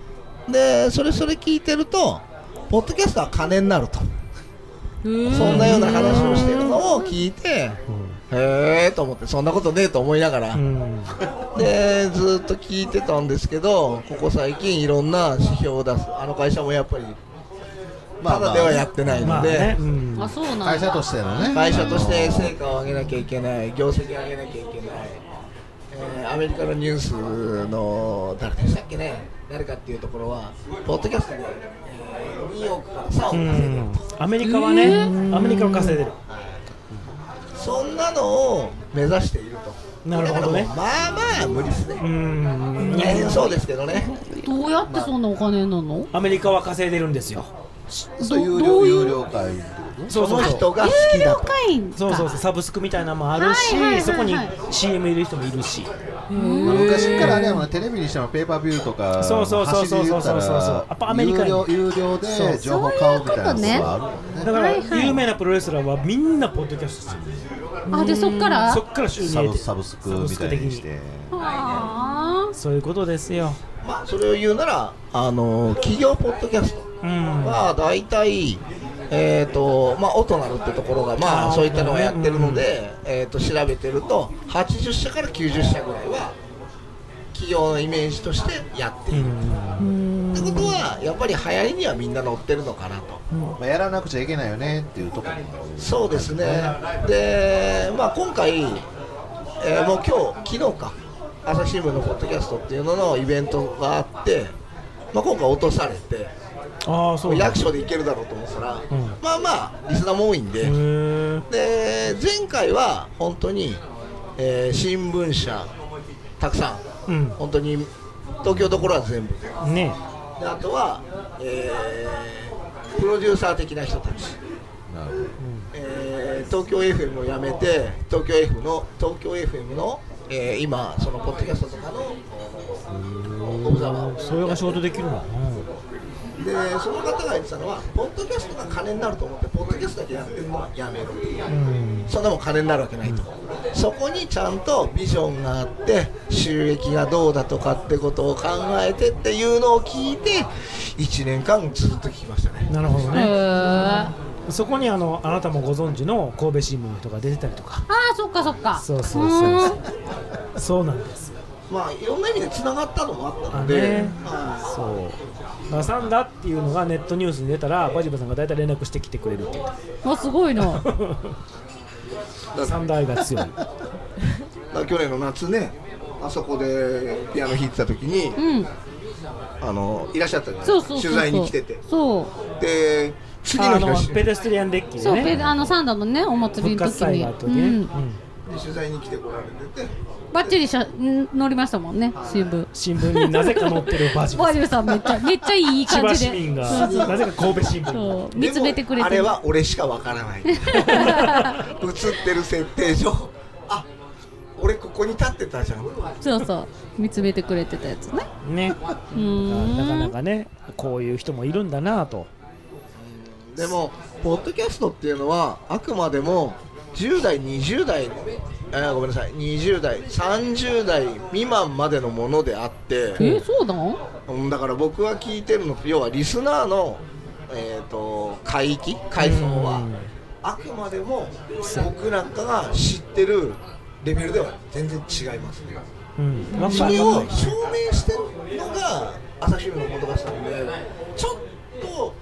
[SPEAKER 14] でそれそれ聞いてるとポッドキャストは金になるとそんなような話をしてるのを聞いて、へえと思ってそんなことねえと思いながら、でずーっと聞いてたんですけどここ最近いろんな指標を出すあの会社もやっぱり
[SPEAKER 3] まあ
[SPEAKER 14] ただではやってないので、
[SPEAKER 2] あそうなんだ
[SPEAKER 3] 会社としてのね
[SPEAKER 14] 会社として成果を上げなきゃいけない業績を上げなきゃいけない、えーアメリカのニュースの誰でしたっけね誰かっていうところはポッドキャストで、えー2億から3億稼いでる
[SPEAKER 1] アメリカはね、
[SPEAKER 14] えー
[SPEAKER 1] アメリカを稼いでる。
[SPEAKER 14] そんなのを目指していると
[SPEAKER 1] なるほどね
[SPEAKER 14] だからまあまあ無理ですね
[SPEAKER 1] うん
[SPEAKER 14] 大変そうですけどね
[SPEAKER 2] どうやってそんなお金なの
[SPEAKER 1] アメリカは稼いでるんですよ。
[SPEAKER 3] そう有料有料会ってこと
[SPEAKER 1] そうそうそう
[SPEAKER 2] 有料会員か
[SPEAKER 1] そうそうそうサブスクみたいなのもあるし、
[SPEAKER 2] はいはいはいはい
[SPEAKER 1] そこに CM いる人もいるし、
[SPEAKER 3] まあ昔からあれやもんねテレビにしてもペーパービューとか
[SPEAKER 1] そうそうそうそうそうそうそうやっぱアメリカ
[SPEAKER 3] 有
[SPEAKER 1] に
[SPEAKER 3] 料有料で情報買うみたいなのがあるもん
[SPEAKER 1] だから、
[SPEAKER 2] はいはい
[SPEAKER 1] 有名なプロレスラーはみんなポッドキャストする
[SPEAKER 2] あでそっから
[SPEAKER 1] そっから収入
[SPEAKER 3] サ
[SPEAKER 1] 得
[SPEAKER 3] ブ
[SPEAKER 1] て
[SPEAKER 3] サブスクみたいにして
[SPEAKER 2] あ
[SPEAKER 1] そういうことですよ
[SPEAKER 14] まあそれを言うならあの企業ポッドキャストは大体、えーとまあ、オトナルってところが、ま
[SPEAKER 1] あ
[SPEAKER 14] あ、
[SPEAKER 1] ー
[SPEAKER 14] そういったのをやってるので、えー、と調べてると80社から90社ぐらいは企業のイメージとしてやっているってことはやっぱり流行りにはみんな乗ってるのかなと。
[SPEAKER 3] まあやらなくちゃいけないよねっていうところも
[SPEAKER 14] そうですね、で、まあ、今回、えーもう今日昨日か、朝日新聞のポッドキャストっていうののイベントがあって、まあ、今回落とされて
[SPEAKER 1] ああそう
[SPEAKER 14] 役所でいけるだろうと思ってたら、
[SPEAKER 1] うん
[SPEAKER 14] まあまあリスナーも多いんでで前回は本当に、えー新聞社たくさん、
[SPEAKER 1] うん
[SPEAKER 14] 本当に東京どころは全部で
[SPEAKER 1] ね
[SPEAKER 14] あとは、えープロデューサー的な人たちなるえー東京 FM をやめて東京 FM の東京 FM の、えー今そのポッドキャストとかの
[SPEAKER 1] それが仕事できるの
[SPEAKER 14] でその方が言ってたのはポッドキャストが金になると思ってポッドキャストだけやってるのはやめろ、そんなもん金になるわけないと、そこにちゃんとビジョンがあって収益がどうだとかってことを考えてっていうのを聞いて1年間ずっと聞きましたね
[SPEAKER 1] なるほど
[SPEAKER 14] へ
[SPEAKER 1] ねそこにあのあなたもご存知の神戸新聞の人が出てたりとか
[SPEAKER 2] ああそっかそっか
[SPEAKER 1] そうそうそうそ
[SPEAKER 2] ーん
[SPEAKER 1] うそうなんです
[SPEAKER 14] まあいろんな意味でつながったのもあった
[SPEAKER 1] あ
[SPEAKER 14] の
[SPEAKER 1] ね
[SPEAKER 14] で、
[SPEAKER 1] そうだからサンダっていうのがネットニュースに出たらバジブさんが大体連絡してきてくれるっていう
[SPEAKER 2] あすごいな
[SPEAKER 1] サンダ愛が強い
[SPEAKER 14] だから去年の夏ねあそこでピアノ弾いてた時に、
[SPEAKER 2] うん
[SPEAKER 14] あのいらっしゃったじゃない
[SPEAKER 2] そうそうそうそう
[SPEAKER 14] 取材に来てて
[SPEAKER 2] そう
[SPEAKER 14] で次の日の
[SPEAKER 1] あのペデストリアンデッキで
[SPEAKER 2] そうペ
[SPEAKER 1] ね
[SPEAKER 2] あのサンダのねお祭り
[SPEAKER 1] 復
[SPEAKER 2] の
[SPEAKER 1] 活
[SPEAKER 2] 時
[SPEAKER 1] 祭
[SPEAKER 2] に
[SPEAKER 1] があった時
[SPEAKER 2] う
[SPEAKER 1] ね
[SPEAKER 2] ん、
[SPEAKER 14] で取材に来てこられてて
[SPEAKER 2] バッチリしゃん乗りましたもんね新聞
[SPEAKER 1] 新聞になぜか載ってるバジブさん
[SPEAKER 2] [laughs] バジブさんめっちゃめっちゃいい
[SPEAKER 1] 千
[SPEAKER 2] 感
[SPEAKER 1] 葉
[SPEAKER 2] じ
[SPEAKER 1] 市
[SPEAKER 2] で
[SPEAKER 1] 民が
[SPEAKER 2] そうそう
[SPEAKER 1] なぜか神戸新聞に
[SPEAKER 2] そう見つめてくれてる
[SPEAKER 14] あれは俺しかわか
[SPEAKER 2] [laughs]
[SPEAKER 14] らない映ってる設定上あ俺ここに立ってたじゃん
[SPEAKER 2] そうそう見つめてくれてたやつね
[SPEAKER 1] ね
[SPEAKER 2] うーん
[SPEAKER 1] なかなかねこういう人もいるんだなと
[SPEAKER 14] でもポッドキャストっていうのはあくまでも10代20代あごめんなさい20代30代未満までのものであって
[SPEAKER 2] えそうだん
[SPEAKER 14] うんだから僕は聞いてるの要はリスナーの、えー、と海域階層はあくまでも僕なんかが知ってるレベルでは全然違いますね
[SPEAKER 1] うん
[SPEAKER 14] それを証明してるのが朝日新聞のことがしたのでちょっと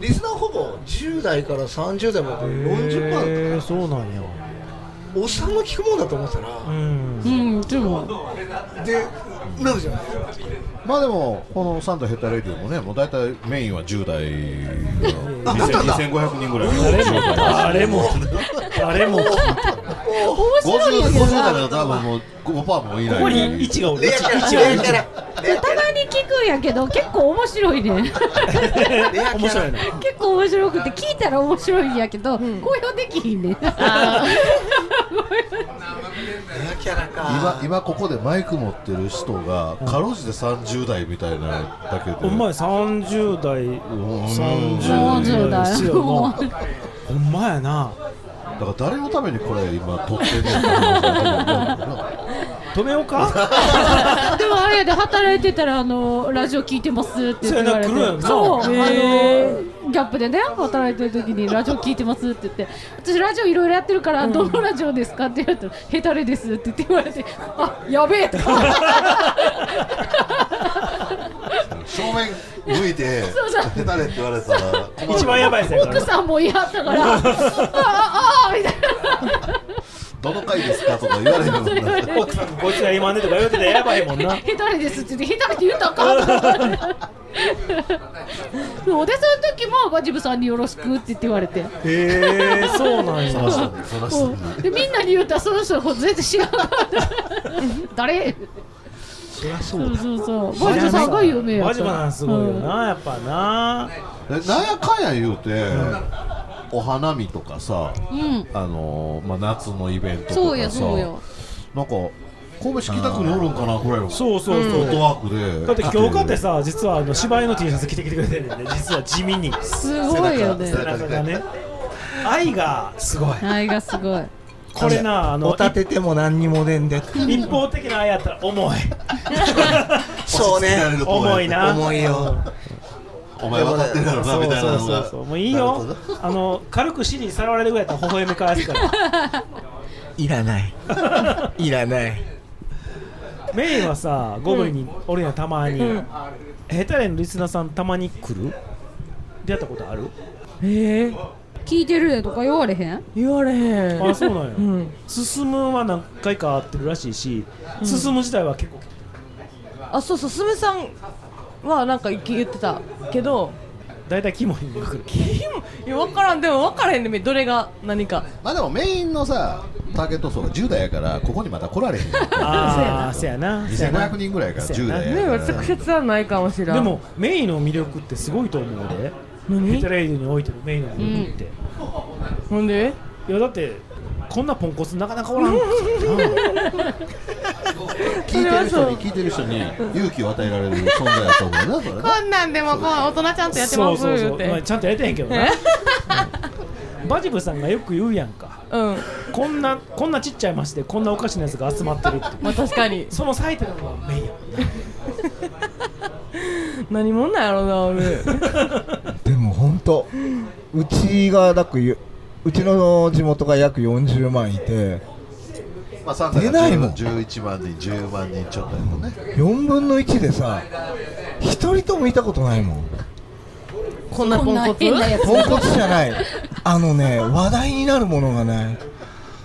[SPEAKER 14] リスナーほぼ10代から30代まで40%だった
[SPEAKER 1] へーそうなんや
[SPEAKER 14] おっさんの聞くもんだと思ってたら
[SPEAKER 1] うん
[SPEAKER 2] うんでも
[SPEAKER 14] でなるじゃないですか
[SPEAKER 3] まあでもこのサンタヘタレディもねもう大体メインは10代
[SPEAKER 14] あなただ
[SPEAKER 3] 2500人ぐらい
[SPEAKER 1] 誰も誰 [laughs] も
[SPEAKER 3] 面白い50代だと多分もう5%もいない
[SPEAKER 1] ここに一がおる
[SPEAKER 3] レアキャラ
[SPEAKER 1] 一がおる
[SPEAKER 3] レアキャラ
[SPEAKER 2] でたまに聞くんやけど結構面白いね [laughs]
[SPEAKER 1] 面白いな
[SPEAKER 2] 結構面白くて聞いたら面白いんやけど、公表できひんね [laughs]
[SPEAKER 3] 今今ここでマイク持ってる人がかろうじて30代みたいなだけ
[SPEAKER 1] お
[SPEAKER 3] ど
[SPEAKER 1] 前30代
[SPEAKER 3] 40
[SPEAKER 1] 30代ですよもう [laughs] ほんまやな
[SPEAKER 3] だから誰のためにこれ今撮ってんねんって
[SPEAKER 1] 止めようか
[SPEAKER 2] [laughs] でもあれやで働いてたらあのラジオ聞いてますって言わ
[SPEAKER 1] そうやな
[SPEAKER 2] れて
[SPEAKER 1] 来るやんな
[SPEAKER 2] そうあ
[SPEAKER 1] へ
[SPEAKER 2] のギャップでね働いてる時にラジオ聞いてますって言って私ラジオいろいろやってるから、どのラジオですかって言われたらヘタレですって言って言われてあやべ
[SPEAKER 1] [laughs]
[SPEAKER 2] え [laughs] と
[SPEAKER 3] 正面向いて
[SPEAKER 2] そうそう
[SPEAKER 3] ヘタレって言われたら
[SPEAKER 1] [laughs] [laughs] 一番やばいやつや [laughs] から
[SPEAKER 2] 奥さんも嫌だったからあああみたい
[SPEAKER 3] どの回ですかとか言われるもんな
[SPEAKER 2] な
[SPEAKER 1] 奥さんこいつら今ねとか言われてたらやばいも
[SPEAKER 2] [laughs]
[SPEAKER 1] んな
[SPEAKER 2] ヘタレですって言ってヘタレって言ったらあかんと思ってそうでその時もバジブさんによろしくって言って言われて
[SPEAKER 1] へえそうなんや
[SPEAKER 3] そらしたねそらしたね
[SPEAKER 2] でみんなに言うたらその人ほんと全然知らんかった誰
[SPEAKER 3] そりゃそ
[SPEAKER 2] そうそうそうバジブさんが有名やった
[SPEAKER 1] バジブさんすごいよなやっぱな
[SPEAKER 3] えなんやかんや言うて、お花見とかさ、
[SPEAKER 2] うん
[SPEAKER 3] あのーまあ、夏のイベントとかさ
[SPEAKER 2] そうよそうよ
[SPEAKER 3] なんか神戸市北区におるんかなぐらいの
[SPEAKER 1] そうそうそう
[SPEAKER 3] フットワークで
[SPEAKER 1] だって今日かってさ実はあの芝居の T シャツ着てきてくれてるんで実は地味に
[SPEAKER 2] すごいよね
[SPEAKER 1] 背中背中がね愛がすごい
[SPEAKER 2] 愛がすごい
[SPEAKER 1] これなあの
[SPEAKER 14] おたてても何にもねんで
[SPEAKER 1] 一方的な愛やったら重い
[SPEAKER 14] そうね
[SPEAKER 1] 重いな
[SPEAKER 14] 重いよ
[SPEAKER 3] お前分かってるだろうなみたいなの
[SPEAKER 1] そうそう
[SPEAKER 3] が
[SPEAKER 1] そうそうもういいよあの軽く尻にさらわれるぐらいやったら微笑み返すから
[SPEAKER 14] いらないいらない
[SPEAKER 1] メインはさゴブリンにおるやんたまに、
[SPEAKER 14] うん
[SPEAKER 1] ヘタレのリスナーさんたまに来る出会ったことある
[SPEAKER 2] え聞いてるでとか言われへん
[SPEAKER 1] 言われへ
[SPEAKER 2] ん
[SPEAKER 1] あそうなんや、
[SPEAKER 2] うん
[SPEAKER 1] 進むは何回か会ってるらしいし、
[SPEAKER 4] うん
[SPEAKER 1] 進む自体は結構
[SPEAKER 4] あそうそうすむさんはなんか言ってたけど
[SPEAKER 1] 大体キモいんでくる
[SPEAKER 4] いや分からんでも分からへんねどれが何か
[SPEAKER 3] まあでもメインのさターゲット層が10代やからここにまた来られ
[SPEAKER 14] [laughs]
[SPEAKER 3] へん
[SPEAKER 1] ああせやなせやな
[SPEAKER 3] 2500人ぐらいから
[SPEAKER 1] せや
[SPEAKER 3] 10
[SPEAKER 1] な
[SPEAKER 3] 代
[SPEAKER 4] ね直接はないかもしれん
[SPEAKER 1] でもメインの魅力ってすごいと思うでヘタレイドにおいてのメインの魅力って、
[SPEAKER 4] ほんで
[SPEAKER 1] いやだってこんなポンコツなかなかおら [laughs] ん
[SPEAKER 3] 聞いてる人に聞いてる人に勇気を与えられる存在だと思うなそれ
[SPEAKER 4] こんなんでもこう大人ちゃんとやって
[SPEAKER 1] そ
[SPEAKER 4] ま
[SPEAKER 1] う
[SPEAKER 4] す
[SPEAKER 1] そう
[SPEAKER 4] 言
[SPEAKER 1] そうう、
[SPEAKER 4] て
[SPEAKER 1] まあ、ちゃんとやりたいんやけどな、うんバジブさんがよく言うやんか、こんなこんなちっちゃい町でこんなおかしなやつが集まってるって
[SPEAKER 4] まあ確かに
[SPEAKER 1] その最たるのはメインやもんな
[SPEAKER 4] 何者なんやろな俺
[SPEAKER 14] でも本当うちが約ゆうちの地元が約40万いて
[SPEAKER 3] まあ3歳
[SPEAKER 14] 出ないもん
[SPEAKER 3] 11万人10万人ちょっとやもんね
[SPEAKER 14] 4分の1でさ一人ともいたことないもん
[SPEAKER 4] こんなポンコツ
[SPEAKER 14] ポンコツじゃないあのね話題になるものがない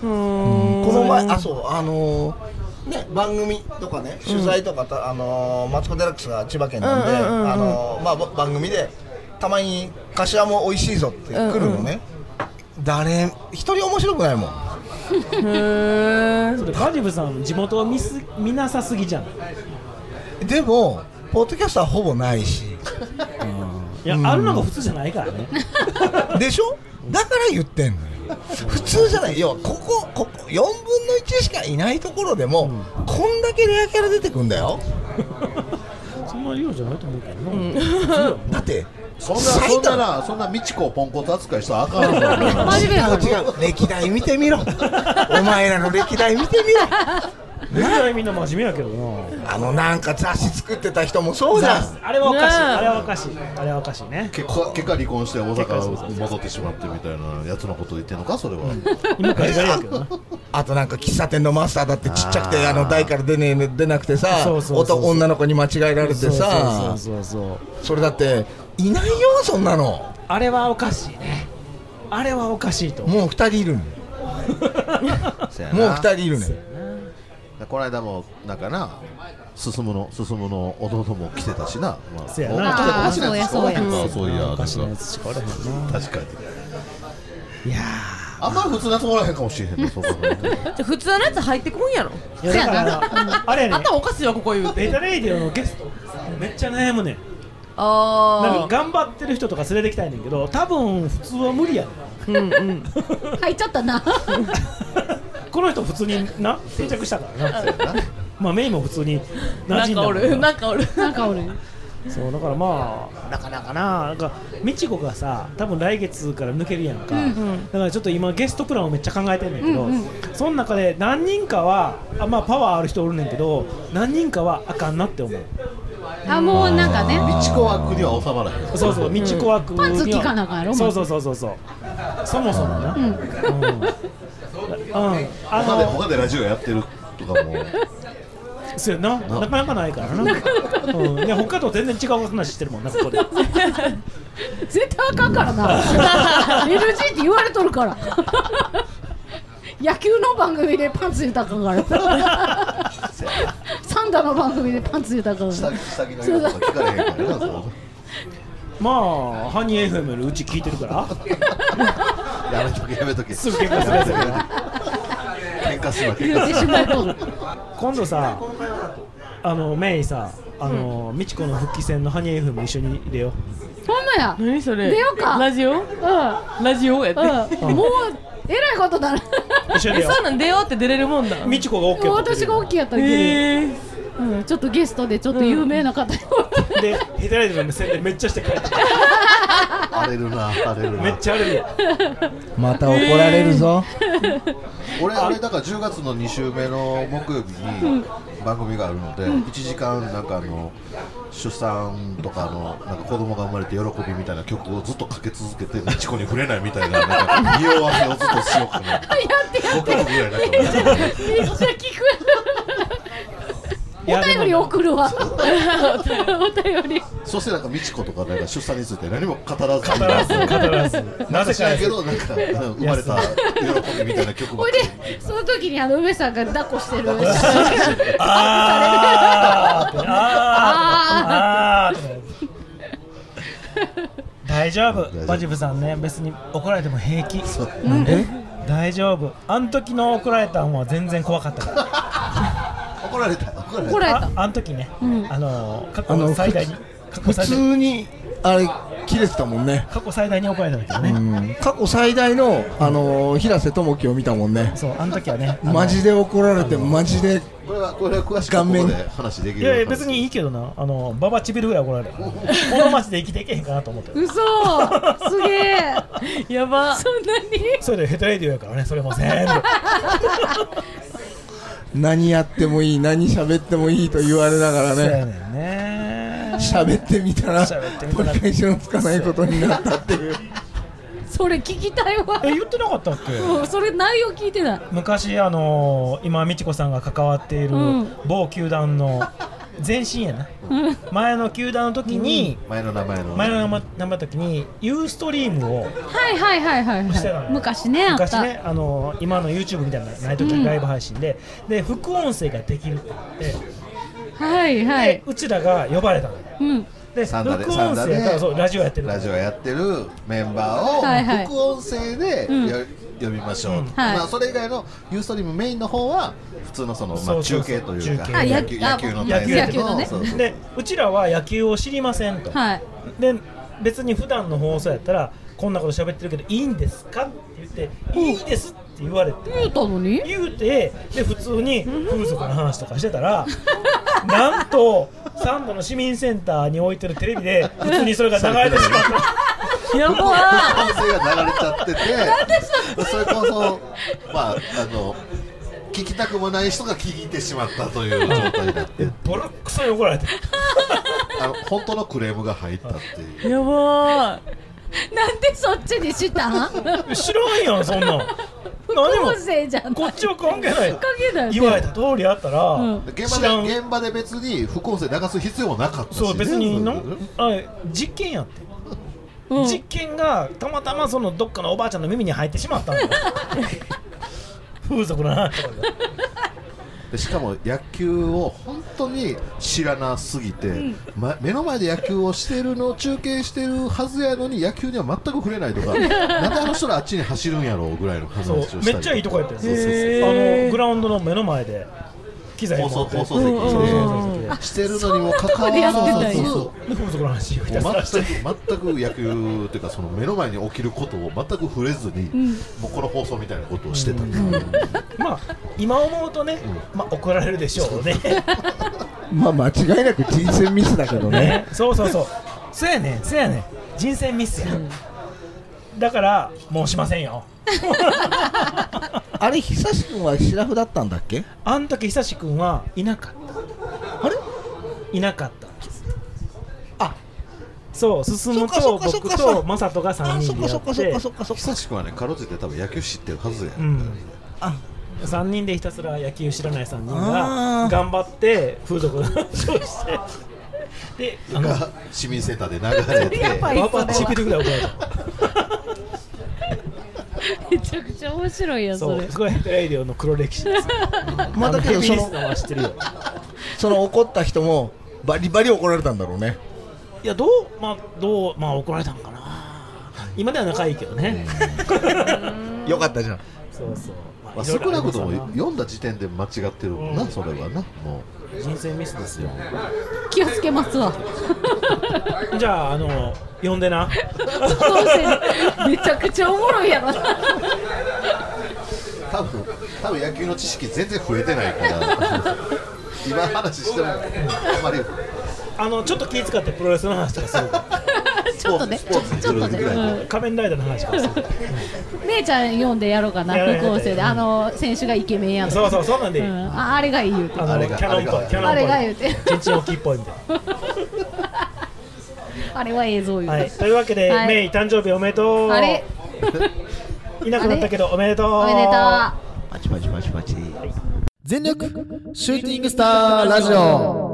[SPEAKER 10] この前あそうあのーね番組とかね取材とかた、あのーマツコ・デラックスが千葉県なんで、
[SPEAKER 4] うんうんうんうん
[SPEAKER 10] あのーまあば番組でたまに柏も美味しいぞって来るのね、誰一人面白くないもん
[SPEAKER 1] それバジブさん地元を見す見なさすぎじゃん
[SPEAKER 14] でもポッドキャストはほぼないし
[SPEAKER 1] いや、あるのが普通じゃないからね
[SPEAKER 14] でしょだから言ってんのよ普通じゃない要はここここ4分の1しかいないところでも、こんだけレアキャラ出てくんだよ
[SPEAKER 1] そんな量じゃないと思うけどな、
[SPEAKER 14] だって
[SPEAKER 3] そんな
[SPEAKER 14] 埼
[SPEAKER 3] そん
[SPEAKER 14] 玉
[SPEAKER 3] ななそんな美智子ポンコツ扱いしたらあかんわ
[SPEAKER 14] 違う違う歴代見てみろお前らの歴代見てみろ
[SPEAKER 1] 歴代みんな真面目やけどな
[SPEAKER 14] あのなんか雑誌作ってた人もそうじゃん
[SPEAKER 1] あれはおかしい、
[SPEAKER 14] ねえ
[SPEAKER 1] あれはおかしいあれはおかしいね
[SPEAKER 3] 結果結果離婚して大阪戻ってしまってみたいなやつのこと言ってんのかそれは
[SPEAKER 1] 今から言われるけ
[SPEAKER 4] [laughs]
[SPEAKER 1] ど
[SPEAKER 14] あとなんか喫茶店のマスターだってちっちゃくてあの台から出,、ね、出なくてさ
[SPEAKER 1] そうそうそうそう
[SPEAKER 14] 男女の子に間違えられてさ
[SPEAKER 1] そうそうそうそう
[SPEAKER 14] それだっていないよそんなの
[SPEAKER 1] あれはおかしいねあれはおかしいと
[SPEAKER 14] もう2人いるのもう二人いるね
[SPEAKER 3] この間もなんかな進むの進むの弟も来てたしな、まあ、
[SPEAKER 1] せや
[SPEAKER 3] お
[SPEAKER 1] な
[SPEAKER 3] ちょっとおかしなやつしかおらへん
[SPEAKER 1] あ
[SPEAKER 3] か
[SPEAKER 1] ーそ
[SPEAKER 3] そう
[SPEAKER 1] やそ
[SPEAKER 3] うい
[SPEAKER 1] うや
[SPEAKER 3] や
[SPEAKER 1] おかしなやつしかおらへんな
[SPEAKER 3] 確かに
[SPEAKER 1] いや
[SPEAKER 3] あんまり普通なやつおらへんかもしれへんねそう考えたら
[SPEAKER 4] じゃあ普通のやつ入ってこんやろ
[SPEAKER 1] いやだからあれやね
[SPEAKER 4] 頭おかしいわここ言う
[SPEAKER 1] ベタレイディオのゲストめっちゃ悩むねん
[SPEAKER 4] あ
[SPEAKER 1] なんか頑張ってる人とか連れてきたいねんけど多分普通は無理やね
[SPEAKER 4] んうんうん
[SPEAKER 2] 入っちゃったな
[SPEAKER 1] [laughs] この人普通にな定着したからなまあメインも普通に馴
[SPEAKER 4] なん
[SPEAKER 1] 染ん
[SPEAKER 4] か
[SPEAKER 1] だ
[SPEAKER 4] お
[SPEAKER 1] もん
[SPEAKER 4] るなんかおる
[SPEAKER 2] なんかおる
[SPEAKER 1] そうだからまあなかなかななんか美智子がさ多分来月から抜けるやんか、
[SPEAKER 2] うん
[SPEAKER 1] だからちょっと今ゲストプランをめっちゃ考えてんねんけど、
[SPEAKER 2] うんうん
[SPEAKER 1] その中で何人かはあまあパワーある人おるねんけど何人かはあかんなって思う
[SPEAKER 2] あもうなんかね
[SPEAKER 3] 道子枠には収まらへん
[SPEAKER 1] そうそう道子枠には、
[SPEAKER 2] パンツ聞かなあかんやろ
[SPEAKER 1] そうそうそうそうそうそもそもな、 [laughs] うんあ
[SPEAKER 3] 他で
[SPEAKER 1] の
[SPEAKER 3] 他でラジオやってるとかも
[SPEAKER 1] そうやななかなかないからな、うん、で他と全然違う話してるもんなここで
[SPEAKER 2] [laughs] 絶対あかんからな LG って言われとるから野球の番組でパンツ言うたらあかんから
[SPEAKER 3] [laughs]
[SPEAKER 2] サンダの番組でパンツ言うたらあかんから
[SPEAKER 3] 下着の色とか聞かれへんからなそう
[SPEAKER 1] まあハニー FM よりうち聞いてるから
[SPEAKER 3] やめとけやめとけ
[SPEAKER 1] すぐ喧嘩するやつやから
[SPEAKER 3] [laughs] 喧嘩するわ喧
[SPEAKER 2] 言うてしまう
[SPEAKER 3] 嘩する
[SPEAKER 2] と
[SPEAKER 1] 今度さあのメイさあの、美智子の復帰戦のハニー FM 一緒に入れよ
[SPEAKER 2] ほんまや
[SPEAKER 4] 何それ
[SPEAKER 2] 出ようか
[SPEAKER 4] ラジオ
[SPEAKER 2] う
[SPEAKER 4] ラジオやって
[SPEAKER 2] ん、うん、もうえらいことだな
[SPEAKER 1] 一緒に
[SPEAKER 4] え
[SPEAKER 1] 出よう
[SPEAKER 4] そうなん出ようって出れるもんだ
[SPEAKER 1] 美智子が OK
[SPEAKER 2] もう私が大きいやったらいける、
[SPEAKER 4] へ
[SPEAKER 2] うん、ちょっとゲストでちょっと有名な方、
[SPEAKER 1] うでヘタレイドの宣伝めっちゃしてくれ
[SPEAKER 3] 荒れるな荒れるな
[SPEAKER 1] めっちゃ荒れるや
[SPEAKER 14] また怒られるぞ、
[SPEAKER 3] 俺あれだから10月の2週目の木曜日に番組があるので1時間なんかあの出産とかのなんか子供が生まれて喜びみたいな曲をずっとかけ続けて美智子に触れないみたいななんか匂わせをずっとしようかな5回ぐらいなんか
[SPEAKER 2] めっちゃ聞
[SPEAKER 1] いや
[SPEAKER 2] くお便り送るわお便り
[SPEAKER 3] そしてなんか美智子とかなんか出産について何も語らずに
[SPEAKER 1] 語らず
[SPEAKER 3] なぜかやけどなんかうん生まれた喜びみたいな曲ば
[SPEAKER 2] ほ
[SPEAKER 3] っ
[SPEAKER 2] い
[SPEAKER 3] かり
[SPEAKER 2] でその時にあの梅さんが抱っこ
[SPEAKER 1] [laughs]
[SPEAKER 2] してる
[SPEAKER 1] あーあーあーあー大丈夫バジブさんね別に怒られても平気
[SPEAKER 14] なんで
[SPEAKER 1] 大丈夫あの時の怒られたんは全然怖かったから
[SPEAKER 3] 怒られた怒ら
[SPEAKER 14] れた怒られた
[SPEAKER 1] ああの時ね、あの過
[SPEAKER 14] あの
[SPEAKER 1] 去最大に過去
[SPEAKER 14] 普
[SPEAKER 1] 最大
[SPEAKER 14] 通にあれ切れてたもんね
[SPEAKER 1] 過去最大に怒られた時だね、
[SPEAKER 14] うん過去最大の、あのー平瀬智樹を見たもんね
[SPEAKER 1] そうあの時はね
[SPEAKER 14] マジで怒られてマジで
[SPEAKER 3] これはこれは詳しく
[SPEAKER 14] 顔面
[SPEAKER 3] ここで話でき
[SPEAKER 1] い
[SPEAKER 3] る
[SPEAKER 1] やいや別にいいけどなあのババチビるぐらい怒られたこの町で生きていけへんかなと思って
[SPEAKER 2] 嘘すげ
[SPEAKER 1] えやばそんなにそれでヘタレディオやからねそれも全部
[SPEAKER 14] 何やってもいい何喋ってもいいと言われながら
[SPEAKER 1] そうや
[SPEAKER 14] ね
[SPEAKER 1] ねんね
[SPEAKER 14] 喋ってみたら取り返しのつかないことになったっていう
[SPEAKER 2] それ聞きたいわ
[SPEAKER 1] え言ってなかったっけ
[SPEAKER 2] もうそれ内容聞いてない
[SPEAKER 1] 昔あのー今美智子さんが関わっている
[SPEAKER 2] うん
[SPEAKER 1] 某球団の前身やな、前の球団の時に、
[SPEAKER 3] 前の名前の
[SPEAKER 1] 前の名前名前の時にユーストリームを
[SPEAKER 2] はいはいはいはい、
[SPEAKER 1] してた
[SPEAKER 2] は
[SPEAKER 1] の
[SPEAKER 2] い、昔ねあっ
[SPEAKER 1] 昔
[SPEAKER 2] た
[SPEAKER 1] ねあのー今の YouTube みたいなのない時
[SPEAKER 2] うん
[SPEAKER 1] にライブ配信で、で副音声ができるって言って
[SPEAKER 2] はいは
[SPEAKER 1] で
[SPEAKER 2] いう
[SPEAKER 1] ちらが呼ばれたの
[SPEAKER 2] うん
[SPEAKER 1] で
[SPEAKER 3] サンダで
[SPEAKER 1] 録音
[SPEAKER 3] サンダ
[SPEAKER 1] 声
[SPEAKER 3] で
[SPEAKER 1] がそうラジオやってる
[SPEAKER 3] ラジオやってるメンバーを、
[SPEAKER 1] はいはい
[SPEAKER 3] 副音声で、
[SPEAKER 1] うん
[SPEAKER 3] よ呼びましょう、
[SPEAKER 1] うん
[SPEAKER 2] はい
[SPEAKER 3] まあ、それ以外のユーストリームメインの方は普通のその、ま
[SPEAKER 1] そ
[SPEAKER 3] あ、
[SPEAKER 1] うそう
[SPEAKER 3] 中
[SPEAKER 1] そう
[SPEAKER 3] 継というか
[SPEAKER 1] 中継あ
[SPEAKER 3] 野
[SPEAKER 1] 野
[SPEAKER 3] 球
[SPEAKER 1] 球
[SPEAKER 3] 野球の
[SPEAKER 1] 野球やってる
[SPEAKER 3] 対戦
[SPEAKER 1] の
[SPEAKER 3] の
[SPEAKER 1] ね
[SPEAKER 3] そうそう
[SPEAKER 1] でうちらは野球を知りませんと、
[SPEAKER 2] はい
[SPEAKER 1] で別に普段の放送やったらこんなこと喋ってるけどいいんですかって言っていいですって言われて
[SPEAKER 2] 言うたのに
[SPEAKER 1] 言うてで普通に風俗の話とかしてた
[SPEAKER 2] [laughs]
[SPEAKER 1] らなんと三度の市民センターに置いてるテレビで普通にそれが流れてしまった
[SPEAKER 3] やばい副音声が流れちゃってて
[SPEAKER 2] なんで
[SPEAKER 3] でそれこそまああの聞きたくもない人が聞いてしまったという状態になって
[SPEAKER 1] [laughs] ボロックソに怒られて
[SPEAKER 3] あの本当のクレームが入ったっていう
[SPEAKER 2] やばいなんでそっちにしたん
[SPEAKER 1] 知らんやんそんなん何も
[SPEAKER 2] 副音声じゃんこっ
[SPEAKER 1] ちは関係ない
[SPEAKER 2] 関係ない
[SPEAKER 1] 言われた通りあったら、
[SPEAKER 3] 現場で現場で別に副音声流す必要もなかったしね、
[SPEAKER 1] そう別に
[SPEAKER 3] そ
[SPEAKER 1] な
[SPEAKER 3] ういうことね
[SPEAKER 1] あ実験やって、実験がたまたまそのどっかのおばあちゃんの耳に入ってしまった [laughs] の風俗の話とかで
[SPEAKER 3] でしかも野球を本当に知らなすぎて、
[SPEAKER 1] うん
[SPEAKER 3] ま目の前で野球をしてるのを中継してるはずやのに野球には全く触れないと
[SPEAKER 1] [laughs]
[SPEAKER 3] かなんであの人らあっちに走るんやろうぐらいの話
[SPEAKER 1] そ
[SPEAKER 3] を
[SPEAKER 1] う
[SPEAKER 3] したり
[SPEAKER 1] めっちゃいいとこやってるん
[SPEAKER 3] そうそうそう
[SPEAKER 1] ですよあのグラウンドの目の前で機材
[SPEAKER 3] 放送
[SPEAKER 1] 持って
[SPEAKER 3] 放送席
[SPEAKER 1] そうそうそう
[SPEAKER 3] してるのにもかかわらず
[SPEAKER 1] そうそうで風俗の話をひたす
[SPEAKER 3] もう
[SPEAKER 1] らして
[SPEAKER 3] 全く全く野球というかその目の前に起きることを全く触れずに、
[SPEAKER 1] ん
[SPEAKER 3] もうこの放送みたいなことをしてた、
[SPEAKER 1] まあ今思うとね、まあ怒られるでしょうね
[SPEAKER 14] [laughs] まあ間違いなく人選ミスだけどね
[SPEAKER 1] [laughs] そうそうそうそうやねんそうやねん人選ミスや、だからもうしませんよ
[SPEAKER 14] [laughs] あれ久しくんはシラフだったんだっけ
[SPEAKER 1] あん時久志君はいなかったあれいなかったんですあそう進むと
[SPEAKER 14] そっかそっかそっ
[SPEAKER 1] 僕
[SPEAKER 14] かそっか
[SPEAKER 1] とマサトが3人でやって
[SPEAKER 3] 久しくはねかろうじて多分野球知ってるはずや、
[SPEAKER 1] うん3人でひたすら野球知らない3人が
[SPEAKER 3] あー
[SPEAKER 1] 頑張って風俗の話をしてであの
[SPEAKER 3] が [laughs] 市民センターで流れて
[SPEAKER 1] やっぱりそれはババチビるぐらい怒られ
[SPEAKER 2] めちゃくちゃ面白いやん
[SPEAKER 1] そ
[SPEAKER 2] そうれ
[SPEAKER 1] これヘッドライディオの黒歴史です
[SPEAKER 14] まあだけど
[SPEAKER 1] あのヘビ
[SPEAKER 14] そ
[SPEAKER 1] リ
[SPEAKER 14] の
[SPEAKER 1] ス
[SPEAKER 14] [laughs]
[SPEAKER 1] ナーは知ってるよ
[SPEAKER 14] その怒った人もバリバリ怒られたんだろうね
[SPEAKER 1] いやどうまあどうまあ怒られたんかな今では仲いいけどね
[SPEAKER 14] よかったじゃん
[SPEAKER 1] そうそう
[SPEAKER 3] まあ、少なくと
[SPEAKER 1] いろいろありますわ
[SPEAKER 3] も
[SPEAKER 1] な
[SPEAKER 3] 読んだ時点で間違ってるもんな、それはなも
[SPEAKER 1] 人生ミスですよ
[SPEAKER 2] 気をつけますわ
[SPEAKER 1] じゃああの呼んで
[SPEAKER 2] [laughs]
[SPEAKER 1] な
[SPEAKER 2] めちゃくちゃおもろい [laughs] やろ
[SPEAKER 3] う多分多分野球の知識全然増えてないから [laughs] 今話してもあんまり
[SPEAKER 1] あのちょっと気使ってプロレスの話とかする
[SPEAKER 2] ちょっとねちょちょっとね、うん
[SPEAKER 1] 仮面ライダーの話とかする
[SPEAKER 2] 姉ちゃん読んでやろうかな
[SPEAKER 1] やろうやろう
[SPEAKER 2] 副音声であの選手がイケメンやん
[SPEAKER 1] そうそうそうなんでいい
[SPEAKER 2] んああれがいい言うて
[SPEAKER 1] あのキャノンっぽいキャノンっぽい
[SPEAKER 2] あれが言うて
[SPEAKER 1] ちんちん大きいっぽいみたい
[SPEAKER 2] あ [laughs] れは映像言
[SPEAKER 1] な、
[SPEAKER 2] う
[SPEAKER 1] は
[SPEAKER 2] て
[SPEAKER 1] い、というわけで、
[SPEAKER 2] はい
[SPEAKER 1] メイ誕生日おめでとう
[SPEAKER 2] あれ
[SPEAKER 1] いなくなったけどおめでとう
[SPEAKER 2] おめでとう
[SPEAKER 14] パチパチパチパチ
[SPEAKER 15] 全力シューティングスターラジオ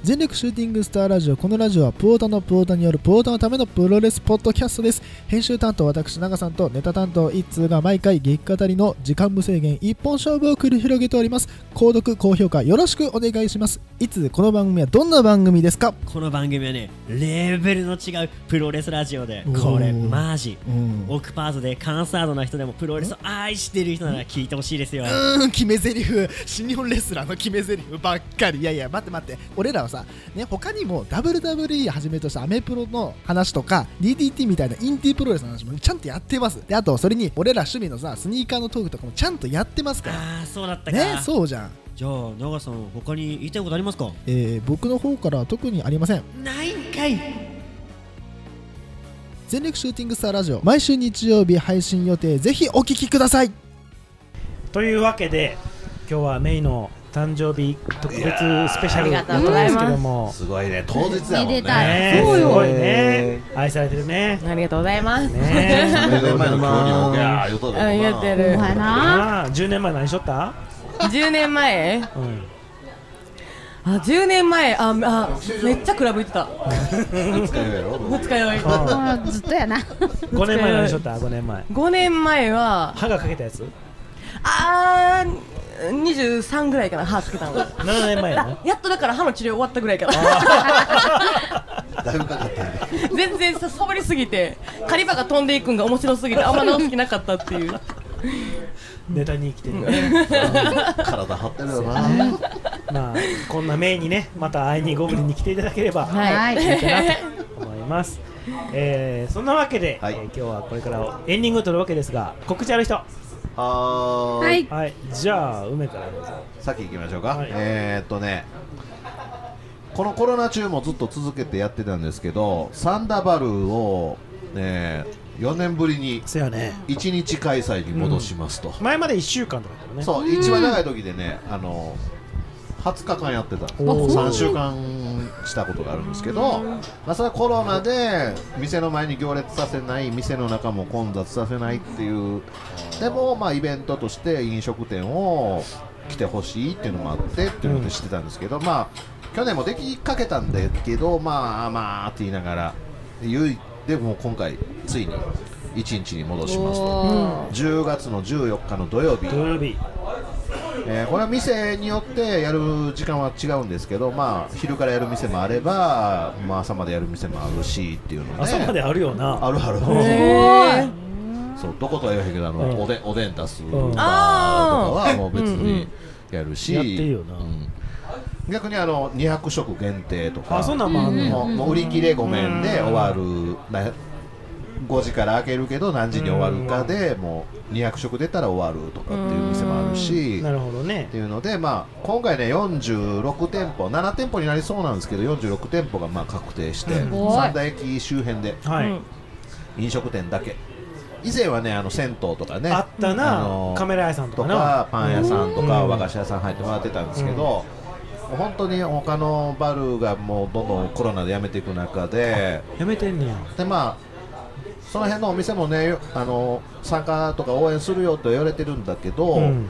[SPEAKER 14] 全力シューティングスターラジオこのラジオはプオータのプオータによるプオータのためのプロレスポッドキャストです編集担当私長さんとネタ担当一通が毎回激語りの時間無制限一本勝負を繰り広げております購読高評価よろしくお願いしますいつこの番組はどんな番組ですか
[SPEAKER 16] この番組はねレベルの違うプロレスラジオで
[SPEAKER 14] おー
[SPEAKER 16] これマジ
[SPEAKER 14] うん
[SPEAKER 16] オクパートでカンサードな人でもプロレスを愛してる人なら聞いてほしいですよ
[SPEAKER 14] うーん決め台詞新日本レスラーの決め台詞ばっかりいやいや待って待って俺らはさね他にも WWE はじめとしたアメプロの話とか DDT みたいなインティープロレスの話もちゃんとやってますであとそれに俺ら趣味のさスニーカーのトークとかもちゃんとやってますから
[SPEAKER 16] あそうだったか
[SPEAKER 14] ねそうじゃん
[SPEAKER 16] じゃあ長さん他に言いたいことありますか
[SPEAKER 14] えー僕の方からは特にありません
[SPEAKER 16] ないんかい
[SPEAKER 14] 全力シューティングスターラジオ毎週日曜日配信予定ぜひお聞きください
[SPEAKER 1] というわけで今日はメイの誕生日特別スペシャル
[SPEAKER 14] い
[SPEAKER 1] だ
[SPEAKER 14] やー
[SPEAKER 1] ったんですけども
[SPEAKER 3] すごいね
[SPEAKER 14] 当日だもんねめでたい
[SPEAKER 1] ねえ
[SPEAKER 14] そうよ
[SPEAKER 1] すごいね愛されてるね
[SPEAKER 4] ありがとうございます。
[SPEAKER 1] ね
[SPEAKER 2] [laughs]
[SPEAKER 3] 10年前の今日にもいやー言うとるよな
[SPEAKER 4] うん言うてるお前な
[SPEAKER 1] あー10年前何しとった
[SPEAKER 4] 10年前
[SPEAKER 1] うん
[SPEAKER 4] あ、10年前、あ、あ、めっちゃクラブ行ってた。
[SPEAKER 3] 二日酔いやろ
[SPEAKER 4] 二日酔い。
[SPEAKER 1] あ
[SPEAKER 4] ずっとやな。
[SPEAKER 1] 5年前何しとった5年前
[SPEAKER 4] 5年前は、
[SPEAKER 1] 歯が欠けたやつ
[SPEAKER 4] あー、23ぐらいかな、歯つけたのが。
[SPEAKER 1] 7年前やな [laughs]
[SPEAKER 4] あやっとだから歯の治療終わったぐらいかな。 [laughs] 全然さ、サボりすぎて、カリバが飛んでいくんが面白すぎて、あんま直す気なかったっていう。
[SPEAKER 1] ネタに生きてる
[SPEAKER 3] [laughs] 体張ってるよ
[SPEAKER 1] な
[SPEAKER 3] [laughs]
[SPEAKER 1] まあこんなメイにねまた会いにゴブリンに来ていただければ
[SPEAKER 4] はい
[SPEAKER 1] いいかなと思いますえーそんなわけで、えー今日はこれからエンディングを取るわけですが告知ある人
[SPEAKER 3] は
[SPEAKER 1] はいじゃあ梅からどうぞ
[SPEAKER 3] さっき行きましょうか、えー、っとねこのコロナ中もずっと続けてやってたんですけどサンダバルを、え4年ぶりに1日開催に戻しますと、
[SPEAKER 1] 前まで1週間とかだったよね
[SPEAKER 3] そう一番長い時でねあの20日間やってた
[SPEAKER 1] おー
[SPEAKER 3] 3週間したことがあるんですけど、まあ、それはコロナで店の前に行列させない店の中も混雑させないっていうでもまあイベントとして飲食店を来てほしいっていうのもあってっていうのでしてたんですけど、まあ去年もできかけたんだけどまあまあって言いながら唯一でもう今回ついに1日に戻しますと
[SPEAKER 1] お
[SPEAKER 3] 10月の14日の土曜日
[SPEAKER 1] 土曜日
[SPEAKER 3] えーこれは店によってやる時間は違うんですけど、まあ、昼からやる店もあれば、まあ、朝までやる店もあるしっていうので
[SPEAKER 1] 朝まであるよな
[SPEAKER 3] あるある
[SPEAKER 1] へ
[SPEAKER 3] そうどことは言わへんけどあの、おでんおでん出すバーとか
[SPEAKER 1] あ
[SPEAKER 3] は
[SPEAKER 1] ー
[SPEAKER 3] もう別にやるし、
[SPEAKER 1] やってるよな
[SPEAKER 3] うん逆にあの200食限定とか
[SPEAKER 1] あそんなんもあんねん
[SPEAKER 3] もうもう売り切れごめんで終わるな5時から開けるけど何時に終わるかでもう200食出たら終わるとかっていう店もあるし
[SPEAKER 1] なるほどね
[SPEAKER 3] っていうので、まあ、今回ね46店舗7店舗になりそうなんですけど46店舗がまあ確定して
[SPEAKER 1] すごい
[SPEAKER 3] 三田駅周辺で、
[SPEAKER 1] はいうん
[SPEAKER 3] 飲食店だけ以前はねあの銭湯とかね
[SPEAKER 1] あったなカメラ屋さんとかな
[SPEAKER 3] パン屋さんとか
[SPEAKER 1] うん
[SPEAKER 3] 和菓子屋さん入ってもらってたんですけど、もう本当に他のバルがもうどんどんコロナでやめていく中で
[SPEAKER 1] やめてんねや
[SPEAKER 3] でまあその辺のお店もねよあの参加とか応援するよと言われてるんだけど、
[SPEAKER 1] うん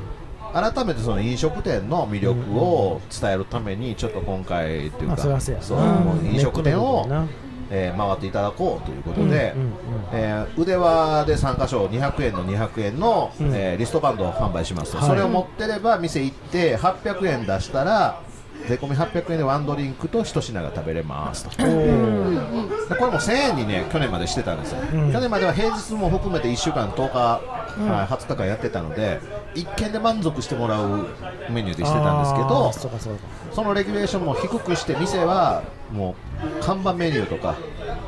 [SPEAKER 3] 改めてその飲食店の魅力を伝えるためにちょっと今回という
[SPEAKER 1] ま
[SPEAKER 3] か、
[SPEAKER 1] あそりゃそうやな
[SPEAKER 3] そう
[SPEAKER 1] うん
[SPEAKER 3] もう飲食店を
[SPEAKER 1] ネットの部分な、
[SPEAKER 3] えー回っていただこうということで、
[SPEAKER 1] うんうんうん
[SPEAKER 3] えー腕輪で3箇所200円の200円の、
[SPEAKER 1] うん
[SPEAKER 3] えーリストバンドを販売します、
[SPEAKER 1] はい
[SPEAKER 3] それを持ってれば店行って800円出したら税込み800円でワンドリンクと一品が食べれますと。でこれも1000円にね去年までしてたんですよ、
[SPEAKER 1] うん
[SPEAKER 3] 去年までは平日も含めて1週間10日、
[SPEAKER 1] うん
[SPEAKER 3] はい、20日間やってたので1軒で満足してもらうメニューでしてたんですけ
[SPEAKER 1] あー
[SPEAKER 3] ど
[SPEAKER 1] そうかそうか
[SPEAKER 3] そのレギュレーションも低くして店はもう看板メニューとか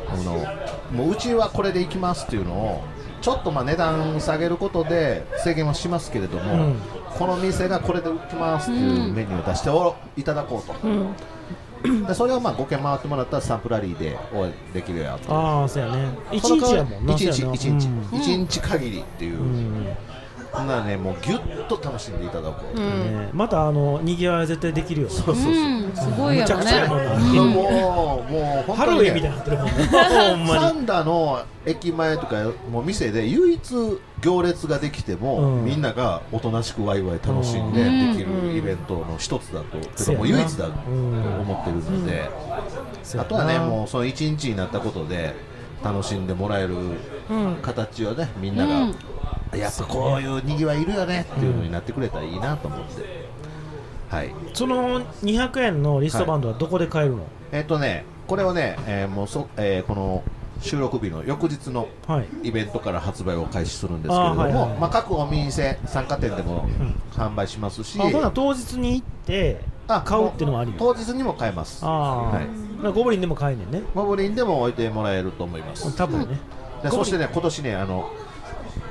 [SPEAKER 3] あのもううちはこれでいきますっていうのをちょっとまあ値段下げることで制限はしますけれども、
[SPEAKER 1] うん
[SPEAKER 3] この店がこれで売ってますっていうメニューを出しておいただこうと、でそれをまあ5軒回ってもらったらサンプラリーで応援できるやと
[SPEAKER 1] ああそうやね一
[SPEAKER 3] その
[SPEAKER 1] 日やもんな
[SPEAKER 3] 一日
[SPEAKER 1] そうやな
[SPEAKER 3] 一日
[SPEAKER 1] うん
[SPEAKER 3] 一日限りっていう、ほんならねもうぎゅっと楽しんでいただこう、
[SPEAKER 1] ねまたあの�にぎわいは絶対できるよそう
[SPEAKER 3] そうそう
[SPEAKER 2] うんすごい
[SPEAKER 1] む
[SPEAKER 2] やろね
[SPEAKER 1] ちゃくちゃやもんな
[SPEAKER 3] うんもうもう
[SPEAKER 1] ハロウィンみたいになってるもんね
[SPEAKER 3] [laughs]
[SPEAKER 1] ほんまに
[SPEAKER 3] サンダの駅前とかもう店で唯一行列ができても、みんながおとなしくワイワイ楽しんで
[SPEAKER 1] うん
[SPEAKER 3] できるイベントの一つだと、てかもう唯一だと思ってるので、あとは
[SPEAKER 1] そう
[SPEAKER 3] ね
[SPEAKER 1] やな
[SPEAKER 3] もうその一日になったことで楽しんでもらえる
[SPEAKER 1] うん
[SPEAKER 3] 形をねみんなが、やっぱこういうにぎわいいるよねっていうのになってくれたらいいなと思って、はい
[SPEAKER 1] その200円のリストバンドはどこで買えるの、
[SPEAKER 3] えっ、とね、これをね、えーもうそ、えーこの収録日の翌日のイベントから発売を開始するんですけれども、
[SPEAKER 1] あーはいはい
[SPEAKER 3] まあ、各お店、参加店でも販売しますし、
[SPEAKER 1] あほな当日に行って買うっていうのはあり
[SPEAKER 3] 当日にも買えます。
[SPEAKER 1] ああ、ゴブリンでも買えんねんね
[SPEAKER 3] ゴブリンでも置いてもらえると思います。
[SPEAKER 1] 多分ね
[SPEAKER 3] でそしてね、今年ね、あの、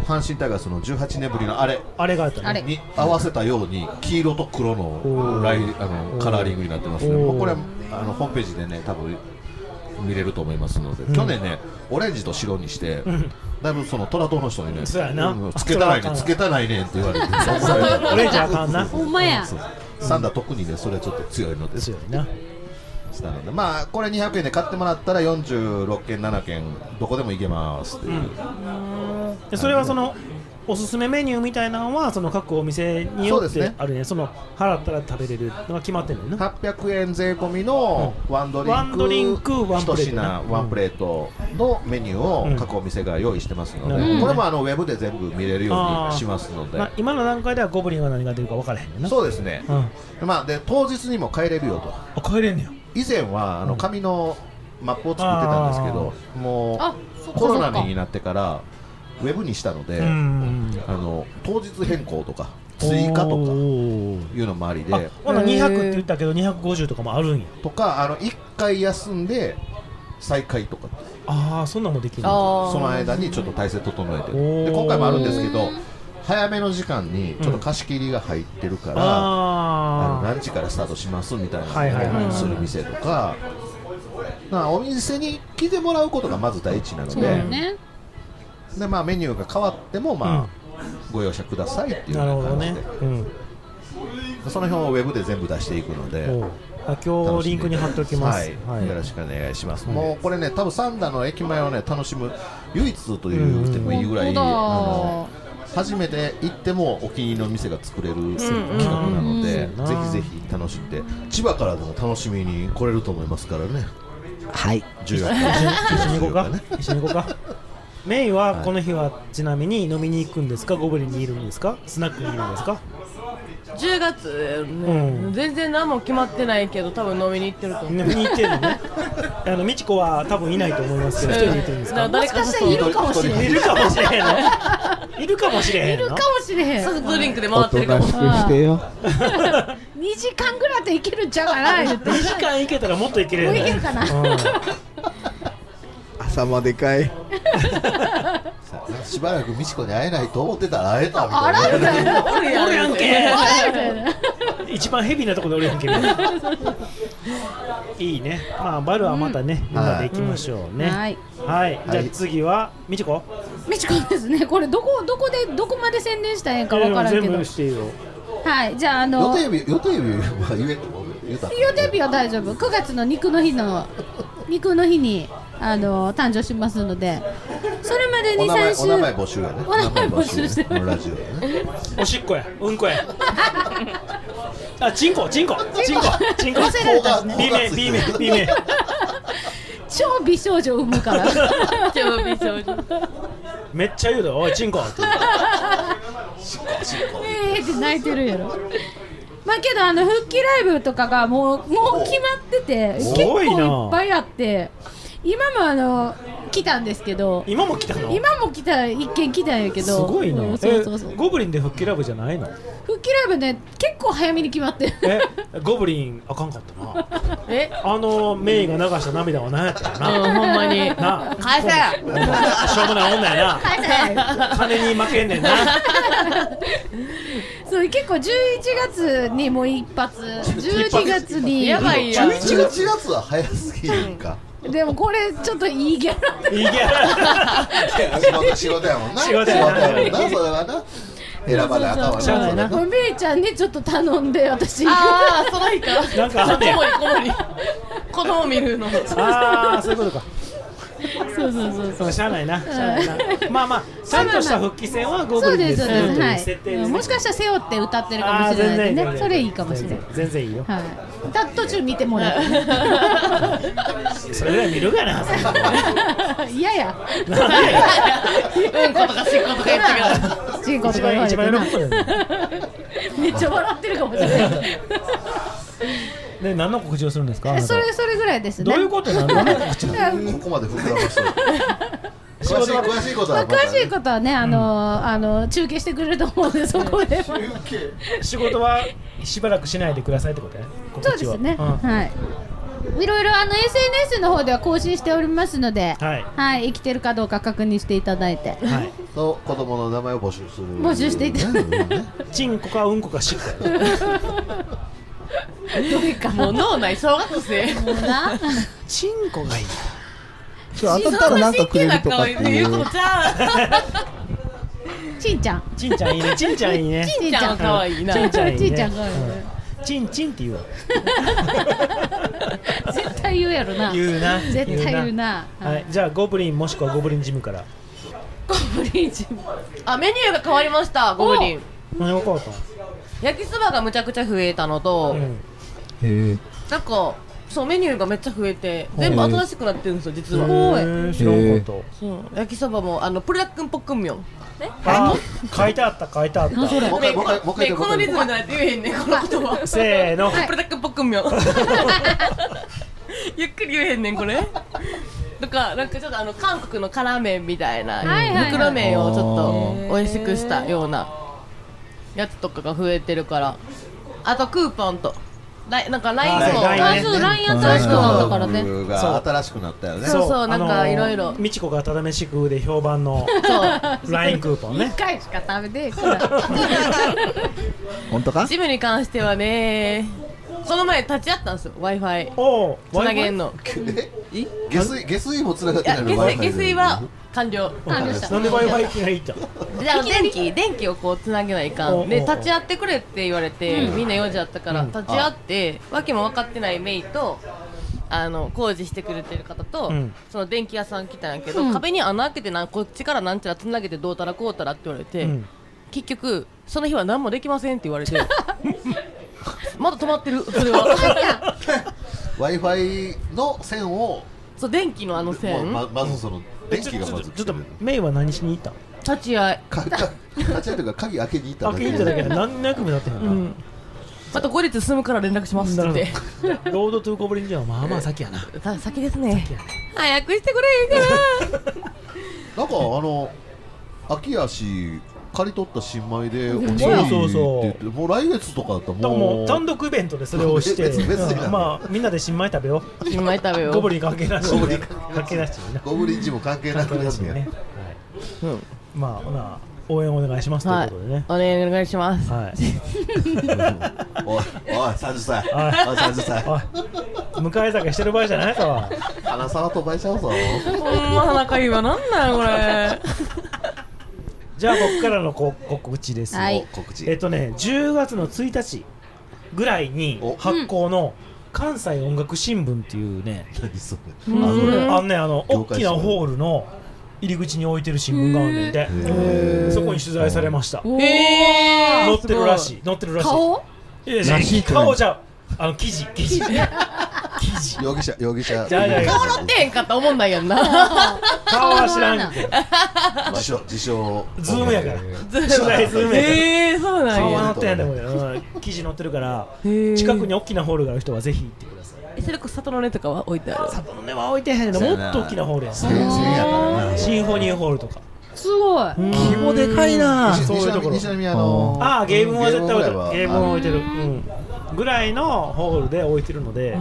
[SPEAKER 3] 阪神タイガースの18年ぶりのあれ
[SPEAKER 1] あれがあったねあれ
[SPEAKER 3] に合わせたように黄色と黒のライあのカラーリングになってますね、
[SPEAKER 1] おー
[SPEAKER 3] もうこれあのホームページでね多分見れると思いますので、
[SPEAKER 1] うん
[SPEAKER 3] 去年ねオレンジと白にして、
[SPEAKER 1] うん
[SPEAKER 3] だいぶその虎党の人にね
[SPEAKER 1] そうやな
[SPEAKER 3] うんつけたないねんつけたないねんって言われて
[SPEAKER 1] オレンジあかんな
[SPEAKER 2] ほんまや
[SPEAKER 3] そうサンダー特にねそれはちょっと強いので強いなしたのでまあこれ200円で買ってもらったら46件7件どこでも行けますっていう、
[SPEAKER 1] でそれはそのおすすめメニューみたいなのはその各お店によ
[SPEAKER 3] そう
[SPEAKER 1] っ
[SPEAKER 3] です
[SPEAKER 1] て
[SPEAKER 3] ね
[SPEAKER 1] あるねその払ったら食べれるのは決まってんのよな
[SPEAKER 3] 800円税込みのワンドリンク、
[SPEAKER 1] ワンドリンクワンプレートな
[SPEAKER 3] 一品ワンプレートのメニューを各お店が用意してますので、
[SPEAKER 1] うんうん
[SPEAKER 3] これもあのウェブで全部見れるようにしますので、
[SPEAKER 1] まあ、今の段階ではゴブリンは何が出るか分からへんねんな
[SPEAKER 3] そうですね、まあで当日にも帰れるよ
[SPEAKER 1] と帰れんねや
[SPEAKER 3] 以前はあの紙のマップを作ってたんですけど、も
[SPEAKER 1] あそっ
[SPEAKER 3] う
[SPEAKER 1] か
[SPEAKER 3] コロナになってからウェブにしたので、
[SPEAKER 1] うん
[SPEAKER 3] あの当日変更とか追加とかいうのもありで
[SPEAKER 1] ほな200って言ったけど250とかもあるんや
[SPEAKER 3] とかあの1回休んで再開とか
[SPEAKER 1] ああそんなんもできる
[SPEAKER 3] その間にちょっと体制整えてるで今回もあるんですけど早めの時間にちょっと貸し切りが入ってるから、あの何時からスタートしますみたいな
[SPEAKER 1] はいはいはい
[SPEAKER 3] のをする店とかまあお店に来てもらうことがまず第一なので,、でまあ、メニューが変わっても、まあご容赦くださいっていうような感じで
[SPEAKER 1] なるほどね
[SPEAKER 3] その辺をウェブで全部出していくので。
[SPEAKER 1] あ今日リンクに貼っておきます
[SPEAKER 3] はい、よろしくお願いします。もうこれね、多分サンダの駅前をね、楽しむ唯一と言ってもいいぐらい、
[SPEAKER 2] 本
[SPEAKER 3] あ
[SPEAKER 2] 当だ
[SPEAKER 3] の初めて行ってもお気に入りの店が作れる企画なので、
[SPEAKER 1] うんうん
[SPEAKER 3] ぜひぜひ楽しんで、千葉からでも楽しみに来れると思いますからね。
[SPEAKER 1] はい
[SPEAKER 3] 14
[SPEAKER 1] 一緒に行こうか
[SPEAKER 3] ね
[SPEAKER 1] 一緒に行こうかメインはこの日はちなみに飲みに行くんですかゴブリンにいるんですかスナックにいるんですか
[SPEAKER 4] 10月、ね
[SPEAKER 1] う
[SPEAKER 4] 全然何も決まってないけど多分飲みに行ってると思う
[SPEAKER 1] 飲みに行ってるの [laughs] ねあの美智子は多分いないと思いますけど一人でいてるんですか
[SPEAKER 4] 誰か誘う
[SPEAKER 1] いるかもしれへん [laughs] のいるかもしれへんの
[SPEAKER 2] しれへん
[SPEAKER 4] ソフトドリンクで
[SPEAKER 14] お
[SPEAKER 4] 回って
[SPEAKER 14] と
[SPEAKER 4] るか
[SPEAKER 14] な
[SPEAKER 4] も
[SPEAKER 14] しくしてよ
[SPEAKER 2] 2時間ぐらいでいけるんちゃうかな
[SPEAKER 1] [laughs]
[SPEAKER 2] 言って
[SPEAKER 1] 2時間行けたらもっと行けるよ
[SPEAKER 2] もう
[SPEAKER 1] ね
[SPEAKER 2] いけるかな
[SPEAKER 1] うん
[SPEAKER 14] 朝までか
[SPEAKER 3] [laughs]
[SPEAKER 14] い
[SPEAKER 3] しばらく美智子に会えないと思ってたら会えたみ
[SPEAKER 2] あら
[SPEAKER 3] たい
[SPEAKER 2] み
[SPEAKER 3] な。
[SPEAKER 2] たいな
[SPEAKER 1] おるやんけ
[SPEAKER 2] あらみたいな
[SPEAKER 1] [laughs] 一番ヘビーなとこでおるやんけみたいないいねまあバルはまたね、みんなで行きましょうね、
[SPEAKER 2] うんはい
[SPEAKER 1] はいじゃあ次は美智子
[SPEAKER 2] みちこです
[SPEAKER 1] [laughs]
[SPEAKER 2] ねこれどこどこでどこまで宣伝したらええんか分からんけ
[SPEAKER 1] 全
[SPEAKER 2] ど
[SPEAKER 1] 部していいよ
[SPEAKER 2] はいじゃああの
[SPEAKER 3] 予定日、予定日は言えと思う言うた。
[SPEAKER 2] 予定日は大丈夫9月の肉の日の肉の日にあの誕生しますのでそれまで
[SPEAKER 3] お
[SPEAKER 2] に
[SPEAKER 3] 名前
[SPEAKER 2] 3
[SPEAKER 3] お名前
[SPEAKER 2] 週
[SPEAKER 3] 募集やね。
[SPEAKER 2] お名前募集して
[SPEAKER 3] このラジオやね。
[SPEAKER 1] おしっこやうんこやあチンコチンコチンコチンコ
[SPEAKER 2] 忘れられたんですね
[SPEAKER 1] B 名 B 名 B 名
[SPEAKER 2] 超美少女を産むから
[SPEAKER 4] 超美少女
[SPEAKER 1] めっちゃ言うだろおいチンコって
[SPEAKER 2] えーって泣いてるやろまあけどあの復帰ライブとかがもうもう決まってて
[SPEAKER 1] す
[SPEAKER 2] 結
[SPEAKER 1] ご
[SPEAKER 2] 構
[SPEAKER 1] いない
[SPEAKER 2] っぱいあって今もあの来たんですけど
[SPEAKER 1] 今も来たの
[SPEAKER 2] 今も来た一件来たんやけど
[SPEAKER 1] すごいな、
[SPEAKER 2] う
[SPEAKER 1] え
[SPEAKER 2] んそうそうそう
[SPEAKER 1] ゴブリンで復帰ラブじゃないの
[SPEAKER 2] 復帰ライブね結構早めに決まってる
[SPEAKER 1] えゴブリンあかんかったな
[SPEAKER 4] え
[SPEAKER 1] あのメイが流した涙は何やったかな、
[SPEAKER 4] うんほんまに
[SPEAKER 1] な
[SPEAKER 4] 返せ
[SPEAKER 1] あしょうもない女やな金に負けんねんな
[SPEAKER 2] [laughs] そう結構11月にもう一発12月に
[SPEAKER 3] 11月は早すぎるんか。
[SPEAKER 2] [laughs] でもこれちょっといいギャラ
[SPEAKER 1] いいギ
[SPEAKER 3] 仕事仕事やもんな。
[SPEAKER 2] 仕事やな
[SPEAKER 3] やもんな。それはな。選ばなあかんわ
[SPEAKER 2] そうそう
[SPEAKER 3] な
[SPEAKER 2] そうおめえちゃんにちょっと頼んで私
[SPEAKER 4] あーその日か
[SPEAKER 1] なんかあんねや
[SPEAKER 4] こもりこもり子供見るの
[SPEAKER 1] ああそういうことか
[SPEAKER 2] [laughs] そうそうそう
[SPEAKER 1] そうしゃあないなしゃあないな
[SPEAKER 2] [laughs]
[SPEAKER 1] まあまあちゃんとした復帰戦はゴブ
[SPEAKER 2] そう
[SPEAKER 1] リン
[SPEAKER 2] で
[SPEAKER 1] ですす
[SPEAKER 2] そう
[SPEAKER 1] る
[SPEAKER 2] で
[SPEAKER 1] と
[SPEAKER 2] す、は
[SPEAKER 1] いう
[SPEAKER 2] い
[SPEAKER 1] 設定で
[SPEAKER 2] う
[SPEAKER 1] す
[SPEAKER 2] ん
[SPEAKER 1] ね
[SPEAKER 2] もしかしたら背負って歌ってるか
[SPEAKER 1] あ
[SPEAKER 2] も
[SPEAKER 1] ー
[SPEAKER 2] しれ
[SPEAKER 1] 全
[SPEAKER 2] ないで
[SPEAKER 1] 然い
[SPEAKER 2] す
[SPEAKER 1] い
[SPEAKER 2] ねそれいいかもしれない、
[SPEAKER 1] 全然全然いいよ
[SPEAKER 2] はい、だ途中見てもら
[SPEAKER 1] [laughs]
[SPEAKER 2] う
[SPEAKER 1] それぐらい見るか
[SPEAKER 2] [laughs]
[SPEAKER 1] な
[SPEAKER 2] 嫌や
[SPEAKER 4] うんことかしんことか言ってから
[SPEAKER 2] チンコとか言われてな
[SPEAKER 1] 一番一番喜ぶ
[SPEAKER 2] めっちゃ笑ってるかもしれない
[SPEAKER 1] ね何の告知をするんですかあなた
[SPEAKER 2] それそれぐらいですね
[SPEAKER 1] どういうことなの
[SPEAKER 2] だから
[SPEAKER 3] ここまで膨らまして詳
[SPEAKER 2] [laughs]
[SPEAKER 3] しい詳しいこと
[SPEAKER 2] ま
[SPEAKER 3] は
[SPEAKER 2] あ詳しいことはね、あのーあのー中継してくれると思うんでそこでは
[SPEAKER 1] 仕事はしばらくしないでくださいってことね
[SPEAKER 2] そ
[SPEAKER 1] 告
[SPEAKER 2] うで
[SPEAKER 1] 知は
[SPEAKER 2] すね、
[SPEAKER 1] ん
[SPEAKER 2] はいいろいろあの SNS の方では更新しておりますので、
[SPEAKER 3] はい
[SPEAKER 2] はい、生きてるかどうか確認していただいて、
[SPEAKER 3] はいと子供の名前を募集する
[SPEAKER 2] 募集していただいて
[SPEAKER 1] チンコかうんこかしっか
[SPEAKER 2] どれか
[SPEAKER 4] もう脳内小学生
[SPEAKER 2] もうな
[SPEAKER 1] チンコがいい
[SPEAKER 17] そう当たったらなんかくれるとかっていう
[SPEAKER 4] じゃあ
[SPEAKER 2] [laughs] ちんちゃん
[SPEAKER 1] ちんちゃんいいねちんちゃんいいね
[SPEAKER 4] ちんちゃんは可愛いな
[SPEAKER 1] ちんちゃんいいね
[SPEAKER 2] ちんちゃん可愛いね
[SPEAKER 1] うんちんちんって言うわ
[SPEAKER 2] 絶対言うやろな
[SPEAKER 1] 言うな
[SPEAKER 2] 絶対言うな
[SPEAKER 1] はいはいじゃあゴブリンもしくはゴブリンジムから
[SPEAKER 4] ゴブリンジムあメニューが変わりましたゴブリン
[SPEAKER 1] 何が変わった
[SPEAKER 4] 焼きそばがむちゃくちゃ増えたのと、
[SPEAKER 14] へえ
[SPEAKER 4] なんかそうメニューがめっちゃ増えて全部新しくなってるんですよ実は
[SPEAKER 1] へー知らんかっ
[SPEAKER 4] そう焼きそばもあのプルダックンポックンミョン
[SPEAKER 1] たあ書いてあった書いてあった
[SPEAKER 4] ねねこのリズムじゃないと言えへんねこの言葉
[SPEAKER 1] [laughs] せーの
[SPEAKER 4] プルダックンポックンミョン [laughs] ゆっくり言えへんねんこれとかなんかちょっとあの韓国の辛麺みたいな
[SPEAKER 2] はいはい
[SPEAKER 4] 袋麺をちょっと美味しくしたようなやつとかが増えてるからあとクーポンとライなんか
[SPEAKER 3] あ
[SPEAKER 4] LINE そう
[SPEAKER 3] ラインね
[SPEAKER 4] そ
[SPEAKER 3] ルール
[SPEAKER 4] う
[SPEAKER 3] が新しくなったよね
[SPEAKER 4] そうそうなんかいろいろ
[SPEAKER 1] みちこがただ飯食うで評判の
[SPEAKER 4] そう
[SPEAKER 1] LINE クーポンね
[SPEAKER 4] 一
[SPEAKER 2] 回しか食べてへんから
[SPEAKER 14] 本当か
[SPEAKER 4] ジムに関してはねこの前立ち会ったんですよ w i f i つなげんの
[SPEAKER 3] 下水下水もつながっ
[SPEAKER 4] い
[SPEAKER 3] て
[SPEAKER 4] や
[SPEAKER 3] ない
[SPEAKER 4] 下水下水は完了
[SPEAKER 1] なんで Wi-Fi いきなり行った
[SPEAKER 4] じゃあ電気電気をこうつなげないか
[SPEAKER 1] おうん
[SPEAKER 4] で
[SPEAKER 1] おう
[SPEAKER 4] 立ち会ってくれって言われて、
[SPEAKER 1] うん
[SPEAKER 4] みんな用事あったから、立ち会って訳も分かってないメイとあの工事してくれてる方と、
[SPEAKER 1] うん
[SPEAKER 4] その電気屋さん来たんやけど、
[SPEAKER 1] うん
[SPEAKER 4] 壁に穴開けてなんこっちからなんちゃらつなげてどうたらこうたらって言われて、
[SPEAKER 1] うん
[SPEAKER 4] 結局その日は何もできませんって言わ
[SPEAKER 1] [laughs]
[SPEAKER 4] れてまだ止まってるそれは
[SPEAKER 3] Wi-Fi の線を
[SPEAKER 4] そう電気のあの
[SPEAKER 3] もう
[SPEAKER 4] 線
[SPEAKER 3] ままずその電気がまず来てる
[SPEAKER 1] メイは何しに行った
[SPEAKER 4] 立ち会い
[SPEAKER 3] 立ち会いというか鍵開けに行った
[SPEAKER 1] 開けに行っただけで何の役目だってへんな
[SPEAKER 4] また後日済むから連絡しますって言って
[SPEAKER 1] ロードトゥーゴブリンジムはまあまあ先やな
[SPEAKER 4] さ先ですね早くしてくれへん
[SPEAKER 3] な
[SPEAKER 4] か
[SPEAKER 3] んかあの秋やし借り取った新米でおにぎり
[SPEAKER 1] そうそうそう
[SPEAKER 3] って言ってもう来月とかだった
[SPEAKER 1] だから
[SPEAKER 3] らも
[SPEAKER 1] も
[SPEAKER 3] う
[SPEAKER 1] う単独イベントでそれをして
[SPEAKER 3] 別別に
[SPEAKER 1] うんまあみんなで新米食べよう
[SPEAKER 4] 新米食べよう
[SPEAKER 1] ゴブリン関係なし
[SPEAKER 3] ゴブリン
[SPEAKER 1] 関係なしにな
[SPEAKER 3] ゴブリンジム関係なくなるんや
[SPEAKER 1] ねはいまあほな応援お願いしますということでね
[SPEAKER 4] お願いします
[SPEAKER 1] はい
[SPEAKER 3] おいおい30歳
[SPEAKER 1] おい
[SPEAKER 3] おい30歳
[SPEAKER 1] おい迎え酒してる場合じゃないぞ
[SPEAKER 3] 花沢飛ばしちゃ
[SPEAKER 1] [laughs]
[SPEAKER 3] うぞ
[SPEAKER 4] らほんま仲いいわなんなんこれ
[SPEAKER 1] じゃあ僕からのこ告知ですよ、
[SPEAKER 4] はい
[SPEAKER 3] 告知
[SPEAKER 1] えっとね10月の1日ぐらいに発行の関西音楽新聞っていうねあ
[SPEAKER 3] うん
[SPEAKER 1] のあのねあの
[SPEAKER 3] 業
[SPEAKER 1] 大
[SPEAKER 3] 界
[SPEAKER 1] き
[SPEAKER 3] 新聞
[SPEAKER 1] なホールの入り口に置いてる新聞があるねんでそこに取材されました
[SPEAKER 2] おー
[SPEAKER 1] 載ってるらしい載ってるらしい
[SPEAKER 2] 顔
[SPEAKER 1] いやいや
[SPEAKER 3] らしいって何
[SPEAKER 1] 顔じゃうあの記事記事
[SPEAKER 3] 容疑者容疑者
[SPEAKER 1] じゃあじゃあ
[SPEAKER 4] 顔乗ってへんかったらおもんないやんな
[SPEAKER 1] 顔は知らんけど
[SPEAKER 3] 自称自称
[SPEAKER 1] ズームやから取
[SPEAKER 4] ズーム
[SPEAKER 1] 材ズームやから
[SPEAKER 4] えーそうなんや
[SPEAKER 1] 顔は載ってへんだもんねうん記事載ってるから近くに大きなホールがある人はぜひ行ってください
[SPEAKER 4] えそれこそ里の根とかは置いてある
[SPEAKER 1] 里の根は置いてへんねんもっと大きなホールや
[SPEAKER 3] そうやなそうやからな
[SPEAKER 1] シンフォニーホールとか
[SPEAKER 2] すごい
[SPEAKER 1] 規模でかいなそういうところ
[SPEAKER 3] 西宮の
[SPEAKER 1] ああゲームは絶対置いてるゲームは置いてる
[SPEAKER 3] あの
[SPEAKER 1] うんぐらいのホールで置いてるので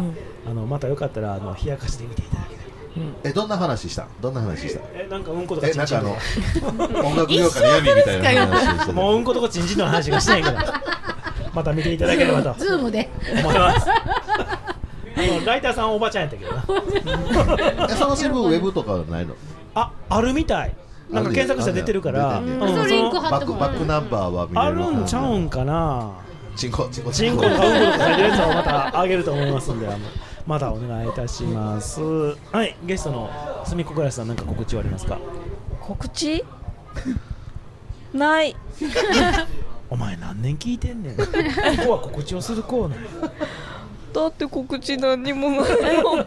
[SPEAKER 1] あのまたよかったらあの冷やかしてみていただけたら
[SPEAKER 3] えどんな話したどんな話した
[SPEAKER 1] えなんかうんことか
[SPEAKER 3] え
[SPEAKER 1] ちん
[SPEAKER 3] なん
[SPEAKER 1] ちん
[SPEAKER 3] かあ
[SPEAKER 1] と
[SPEAKER 3] の
[SPEAKER 1] か
[SPEAKER 3] 音楽業界の闇みたいな話をし
[SPEAKER 1] [laughs]
[SPEAKER 3] て
[SPEAKER 1] もううんことかちんちんの話がしたいから [laughs] また見ていただければと
[SPEAKER 2] ズームで
[SPEAKER 1] 思いますあのライターさんはおばちゃんやったけどな
[SPEAKER 3] えその新聞ウェブとかはないの
[SPEAKER 1] ああるみたいなんか検索したら出てるから、
[SPEAKER 3] あ
[SPEAKER 1] う
[SPEAKER 3] る
[SPEAKER 1] ん
[SPEAKER 3] よ
[SPEAKER 1] そ
[SPEAKER 3] あ
[SPEAKER 1] の
[SPEAKER 3] るよバックバックナンバーは見れる
[SPEAKER 1] あるんちゃうんかな
[SPEAKER 3] チンコチンコ
[SPEAKER 1] チンコの買うことか書いてるやつをまたあげると思いますんであのまたお願いいたしますはいゲストのすみこくらしさんなんか告知はありますか
[SPEAKER 9] 告知 [laughs] ない
[SPEAKER 1] お前何年聞いてんねん [laughs] ここは告知をするコーナー
[SPEAKER 9] だって告知何にもないもん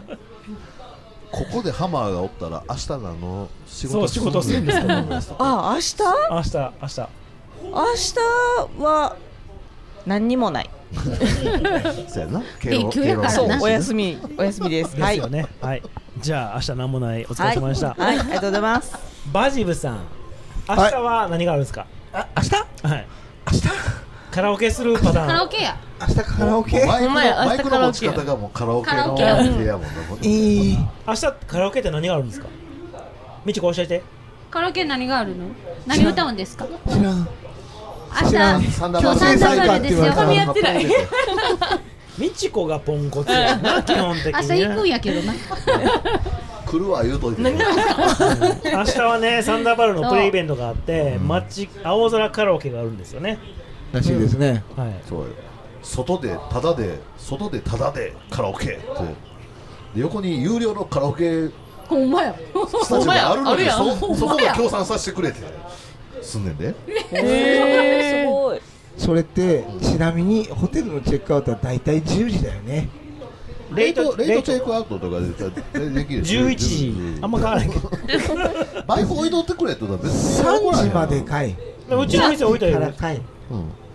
[SPEAKER 3] ここでハマーがおったら明日なの仕
[SPEAKER 1] そう
[SPEAKER 3] 事
[SPEAKER 1] 仕事するんですけ [laughs] ども
[SPEAKER 9] [laughs] あ明日
[SPEAKER 1] 明日明日
[SPEAKER 9] 明日は何にもない
[SPEAKER 3] そうやな
[SPEAKER 9] 勉強やからなそうお休みお休みです
[SPEAKER 1] ですよねはいじゃあ明日何もないお疲れ様でした
[SPEAKER 9] はいはいありがとうござい [laughs] ます
[SPEAKER 1] バジブさん明日は何があるんですか
[SPEAKER 18] 明日
[SPEAKER 1] はい明日カラオケするパタ
[SPEAKER 2] カ
[SPEAKER 1] ーン
[SPEAKER 2] ラオケや
[SPEAKER 18] 明日カラオケ
[SPEAKER 3] マイクの
[SPEAKER 2] お前明日
[SPEAKER 3] マイクの持ち
[SPEAKER 2] カ
[SPEAKER 3] 方がもうカラオケ
[SPEAKER 2] カラ
[SPEAKER 3] の
[SPEAKER 2] オ
[SPEAKER 3] 家
[SPEAKER 2] ケや
[SPEAKER 3] やもんな
[SPEAKER 18] えー、
[SPEAKER 1] 明日カラオケって何があるんですかみちこ教えて
[SPEAKER 2] カラオケ何があるの何歌うんですか
[SPEAKER 18] 知らん
[SPEAKER 2] 明日
[SPEAKER 1] 知らん
[SPEAKER 2] 今日サンダルバルですよ
[SPEAKER 1] サンダルバルって言われたら
[SPEAKER 2] 噛み合ってない
[SPEAKER 1] みちこがポンコツやな基本的
[SPEAKER 2] 明
[SPEAKER 1] に
[SPEAKER 2] 日
[SPEAKER 1] ね
[SPEAKER 2] 行くんやけど
[SPEAKER 1] [laughs]
[SPEAKER 2] な
[SPEAKER 3] 来るわ言うといて
[SPEAKER 1] 明日はねサンダーバルのプレイイベントがあって、街青空カラオケがあるんですよね
[SPEAKER 18] らしいですね、
[SPEAKER 3] そうよ外でタダで外でタダでカラオケってで横に有料のカラオケ
[SPEAKER 2] ほんまや
[SPEAKER 3] スタジオがあるのにそ
[SPEAKER 2] ほんまや
[SPEAKER 3] そこで協賛させてくれてすんねんで
[SPEAKER 18] えー
[SPEAKER 9] すごい
[SPEAKER 18] それってちなみにホテルのチェックアウトは大体10時だよね
[SPEAKER 3] レイトレイトチェックアウトとかでできる
[SPEAKER 1] 11時あんま変わらへんけど
[SPEAKER 3] バイク置いとってくれってことは別に
[SPEAKER 18] 3時までかいう
[SPEAKER 1] うちの店置いといて
[SPEAKER 18] か
[SPEAKER 1] よ
[SPEAKER 18] らかい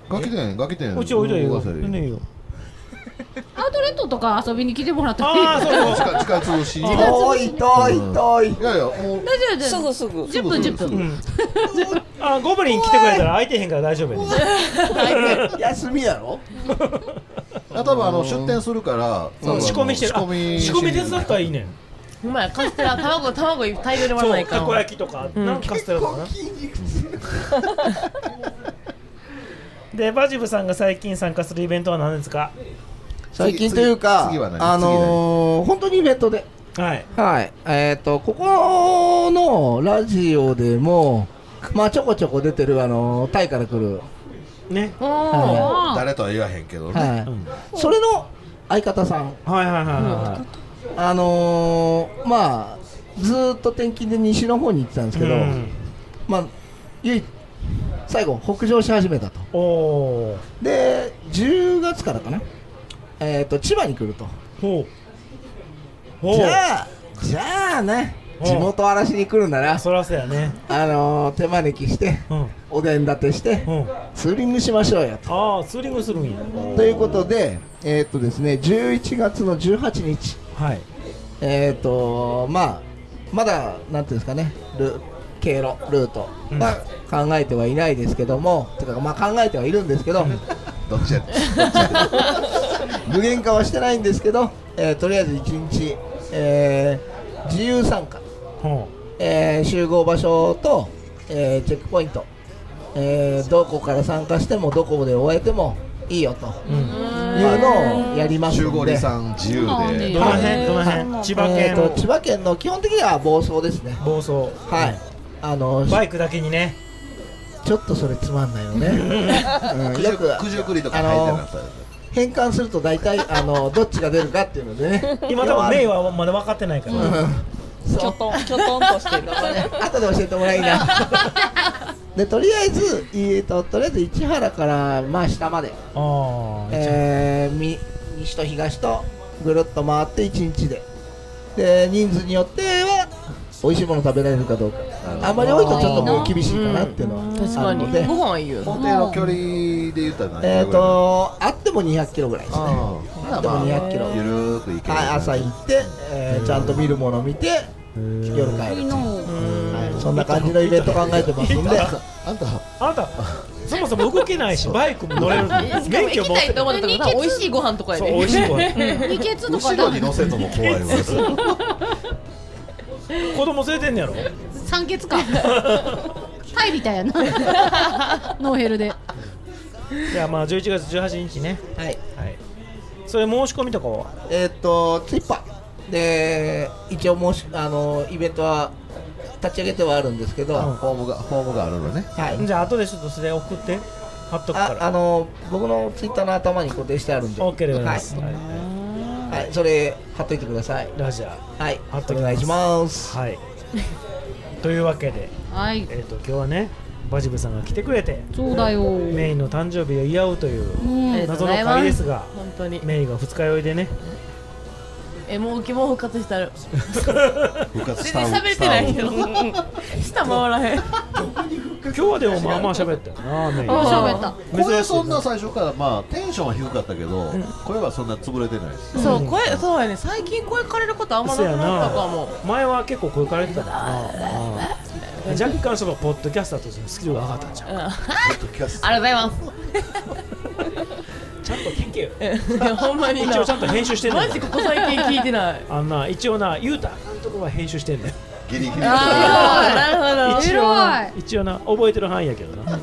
[SPEAKER 3] ガキ店ガキ店
[SPEAKER 1] うち置いといてよ
[SPEAKER 3] 動かせる
[SPEAKER 1] 全然いいよ
[SPEAKER 2] アウトレットとか遊びに来てもらったら
[SPEAKER 1] あーそうそう
[SPEAKER 3] 近近い通し
[SPEAKER 2] 遠い遠い
[SPEAKER 18] 遠い
[SPEAKER 3] いやいやもう
[SPEAKER 2] 大丈夫です
[SPEAKER 9] すぐすぐ
[SPEAKER 2] 10分10分
[SPEAKER 1] うんあゴブリン来てくれたら空いてへんから大丈夫や
[SPEAKER 18] 休みやろ
[SPEAKER 3] あ多分あの出店するから多分
[SPEAKER 1] ね
[SPEAKER 3] あの
[SPEAKER 1] 仕込みしてる
[SPEAKER 3] 仕込み
[SPEAKER 1] あ仕込み手伝ったらいいねん
[SPEAKER 4] ほんまやカステラ卵卵大量にもらわないかん
[SPEAKER 1] そうたこ焼きとか
[SPEAKER 4] うん
[SPEAKER 1] なんかカステラとかな [laughs] でバジブさんが最近参加するイベントは何ですか
[SPEAKER 14] 最近というか、あのー、本当にネットで、
[SPEAKER 1] はい、
[SPEAKER 14] はい、えっ、と、ここのラジオでも、まあ、ちょこちょこ出てる、あのー、タイから来る、
[SPEAKER 1] ね
[SPEAKER 14] はい
[SPEAKER 3] 誰とは言わへんけどね、
[SPEAKER 14] はいそれの相方さん、
[SPEAKER 1] はいはいはい
[SPEAKER 3] は
[SPEAKER 14] あのー、まあ、ずーっと転勤で西の方に行ってたんですけど、
[SPEAKER 1] うん
[SPEAKER 14] まあ、唯一最後、北上し始めたと。で、10月からかな、えっ、と、千葉に来ると。
[SPEAKER 1] ほう
[SPEAKER 14] じゃあ、じゃあね、地元嵐に来るなら、
[SPEAKER 1] そらそうやね、
[SPEAKER 14] あのー、手招きして、おでん立てして、ツーリングしましょうよと。
[SPEAKER 1] ああツーリングするんや
[SPEAKER 14] ということで、えーっとですね、11月の18日、
[SPEAKER 1] はい、
[SPEAKER 14] えーっと、まあ、まだ、なんていうんですかね、ル経路、ルートは考えてはいないですけども、てか、まあ、考えてはいるんですけど、
[SPEAKER 3] どっちや
[SPEAKER 14] [laughs] 具現化はしてないんですけど、えーとりあえず1日、えー自由参加、えー集合場所と、えーチェックポイント、えーどこから参加してもどこで終えてもいいよと、いうのをやりますんで
[SPEAKER 3] 集合離散自由で
[SPEAKER 14] はい
[SPEAKER 3] どの辺どの辺
[SPEAKER 14] はい
[SPEAKER 3] 千葉県
[SPEAKER 14] えーと千葉県の基本的には暴走ですね
[SPEAKER 1] 暴走
[SPEAKER 14] はいあの
[SPEAKER 1] バイクだけにね
[SPEAKER 14] ちょっとそれつまんない
[SPEAKER 1] [laughs]
[SPEAKER 14] よね、うん、
[SPEAKER 3] 九
[SPEAKER 14] よ
[SPEAKER 3] 十
[SPEAKER 14] く
[SPEAKER 3] 九十九里とか
[SPEAKER 14] あ
[SPEAKER 3] 入って
[SPEAKER 14] の
[SPEAKER 3] なかった
[SPEAKER 14] 変換すると大体あのどっちが出るかっていうのでね
[SPEAKER 1] 今多分メイはまだ分かってないから、
[SPEAKER 14] きょとんきょとんとしてるの [laughs] 後で教えてもらいな [laughs] でとりあえず、えー、ととりあえず市原からまあ下まで
[SPEAKER 1] あ
[SPEAKER 14] えー、み西と東とぐるっと回って1日でで人数によっては美味しいもの食べられるかどうかあんまり多いとちょっともう厳しいかなっていうのはあるので
[SPEAKER 4] 飯言う
[SPEAKER 3] 法定の距離で言ったら何キロぐらい
[SPEAKER 14] えっ、とあっても200キロぐらいですね
[SPEAKER 3] あ
[SPEAKER 14] あっても200キロ
[SPEAKER 3] ゆるーく行ける
[SPEAKER 14] はい、朝行って、えーちゃんと見るもの見て夜帰るはいそんな感じのイベント考えてますんで
[SPEAKER 3] あんた
[SPEAKER 1] あなたそもそも動けないしバイクも乗れる
[SPEAKER 4] しかも行きたいと思ったら美味しいご飯とかやで
[SPEAKER 1] そう美味しいご飯
[SPEAKER 4] 二ケツとか
[SPEAKER 3] 後ろに乗せるのも怖いわ
[SPEAKER 1] [laughs] 子供連れてんねやろ
[SPEAKER 2] 酸欠
[SPEAKER 1] [laughs]
[SPEAKER 2] かタイみたいやなノーヘルで
[SPEAKER 1] いやまあ11月18日ね
[SPEAKER 14] はい、
[SPEAKER 1] それ申し込みとかは
[SPEAKER 14] えーっとツイッパーで一応申しあのイベントは
[SPEAKER 19] 立ち上げてはあるんですけど、
[SPEAKER 3] フォームがフォームがあるのね
[SPEAKER 19] はい、
[SPEAKER 20] じゃあ後でちょっとそれ送って貼っとくから
[SPEAKER 19] ああの僕のツイッターの頭に固定してあるんで OK でございますはい、はいそれ貼っといてください
[SPEAKER 1] ラジャ
[SPEAKER 19] はい
[SPEAKER 1] 貼っ
[SPEAKER 19] お願いします
[SPEAKER 1] はい [laughs] というわけで、えっ、と今日はねバジブさんが来てくれて
[SPEAKER 2] そうだよ
[SPEAKER 1] メイの誕生日を祝うとい
[SPEAKER 4] うんあ
[SPEAKER 1] う
[SPEAKER 4] りが
[SPEAKER 1] 謎
[SPEAKER 4] とうご
[SPEAKER 1] の
[SPEAKER 4] ざいます
[SPEAKER 1] 会ですが
[SPEAKER 4] 本当に
[SPEAKER 1] メイが二日酔いでね
[SPEAKER 4] えもう希望復活したる
[SPEAKER 1] 復活
[SPEAKER 4] 全然喋れてないけど舌回らへん
[SPEAKER 1] 今日はでもまあまあ喋ったよなメイ
[SPEAKER 3] あー
[SPEAKER 1] 珍しい
[SPEAKER 3] 声そんな最初からまあテンションは低かったけど声はそんな潰れてないです
[SPEAKER 4] そう声そうやね最近声枯れることあんまな
[SPEAKER 1] そ
[SPEAKER 4] く
[SPEAKER 1] や
[SPEAKER 4] なったか
[SPEAKER 1] な
[SPEAKER 4] も
[SPEAKER 1] 前は結構声かられてたもんなうん若干そのポッドキャスターとしてのスキルが上がったんじゃん
[SPEAKER 4] うんあ
[SPEAKER 1] キャス
[SPEAKER 4] りがとうございます
[SPEAKER 1] ちゃんと聞けよ
[SPEAKER 4] いやほんまにな
[SPEAKER 1] 一応ちゃんと編集してんねん
[SPEAKER 4] マジここ最近聞いてない
[SPEAKER 1] あんな一応な言うたらあかんとこは編集してんねんギリギリ
[SPEAKER 4] あー
[SPEAKER 1] 一
[SPEAKER 4] 偉い
[SPEAKER 1] 応
[SPEAKER 4] な
[SPEAKER 1] な一応な覚えてる範囲やけどな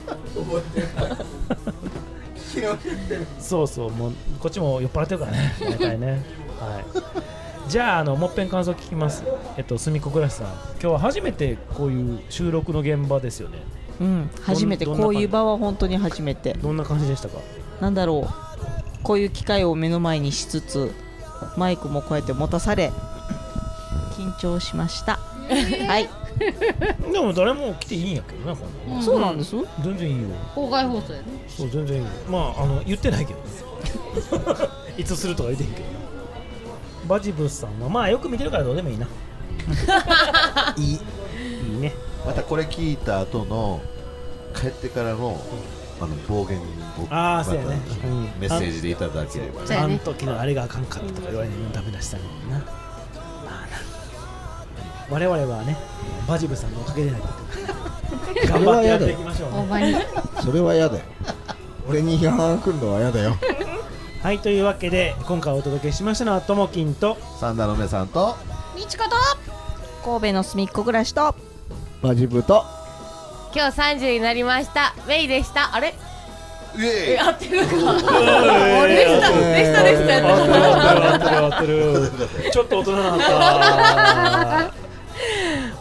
[SPEAKER 1] そうそうもうこっちも酔っ払ってるからね大体ねはいじゃああのもっぺん感想聞きますえっとすみこくらしさん今日は初めてこういう収録の現場ですよね
[SPEAKER 9] うん初めて
[SPEAKER 1] どんな
[SPEAKER 9] こういう場は本当に初めて
[SPEAKER 1] どんな感じでしたか
[SPEAKER 9] なんだろうこういう機会を目の前にしつつマイクもこうやって持たされ緊張しま [laughs] したはい
[SPEAKER 1] でも誰も来ていいんやけどなこんな
[SPEAKER 9] うんんそうなんです
[SPEAKER 1] 全然いいよ
[SPEAKER 2] 公開放送やね
[SPEAKER 1] そう全然いいよまああの言って [laughs] ないけどねいつするとか言ってへんけどなバジブスさんはまあよく見てるからどうでもいい
[SPEAKER 2] [laughs]
[SPEAKER 1] ないいいいね
[SPEAKER 3] またこれ聞いた後の帰ってからのあの暴言を
[SPEAKER 1] あー
[SPEAKER 3] また
[SPEAKER 1] そうやねうん
[SPEAKER 3] メッセージでいただければ
[SPEAKER 1] そうやねあん時のあれがあかんかったとか言われるのダメ出したのになまあな我々はねバジブさんのおかげでないけど頑張ってやっていきましょうね
[SPEAKER 2] [laughs] ほんまに
[SPEAKER 19] それは嫌だよ
[SPEAKER 1] 俺に批判来るのは嫌だよはいというわけで今回お届けしましたのはともきんと
[SPEAKER 3] サンダの目さんと
[SPEAKER 9] みちこと神戸の隅っこ暮らしと
[SPEAKER 19] マジブと
[SPEAKER 7] 今日30になりましたメイでしたあれ
[SPEAKER 3] え
[SPEAKER 7] 合ってるか
[SPEAKER 1] あれでした
[SPEAKER 7] でしたでした
[SPEAKER 1] やってるやってるやってるちょっと大人になった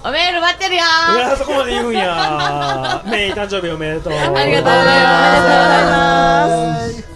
[SPEAKER 7] おメール待ってるよ
[SPEAKER 1] いやーそこまで言うん [laughs] やメイ誕生日おめでとう
[SPEAKER 7] ありがとうございます